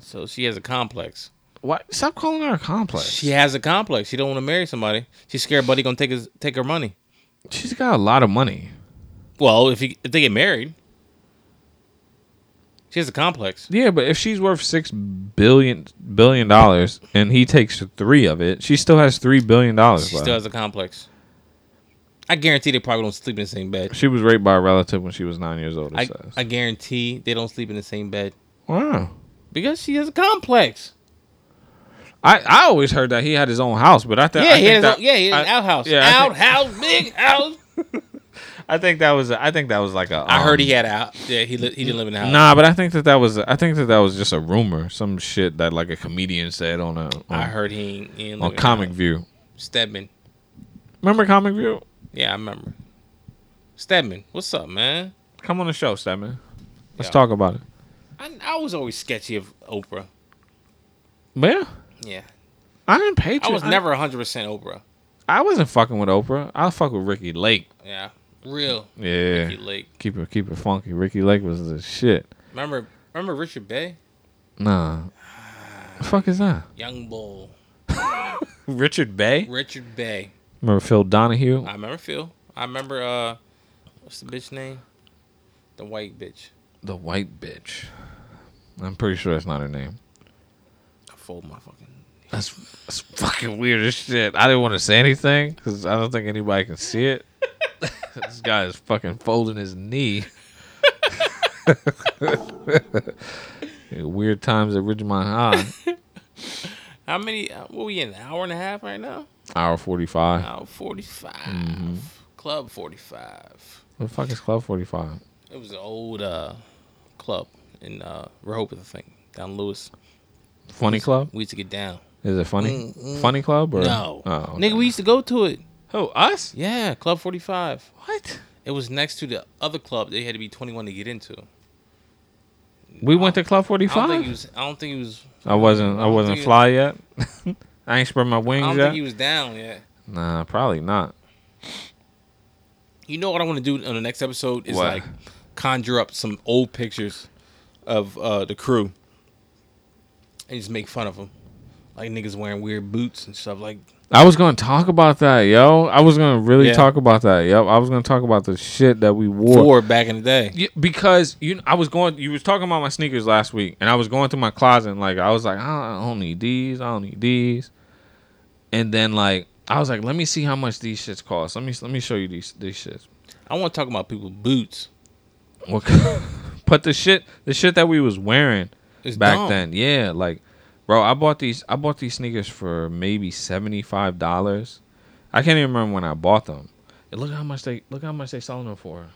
so she has a complex
Why? Stop calling her a complex.
she has a complex she don't want to marry somebody she's scared buddy gonna take his take her money
she's got a lot of money.
well if, he, if they get married she has a complex
Yeah, but if she's worth six billion billion dollars and he takes three of it, she still has three billion dollars.
She
left.
still has a complex. I guarantee they probably don't sleep in the same bed.
She was raped by a relative when she was nine years old. It
I,
says.
I guarantee they don't sleep in the same bed
wow.
because she has a complex.
I, I always heard that he had his own house, but I, th-
Yeah,
I
he
think
had his
that,
own, yeah, he had an
I-
outhouse.
yeah, I think-
outhouse, big house.
I think that was I think that was like a.
I heard
um,
he had a out. Yeah, he li- he didn't live in the house.
Nah, but I think that that was I think that that was just a rumor, some shit that like a comedian said on a
I
on,
heard he ain't, he ain't
on
living
Comic View.
Stedman.
Remember Comic View?
Yeah, I remember. Stedman, what's up, man?
Come on the show, Stedman. Let's
Yeah.
talk about it.
I, I was always sketchy of Oprah.
But yeah,
Yeah,
I didn't pay.
I was
never.
never 100 percent Oprah.
I wasn't fucking with Oprah. I fuck with Ricky Lake.
Yeah, real.
Yeah.
Ricky Lake.
Keep it keep it funky. Ricky Lake was the shit.
Remember, remember Richard Bay,
Nah. the fuck is that?
Young Bull.
Richard Bay.
Richard Bay.
Remember Phil Donahue?
I remember Phil. I remember uh, what's the bitch name? The white bitch.
The white bitch. I'm pretty sure that's not her name.
I fold my fucking.
That's, that's fucking weird as shit. I didn't want to say anything because I don't think anybody can see it. this guy is fucking folding his knee. weird times at Ridgemont High.
How many? uh, What we in? An hour and a half right now?
Hour 45.
Hour 45
Mm-hmm.
Club forty five.
What the fuck is Club 45?
It was an old uh club in uh Rehoboth, I think, down Lewis.
Funny Club?
We used to get down.
Is it funny? Funny Club? Or?
No,
Oh, okay.
nigga, we used to go to it.
Who, us?
Yeah, Club forty five.
What?
It was next to the other club. They had to be twenty one to get into.
We went to Club
I don't think
45?
he was. I don't think he was.
I wasn't. I
don't
wasn't
think-
fly yet. I ain't spread my
I
wings
don't
yet.
think he was down yet.
Nah, probably not.
You know what I want to do on the next episode is
What?
like conjure up some old pictures of uh, the crew and just make fun of them, like niggas wearing weird boots and stuff. Like
I was gonna talk about that, yo. I was gonna really
Yeah.
talk about that. Yep, I was gonna talk about the shit that we wore.
four back in the day.
Yeah, because you, I was going. You was talking about my sneakers last week, and I was going through my closet. And like I was like, I don't need these. I don't need these. And then like I was like, let me see how much these shits cost. Let me let me show you these these shits.
I want to talk about people's boots.
What? but the shit, the shit that we was wearing
It's
back
dumb.
then, yeah, like, bro, I bought these, I bought these sneakers for maybe seventy five dollars. I can't even remember when I bought them. And look how much they, look how much they selling them for.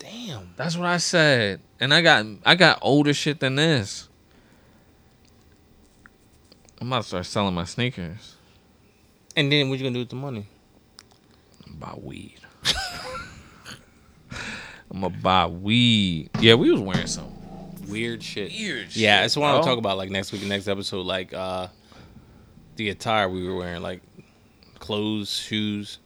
Damn.
That's what I said, and I got, I got older shit than this. I'm about to start selling my sneakers.
And then what you gonna do with the money?
Buy weed. I'm gonna buy weed. Yeah, we was wearing some
Weird shit.
weird.
Yeah,
shit,
that's what I
bro.
want to talk about. Like next week, next episode, like uh the attire we were wearing, like clothes, shoes,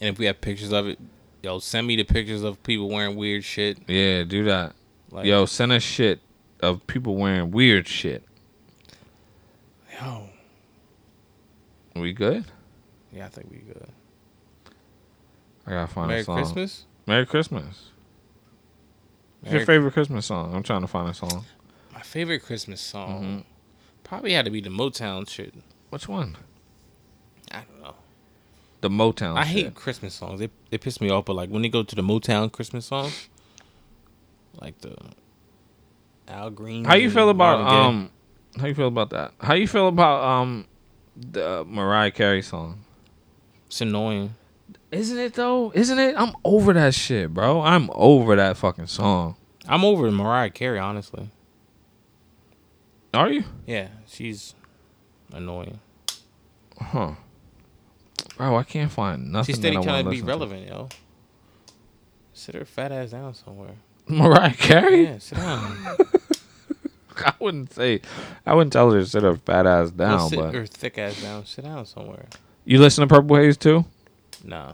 and if we have pictures of it, yo, send me the pictures of people wearing weird shit.
Yeah, do that.
Like,
Yo, send us shit of people wearing weird shit.
yo,
We good?
yeah, I think we good.
I gotta find
Merry
a song.
Christmas.
Merry Christmas. What's
Merry-
your favorite Christmas song? I'm trying to find a song.
My favorite Christmas song
Mm-hmm.
probably had to be the Motown shit.
Which one?
I don't know.
The Motown.
I
Oh, shit.
hate Christmas songs. They they piss me off. But like when they go to the Motown Christmas songs, like the Al Green.
How you
and
feel about
Marvin Gaye.
um? How you feel about that? How you feel about um, the Mariah Carey song?
It's annoying.
Isn't it though? Isn't it? I'm over that shit, bro. I'm over that fucking song.
I'm over Mariah Carey, honestly.
Are you?
Yeah, she's annoying.
Huh. Bro, I can't find nothing.
She's steady
that I
trying
wanna
to
listen
be
to.
relevant, yo. Sit her fat ass down somewhere.
Mariah Carey?
Yeah, sit down.
I wouldn't say, I wouldn't tell her to sit her fat ass
Well,
down.
sit
But
her thick ass down. Sit down somewhere.
you listen to Purple Haze too?
Nah.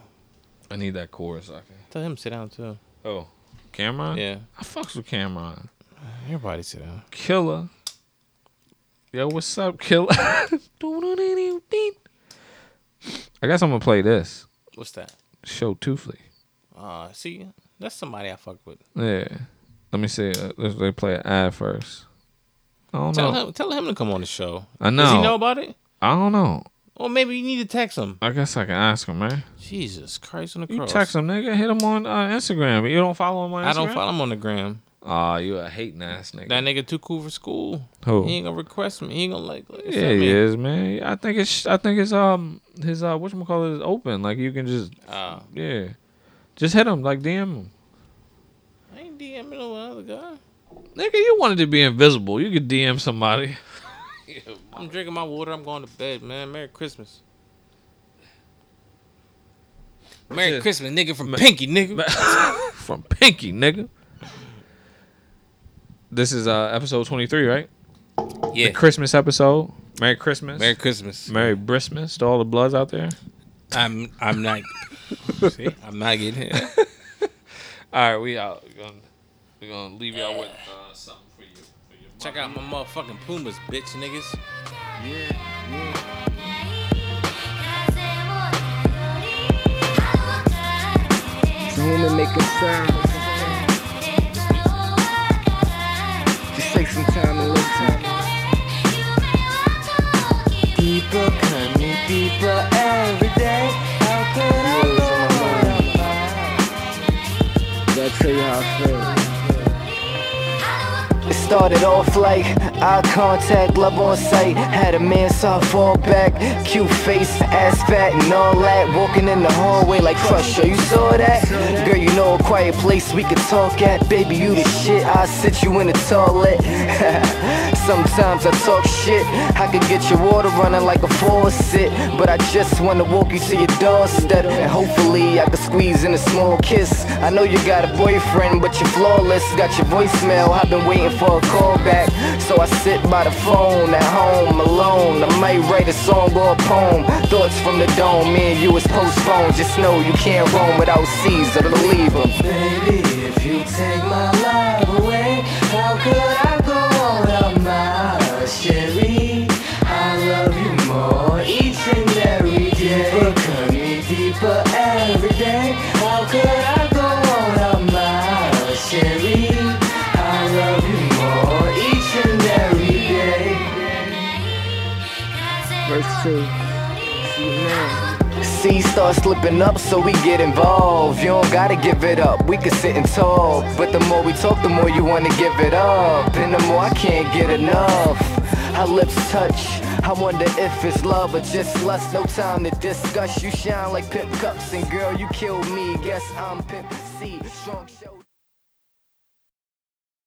I need that chorus. Okay.
Tell him sit down too.
Oh, Cameron.
Yeah.
I fucks with Cameron.
Everybody sit down.
Killer. Yo, what's up, Killer? I guess I'm gonna play this.
What's that?
Show Toothley.
Uh see, that's somebody I fuck with.
Yeah. Let me see. Uh, let's- they play an ad first. I don't
Tell
know.
him tell him to come on the show.
I
Does
know.
he know about it?
I don't know.
Or maybe you need to text him.
I guess I can ask him, man.
Jesus Christ on the
You
cross.
text him, nigga. Hit him on uh, Instagram. You don't follow him on Instagram?
I don't follow him on the gram.
Aw, you a hating ass nigga.
That nigga too cool for school.
Who?
He ain't gonna request me. He ain't gonna like. like
yeah,
send
he
me.
is, man. I think it's I think it's um his uh what call it is open. Like you can just
Uh,
yeah, just hit him like DM him.
I ain't DMing no other guy.
Nigga, you wanted to be invisible. You could DM somebody.
I'm drinking my water. I'm going to bed, man. Merry Christmas. Merry
Yeah.
Christmas, nigga from Pinky, nigga.
From Pinky, nigga. This is uh episode twenty three, right?
yeah.
The Christmas episode. Merry Christmas.
Merry Christmas.
Merry Bristmas to all the bloods out there.
I'm I'm not. see, I'm not getting it.
All right, we out. We're gonna, we're gonna leave y'all with uh, something for you. For your
Check out my motherfucking Pumas, bitch, niggas.
Yeah.
Zoom and make a sound. Just take some time to listen.
People come me people every day. How could I
Words
go
on my mind.
without
Gotta tell you how I feel.
It started off like eye contact, love on sight. Had a man soft fall back, cute face, ass fat, and all that. Walking in the hallway like Crusher, you saw that? Girl, you know a quiet place we could talk at. Baby, you the shit, I sit you in the toilet. Sometimes I talk shit, I could get your water running like a faucet. But I just wanna walk you to your doorstep, and hopefully I could squeeze in a small kiss. I know you got a boyfriend, but you're flawless. Got your voicemail, I've been waiting for a call back. So I sit by the phone at home alone. I might write a song or a poem. Thoughts from the dome, me and you is postponed. Just know you can't roam without Caesar to leave him. Baby, if you take my love away, how could I go on without my Sherry? I love you more each and every day. Deeper, cut me deeper every day. How could I go on without my Sherry? I love you more each and every day.
Verse two. See you now.
C start slipping up, so we get involved. You don't gotta give it up, we can sit and talk. But the more we talk, the more you wanna give it up. And the more I can't get enough. Our lips touch, I wonder if it's love or just lust. No time to discuss. You shine like pimp cups, and girl, you killed me. Guess I'm pimp C. Strong show.